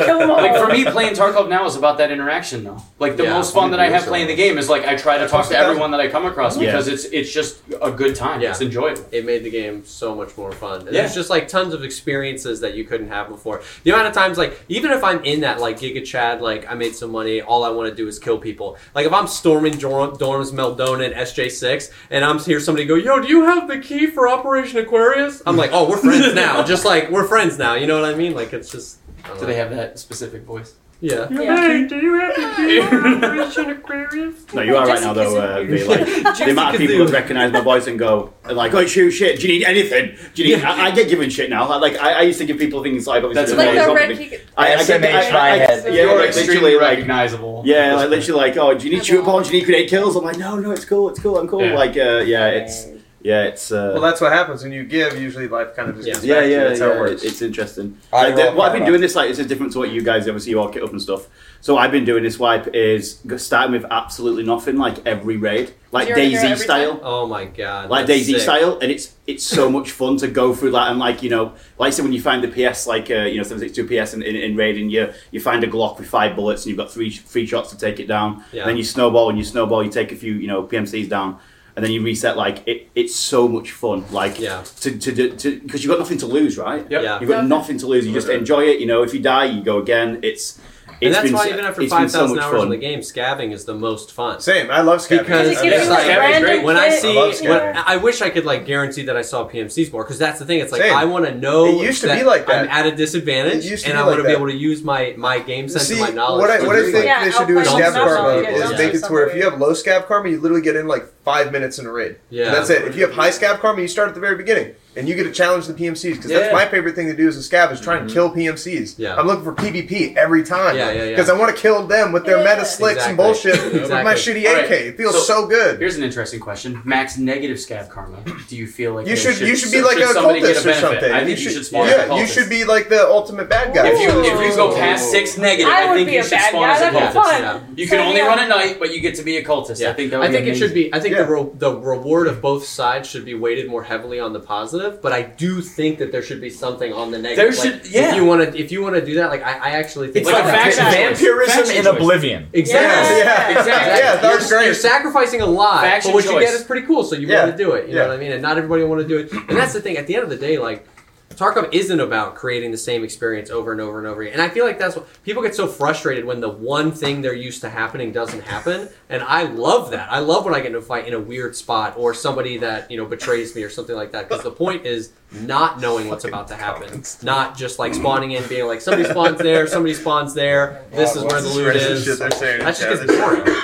Speaker 11: like, for me, playing Tarkov now is about that interaction, though. Like the
Speaker 5: Yeah.
Speaker 11: most fun that I have playing the game is like I try to talk to everyone that I come across
Speaker 3: Yeah.
Speaker 11: because it's it's just a good time.
Speaker 3: Yeah.
Speaker 11: It's enjoyable.
Speaker 3: It made the game so much more fun. And
Speaker 11: Yeah.
Speaker 3: There's just like tons of experiences that you couldn't have before. The amount of times, like, even if I'm in that like Giga Chad, like I made some money, all I want to do is kill people. Like if I'm storming dorm, dorms, Meldona, and SJ6, and I'm here, somebody go, "Yo, do you have the key for Operation Aquarius?" I'm like, "Oh, we're friends now." just like we're friends now. You know what I mean? Like it's just.
Speaker 11: Do they have that specific voice?
Speaker 3: Yeah.
Speaker 11: Hey,
Speaker 3: do you
Speaker 7: [laughs]
Speaker 3: have the key for Operation Aquarius?
Speaker 17: No, you are right now though. Uh, they, like, the amount of people that recognise my voice and go and like, "Oh shoot, shit! Do you need anything? Do you need?" I, I get given shit now. I, like I, I used to give people things like obviously.
Speaker 11: That's
Speaker 17: the
Speaker 11: like
Speaker 17: voice,
Speaker 11: the
Speaker 17: something.
Speaker 11: red key-
Speaker 17: I, I get,
Speaker 11: SMA
Speaker 17: I, I, I,
Speaker 11: triad.
Speaker 17: yeah,
Speaker 11: You're
Speaker 17: like,
Speaker 11: extremely
Speaker 17: literally like,
Speaker 11: recognizable.
Speaker 17: Yeah, like literally like, "Oh, do you need chew upon? Do you need grenade kills?" I'm like, "No, no, it's cool, it's cool, I'm cool."
Speaker 29: Yeah.
Speaker 17: Like, uh, yeah, it's yeah, it's. Uh,
Speaker 1: Well, that's what happens when you give. Usually, life kind of just gives
Speaker 17: yeah,
Speaker 1: back to you.
Speaker 17: yeah,
Speaker 1: That's how it
Speaker 17: yeah.
Speaker 1: works.
Speaker 17: It, it's interesting.
Speaker 1: I
Speaker 17: Like, the-
Speaker 1: roll
Speaker 17: what I've been
Speaker 1: my
Speaker 17: doing this like this is different to what you guys obviously you all kit up and stuff. So I've been doing this wipe is g- starting with absolutely nothing, like every raid, like
Speaker 3: Zero to hero
Speaker 17: Daisy
Speaker 3: every
Speaker 17: style,
Speaker 3: Oh my god.
Speaker 17: like
Speaker 3: that's
Speaker 17: Daisy
Speaker 3: sick.
Speaker 17: style, and it's it's so much fun to go through that and like you know, like so when you find the PS like uh, you know seven six two PS in, in, in raid and you you find a Glock with five bullets and you've got three three shots to take it down.
Speaker 3: Yeah.
Speaker 17: Then you snowball and you snowball, you take a few you know PMCs down. And then you reset. Like it, it's so much fun. Like
Speaker 3: Yeah.
Speaker 17: to to to because you've got nothing to lose, right?
Speaker 3: Yep. Yeah.
Speaker 17: You've got nothing to lose. You just enjoy it. You know, if you die, you go again. It's it's
Speaker 3: and that's
Speaker 17: been,
Speaker 3: why even after
Speaker 17: it's been
Speaker 3: five
Speaker 17: so
Speaker 3: thousand
Speaker 17: much
Speaker 3: hours
Speaker 17: fun.
Speaker 3: in the game, scabbing is the most fun.
Speaker 1: Same, I love scabbing.
Speaker 3: because
Speaker 1: Because it gives
Speaker 3: it's
Speaker 1: you, like,
Speaker 3: like,
Speaker 1: random
Speaker 3: great. when I
Speaker 1: shit.
Speaker 3: see,
Speaker 1: I love
Speaker 3: when,
Speaker 1: scabbing.
Speaker 3: I wish I could like guarantee that I saw PMCs more because that's the thing. It's like
Speaker 1: Same.
Speaker 3: I want to know.
Speaker 1: It used to
Speaker 3: that
Speaker 1: be like that.
Speaker 3: I'm at a disadvantage,
Speaker 1: It used to
Speaker 3: and I
Speaker 1: be like
Speaker 3: want to be
Speaker 1: that.
Speaker 3: able to use my my game sense
Speaker 1: See,
Speaker 3: and my knowledge.
Speaker 1: what I,
Speaker 3: to
Speaker 1: what I
Speaker 3: just,
Speaker 1: think
Speaker 3: like,
Speaker 1: they should do is
Speaker 3: dump
Speaker 1: scab
Speaker 3: stuff out
Speaker 1: karma
Speaker 3: there.
Speaker 1: is
Speaker 3: Yeah.
Speaker 1: make it to where if you have low scab karma, you literally get in like five minutes in a raid.
Speaker 3: Yeah.
Speaker 1: And that's it. If you have high scab karma, you start at the very beginning. And you get to challenge the PMCs because that's
Speaker 3: Yeah.
Speaker 1: my favorite thing to do as a scab is try
Speaker 11: Mm-hmm.
Speaker 1: and kill PMCs.
Speaker 3: Yeah.
Speaker 1: I'm looking for PvP every time
Speaker 3: Yeah, yeah, yeah.
Speaker 1: because I want to kill them with their meta slicks and
Speaker 11: [laughs]
Speaker 1: bullshit with my shitty AK. It feels so good.
Speaker 11: Here's an interesting question: Max negative scab karma. Do you feel like
Speaker 1: You
Speaker 11: they
Speaker 1: should, you should be
Speaker 11: so
Speaker 1: like a
Speaker 11: somebody get
Speaker 1: cultist or
Speaker 11: benefit?
Speaker 1: something.
Speaker 11: I think you should spawn
Speaker 1: yeah,
Speaker 11: a cultist.
Speaker 1: you should be like the ultimate bad guy.
Speaker 11: If you if you go past six negative,
Speaker 3: I
Speaker 11: I,
Speaker 3: would
Speaker 11: think
Speaker 3: be
Speaker 11: you
Speaker 3: a
Speaker 11: should
Speaker 3: bad
Speaker 11: spawn
Speaker 3: guy.
Speaker 11: as a
Speaker 3: That'd
Speaker 11: cultist.
Speaker 3: be fun. Yeah.
Speaker 11: You can
Speaker 3: So,
Speaker 11: only
Speaker 3: yeah.
Speaker 11: run at night, but you get to be a cultist. I think that would
Speaker 3: I think
Speaker 11: be
Speaker 3: it should
Speaker 11: amazing.
Speaker 3: be. I think the re- the reward of both sides should be weighted more heavily on the positive, but I do think that there should be something on the negative.
Speaker 11: There
Speaker 3: Like,
Speaker 11: should- yeah.
Speaker 3: If you want to, if you want to do that, like I, I actually think
Speaker 5: It's like a faction [laughs] vampirism in Oblivion.
Speaker 3: Exactly.
Speaker 5: Yeah.
Speaker 3: Exactly.
Speaker 5: Yeah, that was
Speaker 3: you're, you're sacrificing a lot,
Speaker 5: Faction
Speaker 3: but what you
Speaker 5: choice.
Speaker 3: get is pretty cool. So you
Speaker 5: Yeah.
Speaker 3: want to do it. You
Speaker 5: Yeah.
Speaker 3: know what I mean? And not everybody want to do it. And that's the thing. At the end of the day, like Tarkov isn't about creating the same experience over and over and over again. And I feel like that's what people get so frustrated when the one thing they're used to happening doesn't happen. And I love that. I love when I get into a fight in a weird spot or somebody that, you know, betrays me or something like that. Because the point is not knowing what's about to happen. Not just like spawning in, being like, somebody spawns there, somebody spawns there, this is where the loot is.
Speaker 1: Shit they're saying.
Speaker 3: That just
Speaker 1: Yeah,
Speaker 3: gets
Speaker 1: they're-
Speaker 3: boring.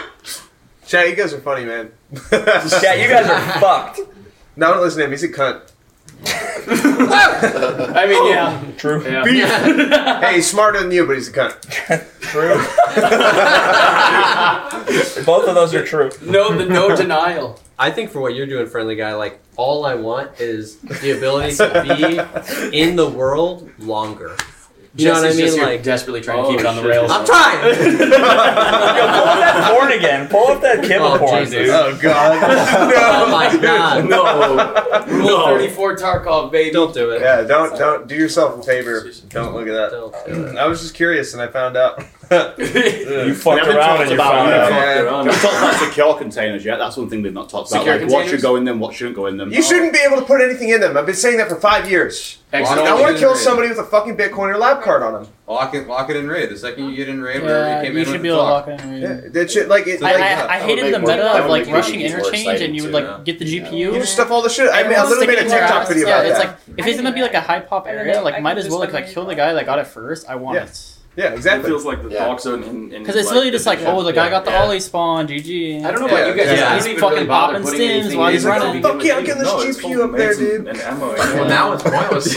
Speaker 1: Chat, you guys are funny, man. [laughs]
Speaker 5: Chat, you guys are fucked.
Speaker 1: No, I don't listen to him. He's a cunt. I
Speaker 11: mean, yeah.
Speaker 1: True.
Speaker 11: Yeah.
Speaker 1: [laughs] hey, he's smarter than you, but he's a cunt. True.
Speaker 5: Both of those are true.
Speaker 30: No, the
Speaker 3: [laughs]
Speaker 30: no
Speaker 3: denial.
Speaker 30: I think for what you're doing, friendly guy, like all I want is the ability to be in the world longer. You know what I
Speaker 11: Jesse's
Speaker 30: mean?
Speaker 11: just here
Speaker 30: like oh,
Speaker 11: desperately trying to keep it on the rails.
Speaker 30: I'm trying.
Speaker 5: Porn again. Pull up that Kimmel
Speaker 11: Oh,
Speaker 5: porn,
Speaker 11: Jesus.
Speaker 5: dude.
Speaker 11: Oh,
Speaker 5: [laughs]
Speaker 11: [laughs]
Speaker 5: god.
Speaker 11: oh my god.
Speaker 1: No.
Speaker 11: Rule 34 Tarkov, baby.
Speaker 30: Don't do it.
Speaker 31: Yeah, don't don't do yourself a favor. Don't look at that. I was just curious, and I found out. you
Speaker 5: fucked around and you found out.
Speaker 17: We haven't talked about secure containers yet. That's one thing we've not talked about.
Speaker 1: Secure
Speaker 17: like, what
Speaker 1: containers?
Speaker 17: should go in them? What shouldn't go in them? Oh,
Speaker 1: You shouldn't be able to put anything in them. I've been saying that for five years.
Speaker 13: Excellent.
Speaker 1: I want to kill
Speaker 13: Generated.
Speaker 1: somebody with a fucking Bitcoin or lab card on them.
Speaker 13: Lock it, lock it in raid. The second you get in raid,
Speaker 10: Yeah,
Speaker 13: wherever you came
Speaker 10: you
Speaker 13: in
Speaker 10: should
Speaker 13: with
Speaker 10: be
Speaker 13: the
Speaker 10: able to
Speaker 13: talk.
Speaker 10: lock it in raid.
Speaker 1: Yeah, that shit, like, it,
Speaker 10: I,
Speaker 1: like
Speaker 10: I, I hated the meta of like rushing interchange, and you would like get the GPU.
Speaker 1: You just stuff all the shit. I,
Speaker 10: and
Speaker 1: mean, I
Speaker 10: then
Speaker 1: literally
Speaker 10: stick
Speaker 1: made
Speaker 10: it
Speaker 1: a
Speaker 10: in your
Speaker 1: TikTok
Speaker 10: ass.
Speaker 1: video
Speaker 10: Yeah,
Speaker 1: about
Speaker 10: it's
Speaker 1: that.
Speaker 10: like if it's gonna be like a high pop area, like might as well like, like kill the guy that got it first. I want it
Speaker 1: yeah, exactly.
Speaker 6: It feels like the
Speaker 1: Yeah.
Speaker 6: dog zone in. in,
Speaker 10: because it's literally just like oh the guy got the ollie spawn. GG.
Speaker 6: I don't know about you guys, I don't
Speaker 10: He's
Speaker 6: even
Speaker 10: fucking
Speaker 6: really bother
Speaker 10: popping
Speaker 6: putting
Speaker 10: stims
Speaker 6: anything
Speaker 10: while
Speaker 6: in.
Speaker 10: he's
Speaker 6: It's like,
Speaker 10: running.
Speaker 6: fuck yeah, I'm getting
Speaker 1: this GPU up there, dude.
Speaker 6: And ammo.
Speaker 13: Well, now it's pointless.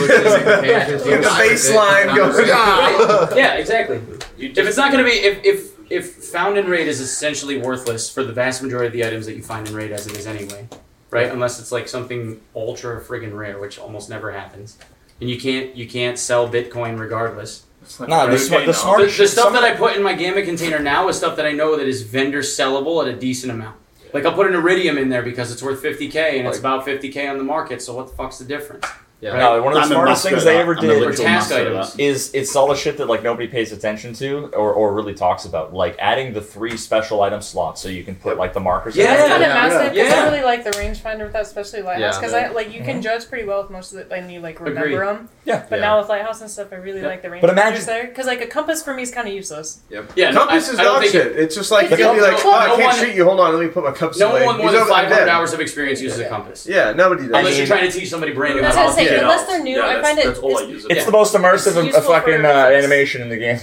Speaker 1: [laughs] With the baseline goes
Speaker 11: Yeah, yeah, exactly. If it's not going to be, if, if if found in raid is essentially worthless for the vast majority of the items that you find in raid as it is anyway, right? Unless it's like something ultra friggin' rare, which almost never happens, and you can't you can't sell Bitcoin regardless.
Speaker 5: Nah, the sma- the
Speaker 11: the,
Speaker 5: smartest
Speaker 11: the
Speaker 5: shit-
Speaker 11: stuff
Speaker 5: some-
Speaker 11: that I put in my gamma container now is stuff that I know that is vendor sellable at a decent amount. Like I'll put an iridium in there because it's worth 50k and it's about 50k on the market. So what the fuck's the difference?
Speaker 5: Yeah. No, one of the smartest things they ever did
Speaker 11: for task items.
Speaker 5: is it's all the shit that like nobody pays attention to or, or really talks about, like adding the three special item slots so you can put like the markers. in
Speaker 11: Yeah.
Speaker 5: there.
Speaker 11: That's
Speaker 7: Kind
Speaker 11: Yeah.
Speaker 7: of massive, 'cause
Speaker 11: Yeah.
Speaker 7: I really like the rangefinder without especially lighthouse
Speaker 5: Yeah.
Speaker 7: because I like you can judge pretty well with most of it and you like remember
Speaker 5: Agreed.
Speaker 7: them.
Speaker 5: Yeah.
Speaker 7: But
Speaker 5: Yeah.
Speaker 7: now with lighthouse and stuff, I really
Speaker 5: Yeah.
Speaker 7: like the rangefinders
Speaker 5: But imagine-
Speaker 7: there because like a compass for me is kind of useless.
Speaker 13: Yep.
Speaker 11: Yeah, no,
Speaker 1: compass
Speaker 11: I-
Speaker 1: is
Speaker 11: I don't
Speaker 1: dog
Speaker 11: think
Speaker 1: shit.
Speaker 11: it-
Speaker 1: it's just like
Speaker 7: It's
Speaker 1: you'll be
Speaker 7: no-
Speaker 1: like,
Speaker 7: no
Speaker 1: oh, I
Speaker 7: one-
Speaker 1: can't
Speaker 7: no one-
Speaker 1: shoot you. Hold on, let me put my compass
Speaker 11: No
Speaker 1: away.
Speaker 11: one more
Speaker 1: He's
Speaker 11: than
Speaker 1: over- I'm
Speaker 11: 500
Speaker 1: dead.
Speaker 11: hours of experience uses a compass.
Speaker 1: Yeah, nobody does.
Speaker 11: Unless
Speaker 5: I
Speaker 11: you're
Speaker 5: mean-
Speaker 11: trying to teach somebody brand new
Speaker 7: That's
Speaker 11: how
Speaker 7: what I was
Speaker 11: to
Speaker 7: saying,
Speaker 11: get
Speaker 7: unless
Speaker 11: out.
Speaker 7: they're new, I find it- it's-
Speaker 5: It's the most immersive of,
Speaker 7: useful
Speaker 5: of
Speaker 7: for
Speaker 5: fucking uh, animation in the game.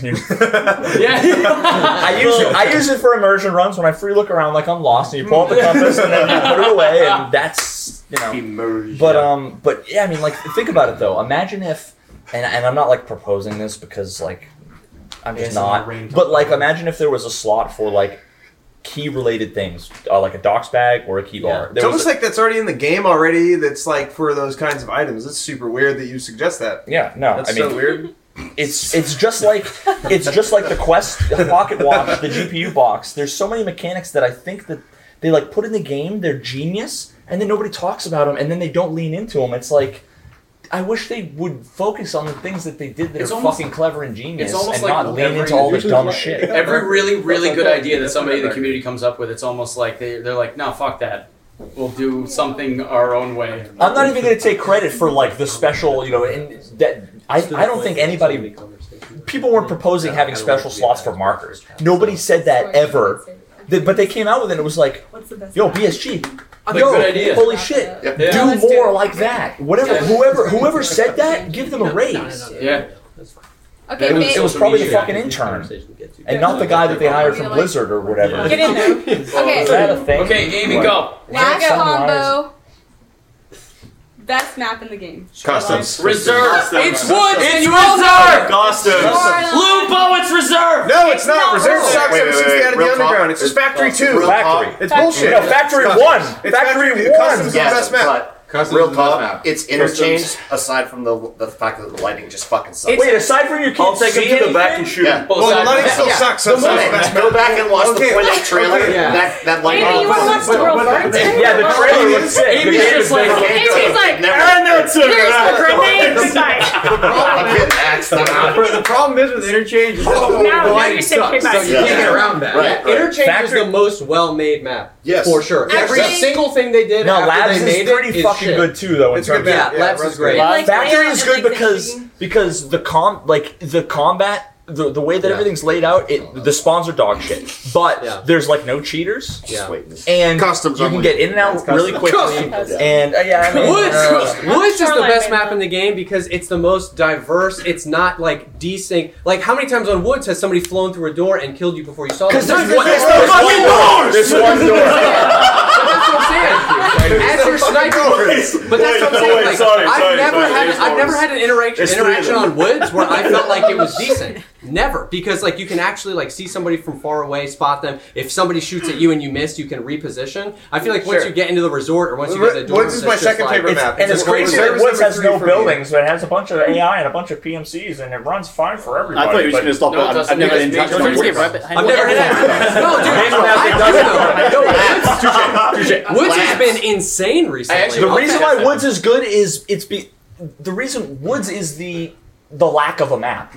Speaker 5: I use it. I use it for immersion runs when I free look around like I'm lost, and you pull up the compass and then you put it away, and that's you know. But um, but yeah, I mean, like think about it though. Imagine if, and and I'm not like proposing this because like I'm just
Speaker 11: It's
Speaker 5: not.
Speaker 11: not rain
Speaker 5: But like, imagine if there was a slot for like key related things, uh, like a docs bag or a key bar.
Speaker 1: It's
Speaker 5: There was
Speaker 1: almost
Speaker 5: a-
Speaker 1: like that's already in the game already. That's like for those kinds of items. It's super weird that you suggest that.
Speaker 5: Yeah, no,
Speaker 1: that's
Speaker 5: I mean-
Speaker 1: so weird.
Speaker 5: It's it's just like it's just like the Quest the Pocket Watch, the GPU box. There's so many mechanics that I think that they like put in the game. They're genius, and then nobody talks about them, and then they don't lean into them. It's like I wish they would focus on the things that they did that
Speaker 11: It's
Speaker 5: are
Speaker 11: almost-
Speaker 5: fucking clever and genius,
Speaker 11: it's
Speaker 5: and
Speaker 11: almost like
Speaker 5: not lean
Speaker 11: every-
Speaker 5: into all this
Speaker 11: [laughs]
Speaker 5: dumb shit.
Speaker 11: Every really, really good idea that somebody in the community comes up with, it's almost like they, they're like, no, fuck that. We'll do something our own way.
Speaker 5: I'm not even going to take credit for like the special, you know, and that I, I don't think anybody people weren't proposing having special slots for markers. Nobody said that ever. Th- But they came out with it and it was like, yo, BSG.
Speaker 11: Like,
Speaker 5: Yo,
Speaker 11: good idea.
Speaker 5: holy shit.
Speaker 11: Yeah. Yeah,
Speaker 5: Do
Speaker 11: let's do
Speaker 5: more
Speaker 11: it.
Speaker 5: like that. Whatever
Speaker 11: Yeah.
Speaker 5: whoever whoever said that, give them a raise.
Speaker 11: Yeah.
Speaker 5: It was, it was probably the fucking intern. And not the guy that they hired from Blizzard or whatever.
Speaker 23: Get in there. Okay.
Speaker 5: Is that a thing?
Speaker 11: Okay, Amy, go.
Speaker 23: Wag
Speaker 5: Some wires-
Speaker 23: combo. Best map in the game.
Speaker 11: Customs. Reserve.
Speaker 23: Custom.
Speaker 11: It's wood and you
Speaker 23: Custom.
Speaker 11: reserve.
Speaker 23: Customs.
Speaker 11: Lupo, it's reserve.
Speaker 1: [laughs] No, it's, not. Reserve
Speaker 11: reserve.
Speaker 1: sucks
Speaker 11: Wait,
Speaker 1: ever
Speaker 11: wait,
Speaker 1: since
Speaker 11: wait,
Speaker 1: they added
Speaker 11: real
Speaker 1: the
Speaker 11: talk.
Speaker 1: underground. It's just
Speaker 11: Real
Speaker 1: Factory
Speaker 11: talk.
Speaker 1: Two.
Speaker 11: Real
Speaker 5: Factory.
Speaker 1: It's
Speaker 5: Factory.
Speaker 1: bullshit.
Speaker 5: No, Factory
Speaker 1: It's
Speaker 5: One.
Speaker 1: It's
Speaker 5: Factory
Speaker 1: Factory
Speaker 5: One.
Speaker 1: Customs is the
Speaker 5: Yes,
Speaker 1: best map.
Speaker 2: But real talk, it's interchange aside from the the fact that the lighting just fucking sucks.
Speaker 5: Wait, aside from your kids,
Speaker 2: I'll take
Speaker 5: see
Speaker 2: him to the back
Speaker 5: anything?
Speaker 2: and shoot him.
Speaker 5: Well, the lighting still sucks, so it's
Speaker 2: The
Speaker 5: not
Speaker 2: moment.
Speaker 5: the best
Speaker 2: Go
Speaker 5: map.
Speaker 2: back and watch
Speaker 5: Okay.
Speaker 2: the Twilight trailer.
Speaker 5: Yeah.
Speaker 2: That that
Speaker 5: Maybe
Speaker 2: lighting.
Speaker 5: you wanna watch the world burn too? Yeah, the trailer was sick. Amy's
Speaker 2: The game
Speaker 5: just
Speaker 2: is
Speaker 5: like-
Speaker 2: never-
Speaker 5: Amy's
Speaker 2: never-
Speaker 13: Bro, the problem is with interchange is that
Speaker 3: No,
Speaker 13: the
Speaker 3: no,
Speaker 13: lighting
Speaker 3: you're saying
Speaker 13: sucks,
Speaker 3: goodbye.
Speaker 13: so you
Speaker 3: Yeah.
Speaker 13: can't get around that.
Speaker 3: Right, right. Interchange is the
Speaker 13: most well-made map.
Speaker 3: Yes. for sure. Every single thing they did
Speaker 5: No,
Speaker 3: after
Speaker 5: Labs
Speaker 3: they
Speaker 5: is
Speaker 3: made it
Speaker 5: pretty
Speaker 3: is
Speaker 5: fucking
Speaker 3: shit.
Speaker 5: good too, though. In
Speaker 3: It's a good
Speaker 5: terms of
Speaker 3: map. Yeah, Labs is great.
Speaker 5: Labs-
Speaker 3: Like,
Speaker 5: Factory is
Speaker 3: layout
Speaker 5: good because because the com like the combat. The, the way that everything's laid out, it the spawns are dog shit. But there's like no cheaters.
Speaker 12: Yeah.
Speaker 5: And
Speaker 12: Customs
Speaker 5: you
Speaker 12: only.
Speaker 5: can get in and out
Speaker 12: That's
Speaker 5: really
Speaker 12: customs.
Speaker 5: quickly. [laughs]
Speaker 12: Customs.
Speaker 5: And uh, yeah, I mean,
Speaker 3: Woods,
Speaker 5: uh,
Speaker 3: Woods is the best map in the game because it's the most diverse. It's not like desync. Like how many times on Woods has somebody flown through a door and killed you before you saw them?
Speaker 5: Because there's
Speaker 3: one
Speaker 5: one- there's no fucking doors! There's one door.
Speaker 3: But that's what I'm saying. As your sniper, but that's what I'm saying. Like, I've never had I've never had an interaction
Speaker 32: It's three of
Speaker 3: interaction
Speaker 32: them.
Speaker 3: on woods where I felt
Speaker 5: [laughs]
Speaker 3: like it was decent. Never, because like you can actually like see somebody from far away, spot them. If somebody shoots at you and you miss, you can reposition. I feel like once
Speaker 33: Sure.
Speaker 3: you get into the resort or once you get to the dorms,
Speaker 33: Woods is
Speaker 3: it's
Speaker 33: my
Speaker 3: just
Speaker 33: second
Speaker 3: like-
Speaker 33: favorite
Speaker 3: It's-
Speaker 33: map.
Speaker 3: And it's
Speaker 33: great.
Speaker 3: crazy. that
Speaker 33: Woods
Speaker 3: Woods
Speaker 33: has
Speaker 3: has
Speaker 33: no buildings, but it has a bunch of AI and a bunch of PMCs, and it runs fine for everybody.
Speaker 17: I thought you were just gonna stop No, it at- doesn't. I've never been touched by Woods.
Speaker 3: I've never had that. No, dude,
Speaker 33: Imagine
Speaker 3: I
Speaker 33: how
Speaker 3: I do
Speaker 33: know.
Speaker 5: [laughs]
Speaker 33: Woods-
Speaker 3: Woods has been insane recently.
Speaker 5: the reason why Woods is good is it's be the reason Woods is the the lack of a map.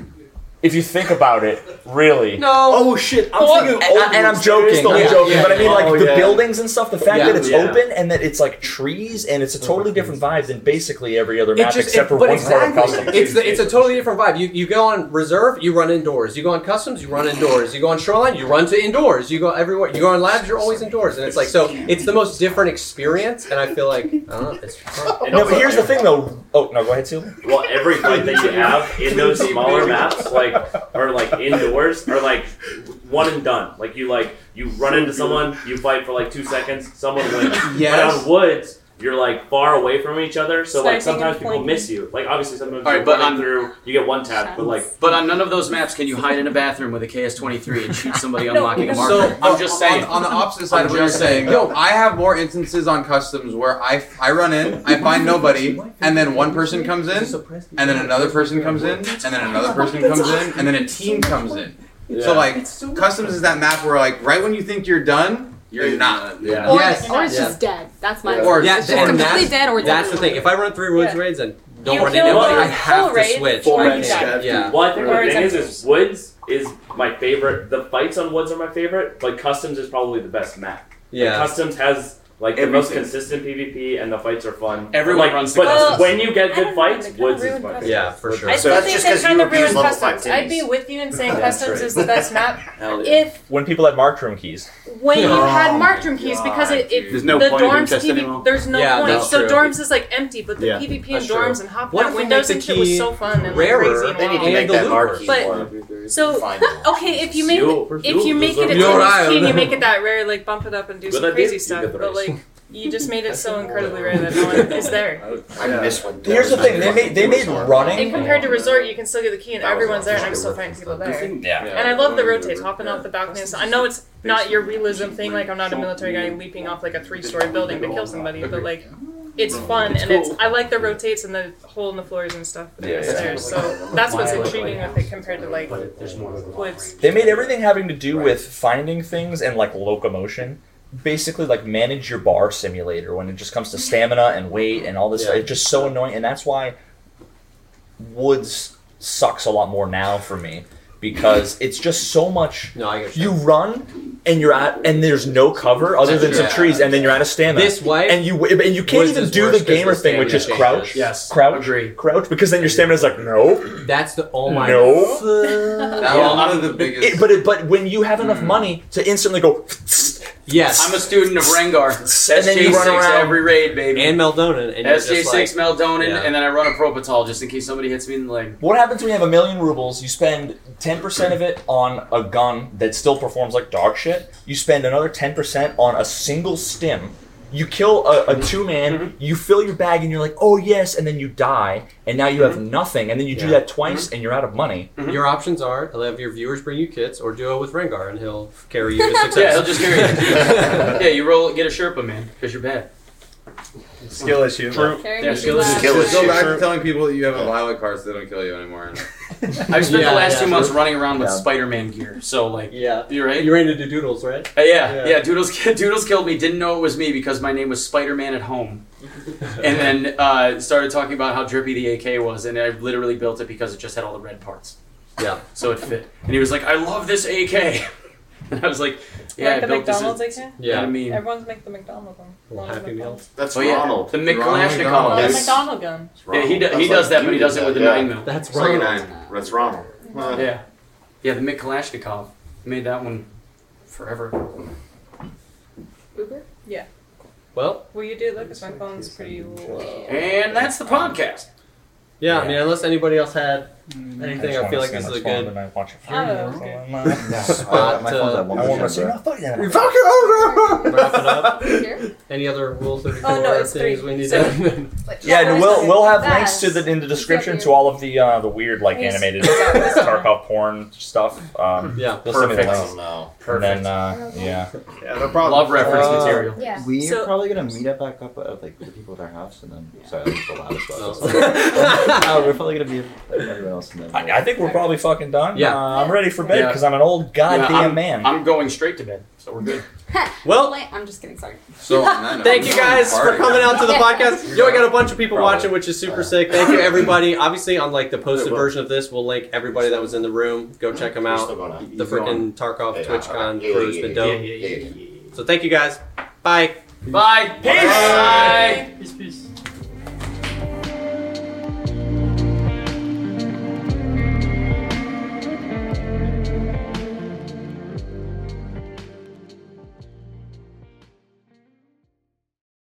Speaker 5: If you think about it, really.
Speaker 3: No. Oh
Speaker 5: shit!
Speaker 3: I'm
Speaker 5: and,
Speaker 3: thinking
Speaker 5: and-
Speaker 3: old
Speaker 5: and I'm
Speaker 3: Woods.
Speaker 5: joking.
Speaker 3: Yeah,
Speaker 5: I'm joking,
Speaker 3: yeah,
Speaker 5: but I mean,
Speaker 3: yeah.
Speaker 5: like
Speaker 3: Oh,
Speaker 5: the
Speaker 3: yeah.
Speaker 5: buildings and stuff. The fact
Speaker 3: Yeah.
Speaker 5: that it's
Speaker 3: Yeah.
Speaker 5: open and that it's like trees and it's a totally different vibe than basically every other map
Speaker 3: It just-
Speaker 5: except
Speaker 3: it-
Speaker 5: for
Speaker 3: but
Speaker 5: one part
Speaker 3: exactly.
Speaker 5: of custom.
Speaker 3: It's, the, it's a totally different vibe. You, you go on reserve, you run indoors. You go on customs, you run indoors. You go on shoreline, you run to indoors. You go everywhere. You go on labs, you're always indoors. And it's like, so it's the most different experience. And I feel like, I don't know, it's fun.
Speaker 5: no, but here's the thing, though. Oh no, go ahead, Seal.
Speaker 14: Well, every fight that you have in those smaller maps, like or like indoors, or like one and done. Like you like you run into someone, you fight for like two seconds, someone wins.
Speaker 13: Yes.
Speaker 14: But on woods, you're like far away from each other, so
Speaker 11: Sniping
Speaker 14: like sometimes
Speaker 11: and
Speaker 14: people
Speaker 11: pointing.
Speaker 14: miss you. Like obviously sometimes
Speaker 11: All right,
Speaker 14: you're
Speaker 11: but
Speaker 14: running
Speaker 11: on-
Speaker 14: through, you get one tap, but like
Speaker 11: But on none of those maps can you hide in a bathroom with a KS-23 and shoot somebody
Speaker 13: No,
Speaker 11: unlocking a
Speaker 13: because-
Speaker 11: marker.
Speaker 13: So,
Speaker 11: I'm just saying.
Speaker 10: [laughs]
Speaker 13: [laughs] On, on the opposite side
Speaker 11: I'm
Speaker 13: of what you're
Speaker 11: just
Speaker 13: saying, no, I have more instances on customs where I, I run in, I find nobody, and then one person comes in, and then another person comes in, and then another person comes in, and then a team comes in. So like, customs is that map where like right when you think you're done, you're not.
Speaker 7: Or, or it's just dead. That's my
Speaker 13: Or-
Speaker 7: it's just
Speaker 3: and
Speaker 7: completely dead or
Speaker 3: That's the
Speaker 7: dead.
Speaker 3: thing. If I run three Woods raids and don't
Speaker 7: You
Speaker 3: run
Speaker 7: kill
Speaker 3: into anything,
Speaker 7: one,
Speaker 3: I have
Speaker 7: full
Speaker 3: to
Speaker 7: raid,
Speaker 3: switch.
Speaker 7: full
Speaker 3: I
Speaker 7: raid,
Speaker 3: can't- Yeah.
Speaker 14: Well, I think
Speaker 7: Or
Speaker 14: the
Speaker 7: it's
Speaker 14: thing is,
Speaker 7: like-
Speaker 14: is Woods is my favorite. The fights on Woods are my favorite, but Customs is probably the best map. Like,
Speaker 3: Yeah.
Speaker 14: Customs has like the most
Speaker 3: Everything.
Speaker 14: consistent PvP, and the fights are fun.
Speaker 11: Everyone
Speaker 14: Like,
Speaker 11: runs to
Speaker 14: but
Speaker 11: Customs.
Speaker 14: when you get good fights, Woods is
Speaker 7: ruined
Speaker 14: my
Speaker 7: Customs.
Speaker 14: favorite.
Speaker 3: Yeah, for sure.
Speaker 7: I
Speaker 14: So
Speaker 7: still
Speaker 14: that's
Speaker 7: think
Speaker 14: just
Speaker 7: they
Speaker 14: 'cause
Speaker 7: kind
Speaker 14: you
Speaker 7: of
Speaker 14: abuse
Speaker 7: ruined
Speaker 14: level five
Speaker 7: customs. I'd be
Speaker 14: titties.
Speaker 7: with you in saying
Speaker 5: Yeah, that's
Speaker 7: customs
Speaker 5: right.
Speaker 7: is the best map
Speaker 5: Hell
Speaker 7: yeah. If-
Speaker 5: when people had marked room keys.
Speaker 7: when you
Speaker 5: Oh
Speaker 7: had marked room keys because it, it
Speaker 5: There's no
Speaker 7: the
Speaker 5: point in
Speaker 7: dorms
Speaker 5: chest
Speaker 7: PV
Speaker 5: anymore.
Speaker 7: there's no
Speaker 5: Yeah,
Speaker 7: point.
Speaker 5: that's
Speaker 7: So
Speaker 5: true.
Speaker 7: dorms is like empty, but the
Speaker 5: Yeah,
Speaker 7: PvP in
Speaker 5: that's true.
Speaker 7: dorms and hop
Speaker 3: What if
Speaker 7: out
Speaker 3: we make
Speaker 7: windows
Speaker 3: the
Speaker 7: and shit was
Speaker 3: key
Speaker 7: so fun and
Speaker 3: rarer?
Speaker 7: like crazy and
Speaker 3: They need to
Speaker 7: wild.
Speaker 3: make And that the mark lure. key more.
Speaker 7: But so okay, if you make
Speaker 3: Yo,
Speaker 7: if you
Speaker 3: yo,
Speaker 7: make
Speaker 3: those
Speaker 7: it
Speaker 3: are-
Speaker 7: a
Speaker 3: You're
Speaker 7: dorms
Speaker 3: right.
Speaker 7: key and you make it that rare, like bump it up and do
Speaker 3: Good
Speaker 7: some
Speaker 3: idea.
Speaker 7: crazy
Speaker 3: You
Speaker 7: stuff.
Speaker 3: get the
Speaker 7: But
Speaker 3: raise.
Speaker 7: like you just
Speaker 3: [laughs]
Speaker 7: made it so incredibly rare that no one is there.
Speaker 34: I miss when
Speaker 5: Here's the thing: they made they made
Speaker 7: And
Speaker 5: running.
Speaker 7: compared to resort, you can still get the key and
Speaker 5: That was
Speaker 7: everyone's there, and
Speaker 5: awesome.
Speaker 7: I'm still finding people there.
Speaker 5: Yeah.
Speaker 7: And I love the rotates, hopping off the balcony. So I know it's not your realism thing, like I'm not a military guy leaping off like a three-story building to kill somebody, but like it's fun and it's I like the rotates and the hole in the floors and stuff that
Speaker 5: Yeah,
Speaker 7: is
Speaker 5: yeah.
Speaker 7: there. So that's what's intriguing with it compared to like woods.
Speaker 5: They made everything having to do with finding things and like locomotion. Basically, like manage your bar simulator when it just comes to stamina and weight and all this. It's just so annoying, and that's why Woods sucks a lot more now for me because it's just so much. No, I you run and you're at and there's no cover other than some
Speaker 3: Yeah.
Speaker 5: trees, and then you're out of stamina.
Speaker 3: This wife
Speaker 5: and you and you can't
Speaker 3: Woods
Speaker 5: even
Speaker 3: is
Speaker 5: do
Speaker 3: worse
Speaker 5: the
Speaker 3: 'cause
Speaker 5: gamer
Speaker 3: the
Speaker 5: thing, which is
Speaker 3: stamina
Speaker 5: crouch,
Speaker 3: changes. Yes.
Speaker 5: crouch, crouch, because then your stamina's like no.
Speaker 3: That's the oh my.
Speaker 5: No.
Speaker 13: That was one of the biggest. Hmm.
Speaker 5: It- but it, but when you have enough money to instantly go,
Speaker 3: Yes.
Speaker 11: I'm a student of Rengar.
Speaker 5: and then you run
Speaker 11: SJ6
Speaker 5: around
Speaker 11: every raid, baby.
Speaker 3: And Meldonin. And you're just
Speaker 11: SJ6
Speaker 3: like-
Speaker 11: Meldonin,
Speaker 3: Yeah.
Speaker 11: and then I run a Propitol just in case somebody hits me in the leg.
Speaker 5: What happens when you have a million rubles? You spend 10% of it on a gun that still performs like dog shit. You spend another 10% on a single stim. You kill a,
Speaker 13: Mm-hmm.
Speaker 5: a two man, you fill your bag, and you're like, oh yes, and then you die, and now you
Speaker 13: Mm-hmm.
Speaker 5: have nothing, and then you do
Speaker 3: Yeah.
Speaker 5: that twice, and you're out of money.
Speaker 3: Your options are I'll have your viewers bring you kits or duo with Rengar and he'll carry
Speaker 7: [laughs]
Speaker 3: you to success.
Speaker 11: Yeah, he'll just carry
Speaker 3: [laughs]
Speaker 11: you. yeah, you roll, get a Sherpa, man, because you're bad.
Speaker 35: Skill issue.
Speaker 11: True. Yeah, skill issue.
Speaker 13: Go back to telling people that you have a Lila card so they don't kill you anymore.
Speaker 11: [laughs] I've spent
Speaker 13: Yeah,
Speaker 11: the last
Speaker 13: yeah.
Speaker 11: two months running around with
Speaker 13: Yeah.
Speaker 11: Spider-Man gear, so like,
Speaker 3: yeah,
Speaker 11: you're right.
Speaker 3: You ran into Doodles, right?
Speaker 11: Uh, yeah,
Speaker 3: Yeah.
Speaker 11: yeah, Doodles, Doodles killed me. Didn't know it was me because my name was Spider Man at home, and then uh, started talking about how drippy the AK was, and I literally built it because it just had all the red parts.
Speaker 3: Yeah.
Speaker 11: So it fit, and he was like, "I love this AK," [laughs] and I was like, "Yeah,
Speaker 7: like
Speaker 11: I
Speaker 7: the
Speaker 11: built this."
Speaker 7: McDonald's
Speaker 11: You
Speaker 7: I
Speaker 11: know
Speaker 7: can?
Speaker 11: what I mean,
Speaker 7: Everyone's make the McDonald one.
Speaker 3: Happy Meals.
Speaker 34: That's
Speaker 11: Oh, yeah,
Speaker 34: Ronald.
Speaker 11: the
Speaker 34: Ronald
Speaker 11: McKalashnikov.
Speaker 34: McDonald.
Speaker 7: The McDonald gun.
Speaker 11: Yeah, he, do,
Speaker 34: That's
Speaker 11: he
Speaker 34: like
Speaker 11: does that,
Speaker 34: you
Speaker 11: but he
Speaker 34: did
Speaker 11: does it
Speaker 34: that,
Speaker 11: with the
Speaker 34: yeah.
Speaker 11: nine mil.
Speaker 34: That's Ronald. Cyanide. That's Ronald. Wow.
Speaker 11: Yeah, yeah, the Kalashnikov made that one forever.
Speaker 7: Uber? Yeah.
Speaker 3: Well,
Speaker 7: Will you do that? Because my phone's pretty low. Oh,
Speaker 11: and that's the podcast.
Speaker 3: Yeah, Mm, I mean, unless anybody else had
Speaker 7: Anything? I, feel like this is a good.
Speaker 3: Spot to-
Speaker 7: Fuck
Speaker 3: it over. Wrap it up. Any other rules that we can
Speaker 7: Oh, no, it's
Speaker 3: things
Speaker 7: three.
Speaker 3: we need
Speaker 7: Sorry.
Speaker 3: to?
Speaker 5: Yeah, and we'll we'll have links to the in the description to all of the uh, the weird like
Speaker 3: Here's-
Speaker 5: animated [laughs] Tarkov porn stuff. Um,
Speaker 3: Yeah,
Speaker 5: we'll send you the
Speaker 3: perfect.
Speaker 5: links.
Speaker 3: Oh, no.
Speaker 5: And then uh, yeah, Uh,
Speaker 36: yeah, no problem. Uh, Love
Speaker 21: reference
Speaker 36: material.
Speaker 21: Yeah.
Speaker 36: Yeah.
Speaker 21: We're
Speaker 36: So-
Speaker 21: probably gonna meet up back up at like with the people at our house, and then sorry, that was the loudest. [laughs]
Speaker 5: No.
Speaker 21: no, we're probably gonna be with everyone else, and then
Speaker 5: I, I think we're probably fucking done.
Speaker 21: Yeah.
Speaker 5: uh, I'm ready for bed
Speaker 21: Yeah.
Speaker 5: because I'm an old goddamn
Speaker 11: Yeah, I'm-
Speaker 5: man.
Speaker 11: I'm going straight to bed, so we're good.
Speaker 3: Well,
Speaker 23: I'm just kidding. Sorry.
Speaker 7: [laughs]
Speaker 3: Thank you guys for coming out to the podcast. Yo, I got a bunch of people watching, which is super sick. Thank you, everybody. Obviously, on like the posted version of this, we'll link everybody that was in the room. Go check them out. The freaking Tarkov TwitchCon crew's been dope. So thank you guys. Bye.
Speaker 10: Bye. Peace. Bye.
Speaker 3: Peace. Peace.